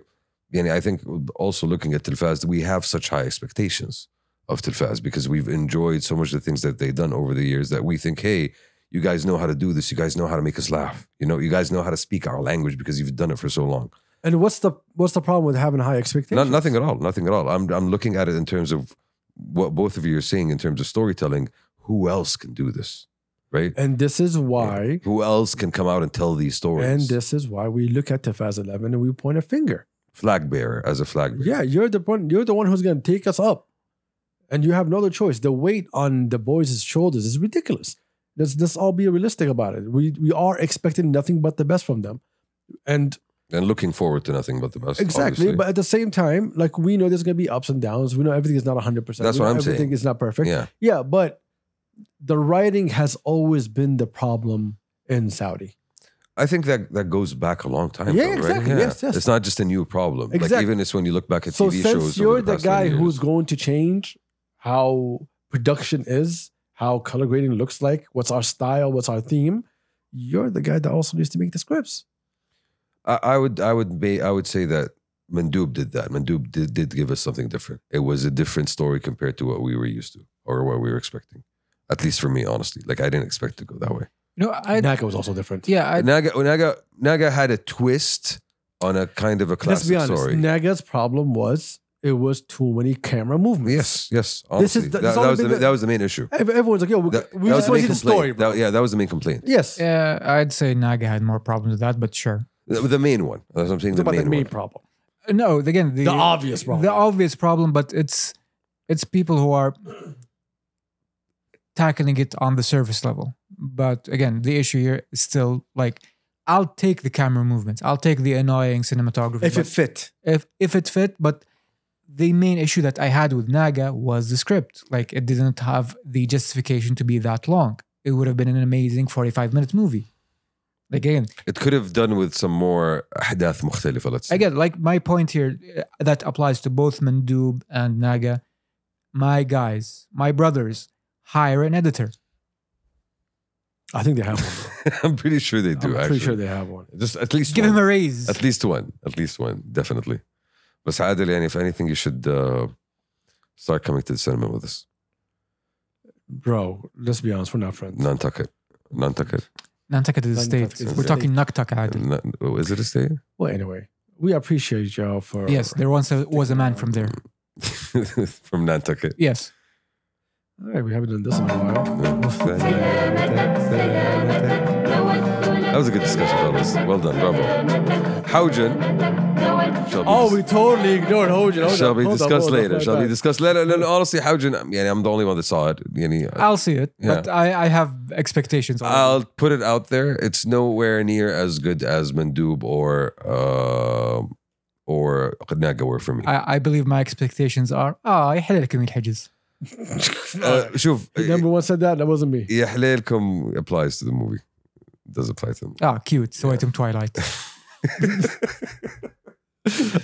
Speaker 1: you know, I think also looking at Telfaz, we have such high expectations of Telfaz because we've enjoyed so much of the things that they've done over the years that we think, hey, you guys know how to do this. You guys know how to make us laugh. You know, you guys know how to speak our language because you've done it for so long.
Speaker 3: And what's the what's the problem with having high
Speaker 1: No,
Speaker 3: expectations?
Speaker 1: nothing at all. Nothing at all. I'm I'm looking at it in terms of what both of you are saying in terms of storytelling. Who else can do this, right?
Speaker 3: and this is why
Speaker 1: Who else can come out and tell these stories?
Speaker 3: and this is why we look at Tefaz 11 and we point a finger.
Speaker 1: flag bearer as a flag bearer.
Speaker 3: Yeah, you're the one. You're the one who's going to take us up, and you have no other choice. The weight on the boys' shoulders is ridiculous. Let's let's all be realistic about it. We we are expecting nothing but the best from them, and
Speaker 1: and looking forward to nothing but the best.
Speaker 3: exactly.
Speaker 1: obviously.
Speaker 3: But at the same time, like we know there's going to be ups and downs. We know everything is not 100. percent
Speaker 1: That's what I'm saying.
Speaker 3: Everything is not perfect.
Speaker 1: yeah,
Speaker 3: yeah, but the writing has always been the problem in Saudi.
Speaker 1: I think that that goes back a long time.
Speaker 3: Yeah,
Speaker 1: though, right?
Speaker 3: exactly. Yes, yes.
Speaker 1: It's not just a new problem. Like
Speaker 3: Exactly.
Speaker 1: even it's when you look back at
Speaker 3: so
Speaker 1: TV
Speaker 3: since
Speaker 1: shows.
Speaker 3: you're
Speaker 1: over
Speaker 3: the,
Speaker 1: past
Speaker 3: guy
Speaker 1: 20 years.
Speaker 3: who's going to change how production is how color grading looks like what's our style what's our theme you're the guy that also needs to make the scripts
Speaker 1: I, I would I would be I would say that Mandoub did that. Mandoub did, did give us something different. It was a different story compared to what we were used to or what we were expecting. At least for me, honestly. Like I didn't expect it to go that way.
Speaker 2: No, I
Speaker 3: Naka was also different
Speaker 2: yeah, I
Speaker 1: Naga Naga Naga had a twist on a kind of a
Speaker 3: let's
Speaker 1: classic
Speaker 3: be honest
Speaker 1: story.
Speaker 3: naga's problem was it was too many camera movements
Speaker 1: yes, yes.
Speaker 3: This
Speaker 1: Honestly.
Speaker 3: is the-
Speaker 1: that,
Speaker 3: this
Speaker 1: that
Speaker 3: all
Speaker 1: was
Speaker 3: been
Speaker 1: the,
Speaker 3: the-
Speaker 1: that was the main issue.
Speaker 3: Ev- everyone's like yo we,
Speaker 1: That-
Speaker 3: we
Speaker 1: that
Speaker 3: just
Speaker 1: was
Speaker 3: want to see
Speaker 1: main
Speaker 3: the story
Speaker 1: complaint.
Speaker 3: bro.
Speaker 1: That- yeah, that was the main complaint.
Speaker 3: yes
Speaker 2: yeah, uh, I'd say Naga had more problems with that, but sure.
Speaker 1: The, the main one. That's what I'm saying.
Speaker 3: it's
Speaker 1: The
Speaker 3: about
Speaker 1: main,
Speaker 3: the main
Speaker 1: one.
Speaker 3: problem
Speaker 2: No, again, the,
Speaker 3: The obvious problem.
Speaker 2: The obvious problem, but it's it's people who are tackling it on the surface level. But again, the issue here is still like I'll take the camera movements. I'll take the annoying cinematography.
Speaker 3: if
Speaker 2: but
Speaker 3: it fit
Speaker 2: if if it fit, but the main issue that I had with Naga was the script. Like it didn't have the justification to be that long. It would have been an amazing 45 minute movie. Like again,
Speaker 1: It could have done with some more أحداث مختلفة, let's say.
Speaker 2: again, like my point here uh, that applies to both Mandub and Naga. My guys, my brothers, hire an editor.
Speaker 3: i think they have one
Speaker 1: I'm pretty sure they do.
Speaker 3: i'm
Speaker 1: actually,
Speaker 3: pretty sure they have one
Speaker 1: just at least
Speaker 2: Give
Speaker 1: one.
Speaker 2: him a raise.
Speaker 1: At least one. At least one. Definitely. But Adil, yani, if anything, you should uh, start coming to the cinema with us.
Speaker 3: bro let's be honest we're not friends
Speaker 1: Nantucket. Nantucket.
Speaker 2: Nantucket is a
Speaker 3: Nantucket
Speaker 2: state.
Speaker 3: is a
Speaker 2: We're
Speaker 3: state.
Speaker 2: talking Nantucket. Adil.
Speaker 1: Nan- oh, Is it a state?
Speaker 3: well anyway we appreciate y'all for
Speaker 2: Yes, there once a- was a man from there.
Speaker 1: From Nantucket.
Speaker 2: Yes.
Speaker 3: all right we haven't done this in a while
Speaker 1: That was a good discussion, fellas. Well done. Bravo. Haujan shall be
Speaker 3: Oh, we totally ignored Hojan. Hold
Speaker 1: shall
Speaker 3: up,
Speaker 1: be
Speaker 3: hold up,
Speaker 1: discussed
Speaker 3: hold up,
Speaker 1: later.
Speaker 3: hold
Speaker 1: Shall be
Speaker 3: up.
Speaker 1: discussed later. And honestly, Haujan, I'm, yeah, I'm the only one that saw it. Yani,
Speaker 2: I'll see it, but
Speaker 1: Yeah.
Speaker 2: I, I have expectations.
Speaker 1: I'll put it out there. It's nowhere near as good as Mandub or um or Naga were for me.
Speaker 2: I, I believe my expectations are "Ah, اه يحل لكم الحجز
Speaker 1: Uh, شوف
Speaker 3: Number one said that. That wasn't me.
Speaker 1: يا حليلكم applies to the movie. Does apply to them.
Speaker 2: اه كيوت سويتم تويلايت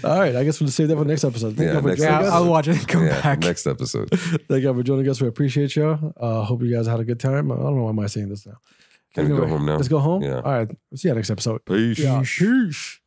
Speaker 3: All right, I guess we'll save that for next episode. Thank
Speaker 1: Yeah,
Speaker 3: you for
Speaker 1: next
Speaker 3: joining
Speaker 1: episode.
Speaker 3: us.
Speaker 2: I'll watch it and come
Speaker 1: yeah,
Speaker 2: back
Speaker 1: next episode.
Speaker 3: Thank you for joining us. We appreciate y'all. Uh, hope you guys had a good time. I don't know why am I saying this now.
Speaker 1: Can we go
Speaker 3: Anyway,
Speaker 1: home now?
Speaker 3: Let's go home.
Speaker 1: Yeah.
Speaker 3: All right. See you next episode.
Speaker 1: Peace.
Speaker 3: Yeah. Sheesh.